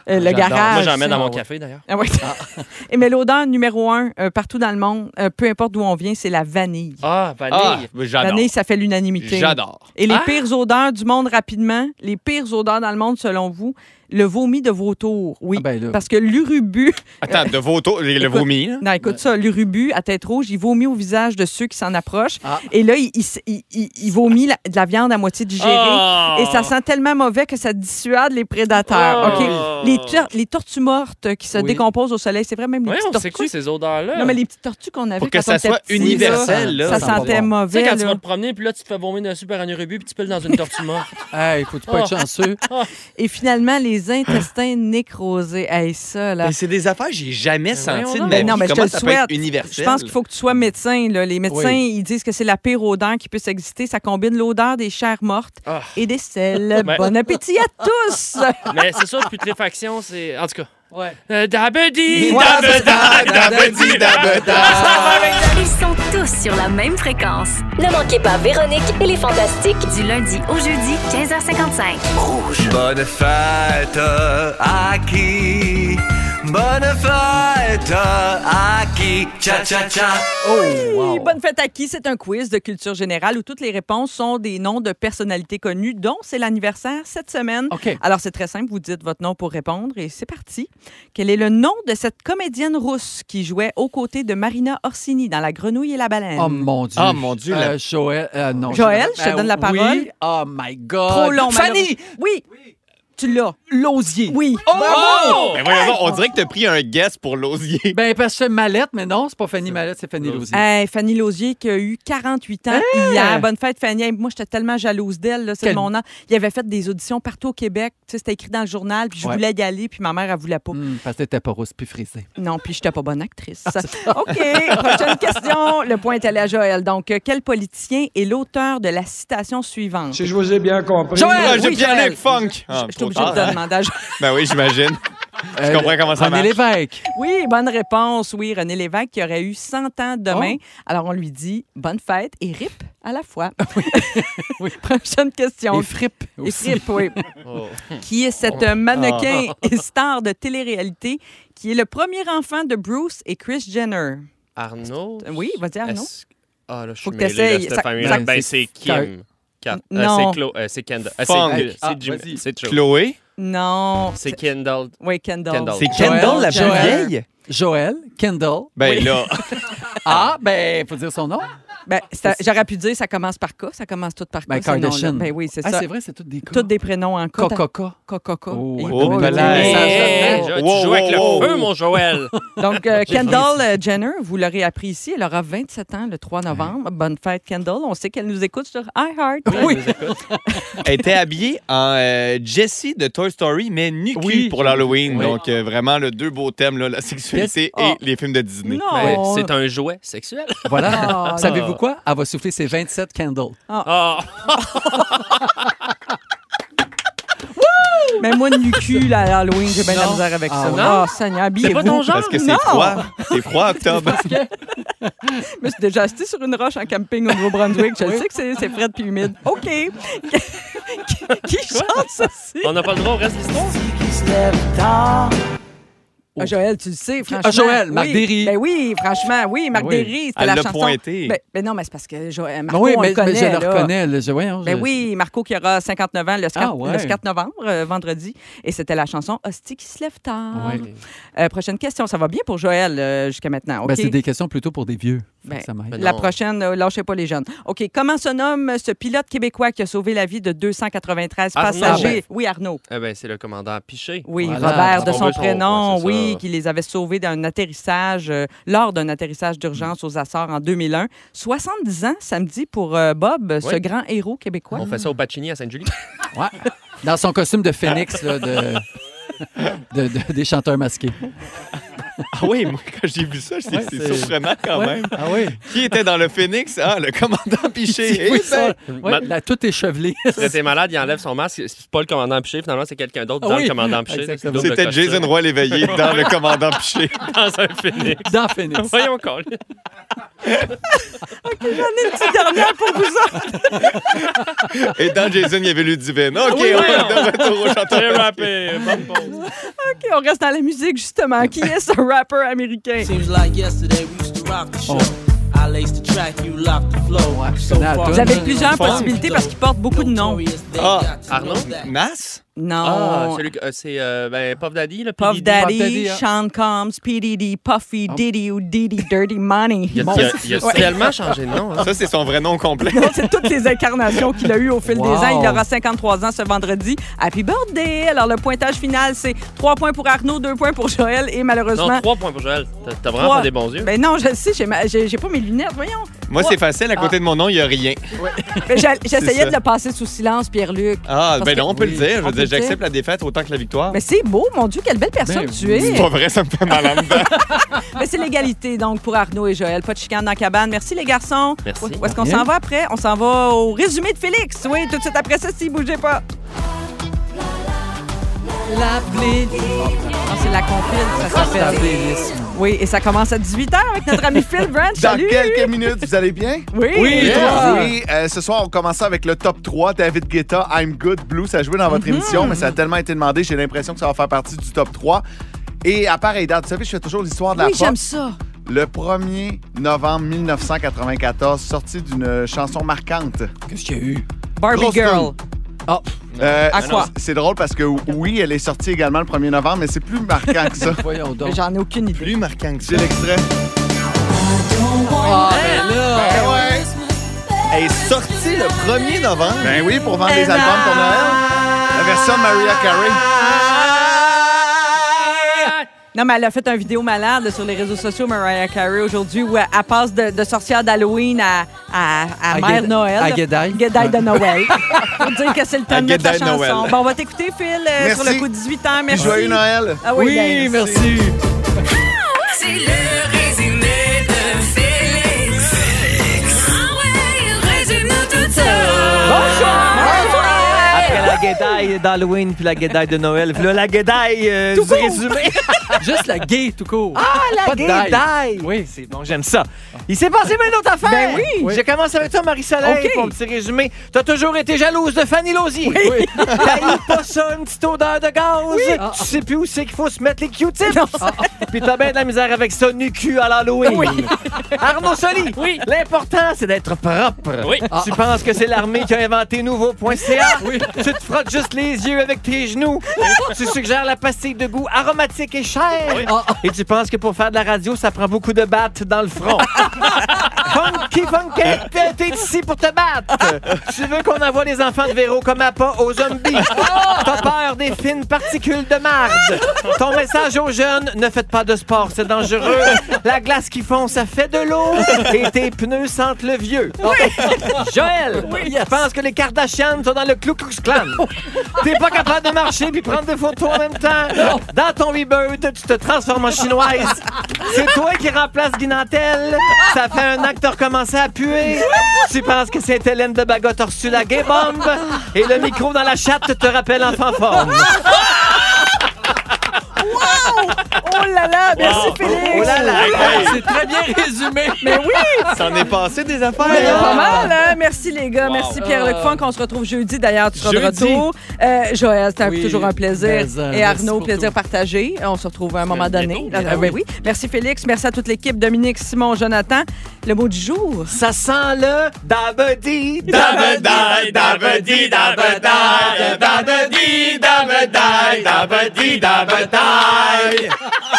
S1: Euh, le
S3: J'adore.
S1: garage.
S5: Moi, j'en mets dans
S1: ça.
S5: mon café, d'ailleurs.
S1: Ah ouais. Et mais l'odeur numéro un euh, partout dans le monde, euh, peu importe d'où on vient, c'est la vanille.
S5: Ah,
S3: Ah,
S5: vanille.
S3: j'adore.
S1: Vanille, ça fait l'unanimité.
S3: J'adore.
S1: Et les
S5: Ah!
S1: pires odeurs du monde rapidement, les pires odeurs dans le monde selon vous, le vomi de vautour. Oui,
S2: Ah ben là.
S1: parce que l'urubu,
S3: Attends, de vautour, j'ai le
S1: Écoute,
S3: vomi. là.
S1: non écoute ça, l'urubu à tête rouge, il vomit au visage de ceux qui s'en approchent.
S2: Ah.
S1: Et là, il, il s- il- il- il vomit la- de la viande à moitié digérée.
S3: Oh!
S5: Ah!
S1: Et ça sent tellement mauvais que ça dissuade les prédateurs.
S5: Ah!
S3: Oh!
S1: OK? Les, tor- les tortues mortes qui se
S2: Oui.
S1: décomposent au soleil, c'est vrai, même les
S5: Voyons,
S1: petites
S5: c'est
S1: tortues.
S5: quoi ces odeurs-là?
S1: Non, mais les petites tortues qu'on avait
S3: Pour que
S1: quand on
S3: ça
S1: était
S3: soit
S1: petits, là,
S3: universel, là.
S1: Ça,
S2: Ça sent
S1: sentait
S2: pas bon.
S5: Tu sais,
S1: mauvais.
S5: quand tu
S1: là.
S5: vas te promener, puis là, tu te fais vomir dessus par un urubu, puis tu piles dans une tortue morte. Ah.
S2: Hey, faut pas être chanceux.
S1: Oh. Et finalement, les intestins nécrosés. Hey, ça, là.
S3: Mais Ben, c'est des affaires que j'ai
S1: Ben
S3: jamais
S5: voyons
S3: senties de
S5: donc.
S3: ma
S1: Mais non,
S3: vie.
S1: mais je te
S3: Comment
S1: le
S3: ça peut être
S1: souhaite.
S3: universel?
S1: Je pense qu'il faut que tu sois médecin. là. Les médecins,
S2: Oui.
S1: ils disent que c'est la pire odeur qui puisse exister. Ça combine l'odeur des chairs mortes
S5: Ah.
S1: et des sels.
S5: Ben-
S1: Bon appétit à tous!
S5: mais c'est ça, putréfaction, c'est. En tout cas.
S2: Ouais.
S5: Euh, Dabedi!
S2: Ouais,
S5: dab-
S3: Dabedi, dabeda.
S8: Ils sont tous sur la même fréquence.
S9: Ne manquez pas Véronique et les Fantastiques.
S8: Du lundi au jeudi, 15h55.
S7: Bonne fête à qui Bonne fête à qui Cha cha cha.
S2: Oh,
S1: Oui, bonne fête à qui? C'est un quiz de culture générale où toutes les réponses sont des noms de personnalités connues, dont c'est l'anniversaire cette semaine.
S2: OK.
S1: Alors, c'est très simple. Vous dites votre nom pour répondre et c'est parti. Quel est le nom de cette comédienne rousse qui jouait aux côtés de Marina Orsini dans La Grenouille et la Baleine?
S2: Oh mon Dieu.
S3: Ah, mon Dieu, la-
S2: Euh, Joël, euh, non.
S1: Joël, je te
S2: Ben
S1: donne la parole.
S2: Oui. Oh my God.
S1: Trop long,
S2: Fanny
S1: malheureux- Oui! Tu l'as.
S2: Lausier.
S1: Oui.
S5: Oh!
S3: Ben voyons donc, on dirait que t'as pris un guess pour l'osier.
S2: Ben, parce que Mallette, mais non, c'est pas Fanny Mallette, c'est Fanny Lausier.
S1: Hey, Fanny Lausier qui a eu 48 ans hier. Bonne fête, Fanny. Hey, moi, j'étais tellement jalouse d'elle. là, C'est
S2: Hein? Quel-
S1: mon an. Il avait fait des auditions partout au Québec. Tu sais, C'était écrit dans le journal. Puis je
S2: Ouais.
S1: voulais y aller. Puis ma mère, elle voulait pas.
S2: Hmm, parce que t'étais pas rousse puis frisée. Ah,
S1: Non, puis j'étais pas bonne actrice. OK. Prochaine question. Le point est allé à Joël. Donc, euh, quel politicien est l'auteur de la citation suivante?
S10: Si je vous ai bien compris.
S3: Ah,
S1: Joël!
S3: J'ai
S1: oui,
S3: bien
S1: Joël.
S3: le funk. Ah,
S1: Je suis
S3: trop
S1: obligée de
S3: tard,
S1: te
S3: hein.
S1: demander à Joël.
S3: Ben oui, j'imagine.
S2: Euh,
S3: comprends comment ça
S2: René
S3: marche.
S2: Lévesque.
S1: Oui, bonne réponse. Oui, René Lévesque qui aurait eu 100 ans demain.
S2: Oh.
S1: Alors, on lui dit bonne fête et rip à la fois.
S2: Oui.
S1: Prochaine question.
S2: Et Frippe
S1: Et
S2: aussi.
S1: Frippe, oui. Qui est cet euh, mannequin et star de télé-réalité qui est le premier enfant de Bruce et Chris Jenner? Euh,
S5: Arnaud?
S1: Oui, vas-y, Arnaud.
S5: Est-ce- Ah, là, je
S1: Faut
S5: suis
S1: que
S5: mêlé,
S1: t'essayes.
S5: là, cette
S1: Ça-
S5: famille-là.
S2: ça-
S5: Ben, c'est Kim. Kat- euh,
S1: Non.
S5: c'est Chlo- euh, c'est Kendall. Euh,
S3: Funk.
S5: c'est- euh,
S2: Ah,
S5: C'est Jim-
S2: vas-y.
S5: c'est Joe.
S3: Chloé,
S1: Non.
S5: C'est Kendall.
S1: Oui, Kendall.
S5: Kendall.
S3: c'est
S2: Joël,
S3: Kendall, la plus
S2: Joël.
S3: vieille?
S2: Joël, Kendall.
S3: Ben là,
S2: Ah, ben, faut dire son nom.
S1: Ben, ça- J'aurais pu dire ça commence par K, ça commence tout par K.
S2: Ben,
S1: ce nom-là.
S2: Kardashian.
S1: Ben oui, c'est
S2: Ah,
S1: ça.
S2: c'est vrai, c'est toutes des cas.
S1: Tous des prénoms en K.
S2: Coca-Cola.
S1: Coca. Coca.
S2: Oh,
S1: Et
S2: ouais.
S1: Dominique.
S3: ben là,
S1: Et-
S5: Hey,
S3: Wow,
S5: Jo-
S3: wow,
S5: tu joues avec
S3: wow.
S5: le feu, mon Joël.
S1: Donc, euh, Kendall euh, Jenner, vous l'aurez appris ici, elle aura 27 ans le 3 novembre. Bonne fête, Kendall. On sait qu'elle nous écoute sur iHeart.
S5: Oui.
S3: Elle était habillée en euh, Jessie de Toy Story, mais nu
S2: Oui.
S3: pour l'Halloween.
S2: Oui.
S3: Donc, euh, vraiment, le deux beaux thèmes, là, la sexualité
S1: Ah.
S3: et les films de Disney.
S1: Non.
S5: C'est un jouet sexuel.
S2: Voilà.
S1: Ah,
S2: Savez-vous quoi? Elle va souffler ses 27 candles.
S5: Ah.
S1: Mais moi, nu cul à Halloween, j'ai bien de la
S2: Non.
S1: misère avec
S2: Ah
S1: ça.
S2: ouais?
S1: Oh, Seigneur,
S5: C'est pas ton
S1: habillez-vous.
S5: genre?
S3: Parce que c'est
S1: Non.
S3: froid. C'est froid, octobre.
S1: Je me suis déjà assise sur une roche en camping au Nouveau-Brunswick. Je le sais que c'est c'est frais puis humide. OK. qui qui chante ceci?
S5: On n'a pas le droit au reste de l'histoire?
S1: Ah, Joël, tu le sais, franchement.
S2: Oh. Joël, Marc
S1: oui.
S2: Derry.
S1: Ben oui, franchement, oui, Marc
S2: Ah oui.
S1: Derry, c'était
S3: Elle
S1: la
S3: l'a
S1: chanson.
S3: pointé.
S1: Ben, ben non, mais c'est parce que Joël,
S2: Ben
S1: Marco,
S2: oui,
S1: on
S2: mais,
S1: le connaît.
S2: mais je le
S1: là.
S2: reconnais. là. Je- voyons,
S1: Ben
S2: je-
S1: oui, Marco qui aura 59 ans le 4,
S2: Ah ouais.
S1: le 4 novembre, euh, vendredi. Et c'était la chanson Hostie qui se lève tard.
S2: Ah Ouais.
S1: Euh, prochaine question. Ça va bien pour Joël euh, jusqu'à maintenant. OK?
S2: Ben, c'est des questions plutôt pour des vieux. Fait
S1: Ben,
S2: que ça m'aide.
S5: ben,
S1: La
S5: Non.
S1: prochaine, euh, lâchez pas les jeunes. OK, comment se nomme ce pilote québécois qui a sauvé la vie de 293
S5: Arnaud.
S1: passagers? Oui, Arnaud.
S5: Eh ben, c'est le commandant Piché.
S1: Oui,
S2: Voilà.
S1: Robert de
S5: On
S1: son
S5: veut son-
S1: prénom,
S5: ouais, c'est
S1: oui,
S5: ça.
S1: qui les avait sauvés d'un atterrissage, euh, lors d'un atterrissage d'urgence aux Açores en 2001. 70 ans samedi pour euh, Bob, ce
S5: Oui.
S1: grand héros québécois.
S5: On fait ça au Pacini à Sainte-Julie.
S2: Ouais. Dans son costume de phénix là, de- de- de- des chanteurs masqués.
S3: Ah oui, moi, quand j'ai vu ça, je dis,
S2: Ouais,
S3: c'est
S2: c'est-
S3: surprenant quand
S2: Ouais.
S3: même.
S2: Ah oui.
S3: Qui était dans le Phoenix? Ah, le commandant Piché.
S2: Oui,
S3: Eh ben,
S2: ça, ouais, là, tout est chevelé.
S5: Quand t'es malade, il enlève son masque. C'est pas le commandant Piché, finalement, c'est quelqu'un d'autre
S2: Ah
S5: dans
S2: oui,
S5: le commandant Piché.
S2: exactement.
S5: double
S3: C'était
S5: costume.
S3: Jason Roy l'éveillé dans le commandant Piché.
S5: dans un phénix.
S2: Dans Phoenix.
S5: Voyons, Colin.
S1: Une petite dernière pour vous autres.
S3: Et dans Jason, il y avait Ludivine. OK,
S5: Oui,
S3: on
S5: oui,
S3: est
S5: on-
S3: de retour au chanteur.
S5: Très rapide. Bonne pause.
S1: OK, on reste dans la musique, justement. Qui est ce rappeur américain?
S10: Seems like yesterday we used to rock the show. I laced the track, you locked the flow. So
S2: Now,
S10: far,
S2: don't-
S1: Vous avez plusieurs
S3: Funk.
S1: possibilités parce qu'il porte beaucoup de noms.
S10: notorious, they
S3: Ah,
S10: got to
S5: Arnaud?
S10: know that.
S3: Nas?
S5: Ah,
S1: Non.
S5: celui que- euh, c'est euh, ben, Puff Daddy, le
S1: Puff Daddy,
S2: Puff Daddy, hein.
S1: Sean Combs, PDD, Puffy, Diddy ou Diddy, Dirty Money.
S5: Il a, il a- il a
S1: Ouais.
S5: tellement changé de nom. hein.
S3: Ça, c'est son vrai nom complet.
S1: Non, c'est toutes les incarnations qu'il a eues au fil
S2: Wow.
S1: des ans. Il aura 53 ans ce vendredi. Happy birthday! Alors, le pointage final, c'est 3 points pour Arnaud, 2 points pour Joël et
S5: Non,
S1: malheureusement...
S5: trois points pour Joël. T'as- T'as vraiment
S1: Trois.
S5: pas des bons yeux.
S1: Ben non, je le sais, j'ai ma- j'ai j'ai pas mes lunettes, voyons.
S3: Moi, c'est facile. À
S1: Ah.
S3: côté de mon nom, il n'y a rien.
S1: Ben, j'a- J'essayais
S3: ça.
S1: de le passer sous silence, Pierre-Luc.
S3: Ah,
S1: Parce
S3: ben
S1: que-
S3: non, on peut
S1: Oui.
S3: le
S1: On
S3: dire. Je veux
S1: peut le
S3: dire, j'accepte
S1: dire.
S3: la défaite autant que la victoire.
S1: Mais c'est beau, mon Dieu, quelle belle personne
S2: Ben,
S1: tu es!
S3: C'est pas vrai, ça me fait mal en dedans.
S1: Mais c'est l'égalité, donc, pour Arnaud et Joël. Pas de chicane dans la cabane. Merci, les garçons.
S5: Merci.
S1: Où est-ce qu'on s'en va après? On s'en va au résumé de Félix. Oui, tout de suite après ça, si bougez pas. La playlist. Non, Ah, c'est la compile, ça s'appelle. Oui, et ça commence à 18h avec notre ami Phil Branch.
S11: Dans
S1: Salut!
S11: quelques minutes, vous allez bien?
S1: Oui,
S11: Yeah. Oui, euh, ce soir, on commence avec le top 3. David Guetta, I'm Good, Blue. Ça a joué dans votre
S1: Mm-hmm.
S11: émission, mais ça a tellement été demandé, j'ai l'impression que ça va faire partie du top 3. Et à pareille date, vous savez, je fais toujours l'histoire de la
S1: Oui,
S11: pop.
S1: j'aime ça.
S11: Le 1er novembre 1994, sortie d'une chanson marquante.
S2: Qu'est-ce qu'il y a eu? Ah.
S1: Barbie
S11: Grosse
S1: Girl.
S11: Euh,
S1: À
S11: c'est-
S1: quoi?
S11: C'est drôle parce que oui, elle est sortie également le 1er novembre, mais c'est plus marquant que ça.
S2: Voyons donc.
S1: Mais J'en ai aucune idée.
S3: Plus marquant que ça.
S11: J'ai l'extrait.
S2: Ah, ben là!
S11: Ben ouais.
S3: Elle est sortie le 1er novembre.
S11: Ben oui, pour
S2: Eh
S11: vendre des albums pour Noël. La version de Mariah Carey.
S1: Non, mais elle a fait un vidéo malade là, sur les réseaux sociaux, Mariah Carey, aujourd'hui, où elle elle passe de, de sorcière d'Halloween à, à, à,
S2: À
S1: Mère
S2: Gued-
S1: Noël.
S2: à Guédaille.
S1: Guédaille de Noël. Pour dire que c'est le temps
S3: À
S1: de mettre la
S3: Guédaille
S1: chanson.
S3: Noël.
S1: Bon, on va t'écouter, Phil, euh, sur
S11: Merci.
S1: le coup de 18 ans. Merci.
S11: Joyeux Noël.
S1: Ah oui,
S2: Oui,
S1: ben,
S2: merci.
S4: C'est le résumé de Félix. Félix. Ah ouais, résume-nous tout ça.
S10: Après la guédaille d'Halloween puis la guédaille de Noël, puis là, la guédaille euh, du résumé. Ah,
S2: Juste la gay tout court.
S10: la
S2: Pas de daille.
S10: guédaille.
S2: Oui.
S10: C'est bon, j'aime ça. Il s'est passé plein d'autres affaires.
S1: Ben oui.
S10: Je commence avec toi, Marie-Soleil,
S1: OK.
S10: pour un petit résumé. T'as toujours été jalouse de Fanny Lausier. Oui. T'as pas ça, une petite odeur de gaz.
S2: Ah.
S10: Tu sais plus où c'est qu'il faut se mettre les Q-tips. Ah. Puis t'as bien de la misère avec ça, nu cul à l'Halloween. Arnaud Soli. Oui. L'important, c'est d'être propre.
S5: Oui.
S10: Tu penses que c'est l'armée qui a inventé nouveau.ca? Tu te frottes juste les yeux avec tes genoux. tu suggères la pastille de goût aromatique et chère. Et tu penses que pour faire de la radio, ça prend beaucoup de battes dans le front. Funky Funkette, t'es ici pour te battre. Tu veux qu'on envoie les enfants de Véro comme appât aux zombies. T'as peur des fines particules de marde. Ton message aux jeunes, ne faites pas de sport, c'est dangereux. La glace qui fond, ça fait de l'eau. Et tes pneus sentent le vieux. Joël, je pense que les Kardashians sont dans le Ku Klux Klan. T'es pas capable de marcher puis prendre des photos en même temps. Dans ton rebirth, tu te transformes en chinoise. C'est toi qui remplace Guinantel. Ça fait un an que t'as recommencé à puer. Tu penses que c'est Hélène de Bagotte a reçu la gay bombe. Et le micro dans la chatte te rappelle en fanforme.
S1: Wow! Oh là là, merci
S10: Wow.
S1: Félix.
S10: Oh là là.
S1: Oui.
S10: C'est très bien
S2: résumé.
S1: Mais oui.
S3: Ça en est passé des affaires.
S1: Mais
S3: hein?
S1: pas mal, hein? Merci les gars. Merci Pierre-Luc
S3: Euh.
S1: Funk. On se retrouve jeudi d'ailleurs. Tu seras de
S3: Jeudi.
S1: retour. Euh, Joël, c'était
S3: Oui,
S1: toujours un plaisir.
S3: mais, euh,
S1: Et
S3: merci
S1: Arnaud,
S3: pour
S1: plaisir partagé. On se retrouve à un moment donné.
S2: bientôt,
S1: Ah, oui,
S2: bientôt.
S1: oui. Merci Félix. Merci à toute l'équipe. Dominique, Simon, Jonathan. Le mot du jour.
S10: Ça sent le dabedi,
S4: dabedi, dabedi, dabedi, dabedi, dabedi, dabedi, dabedi.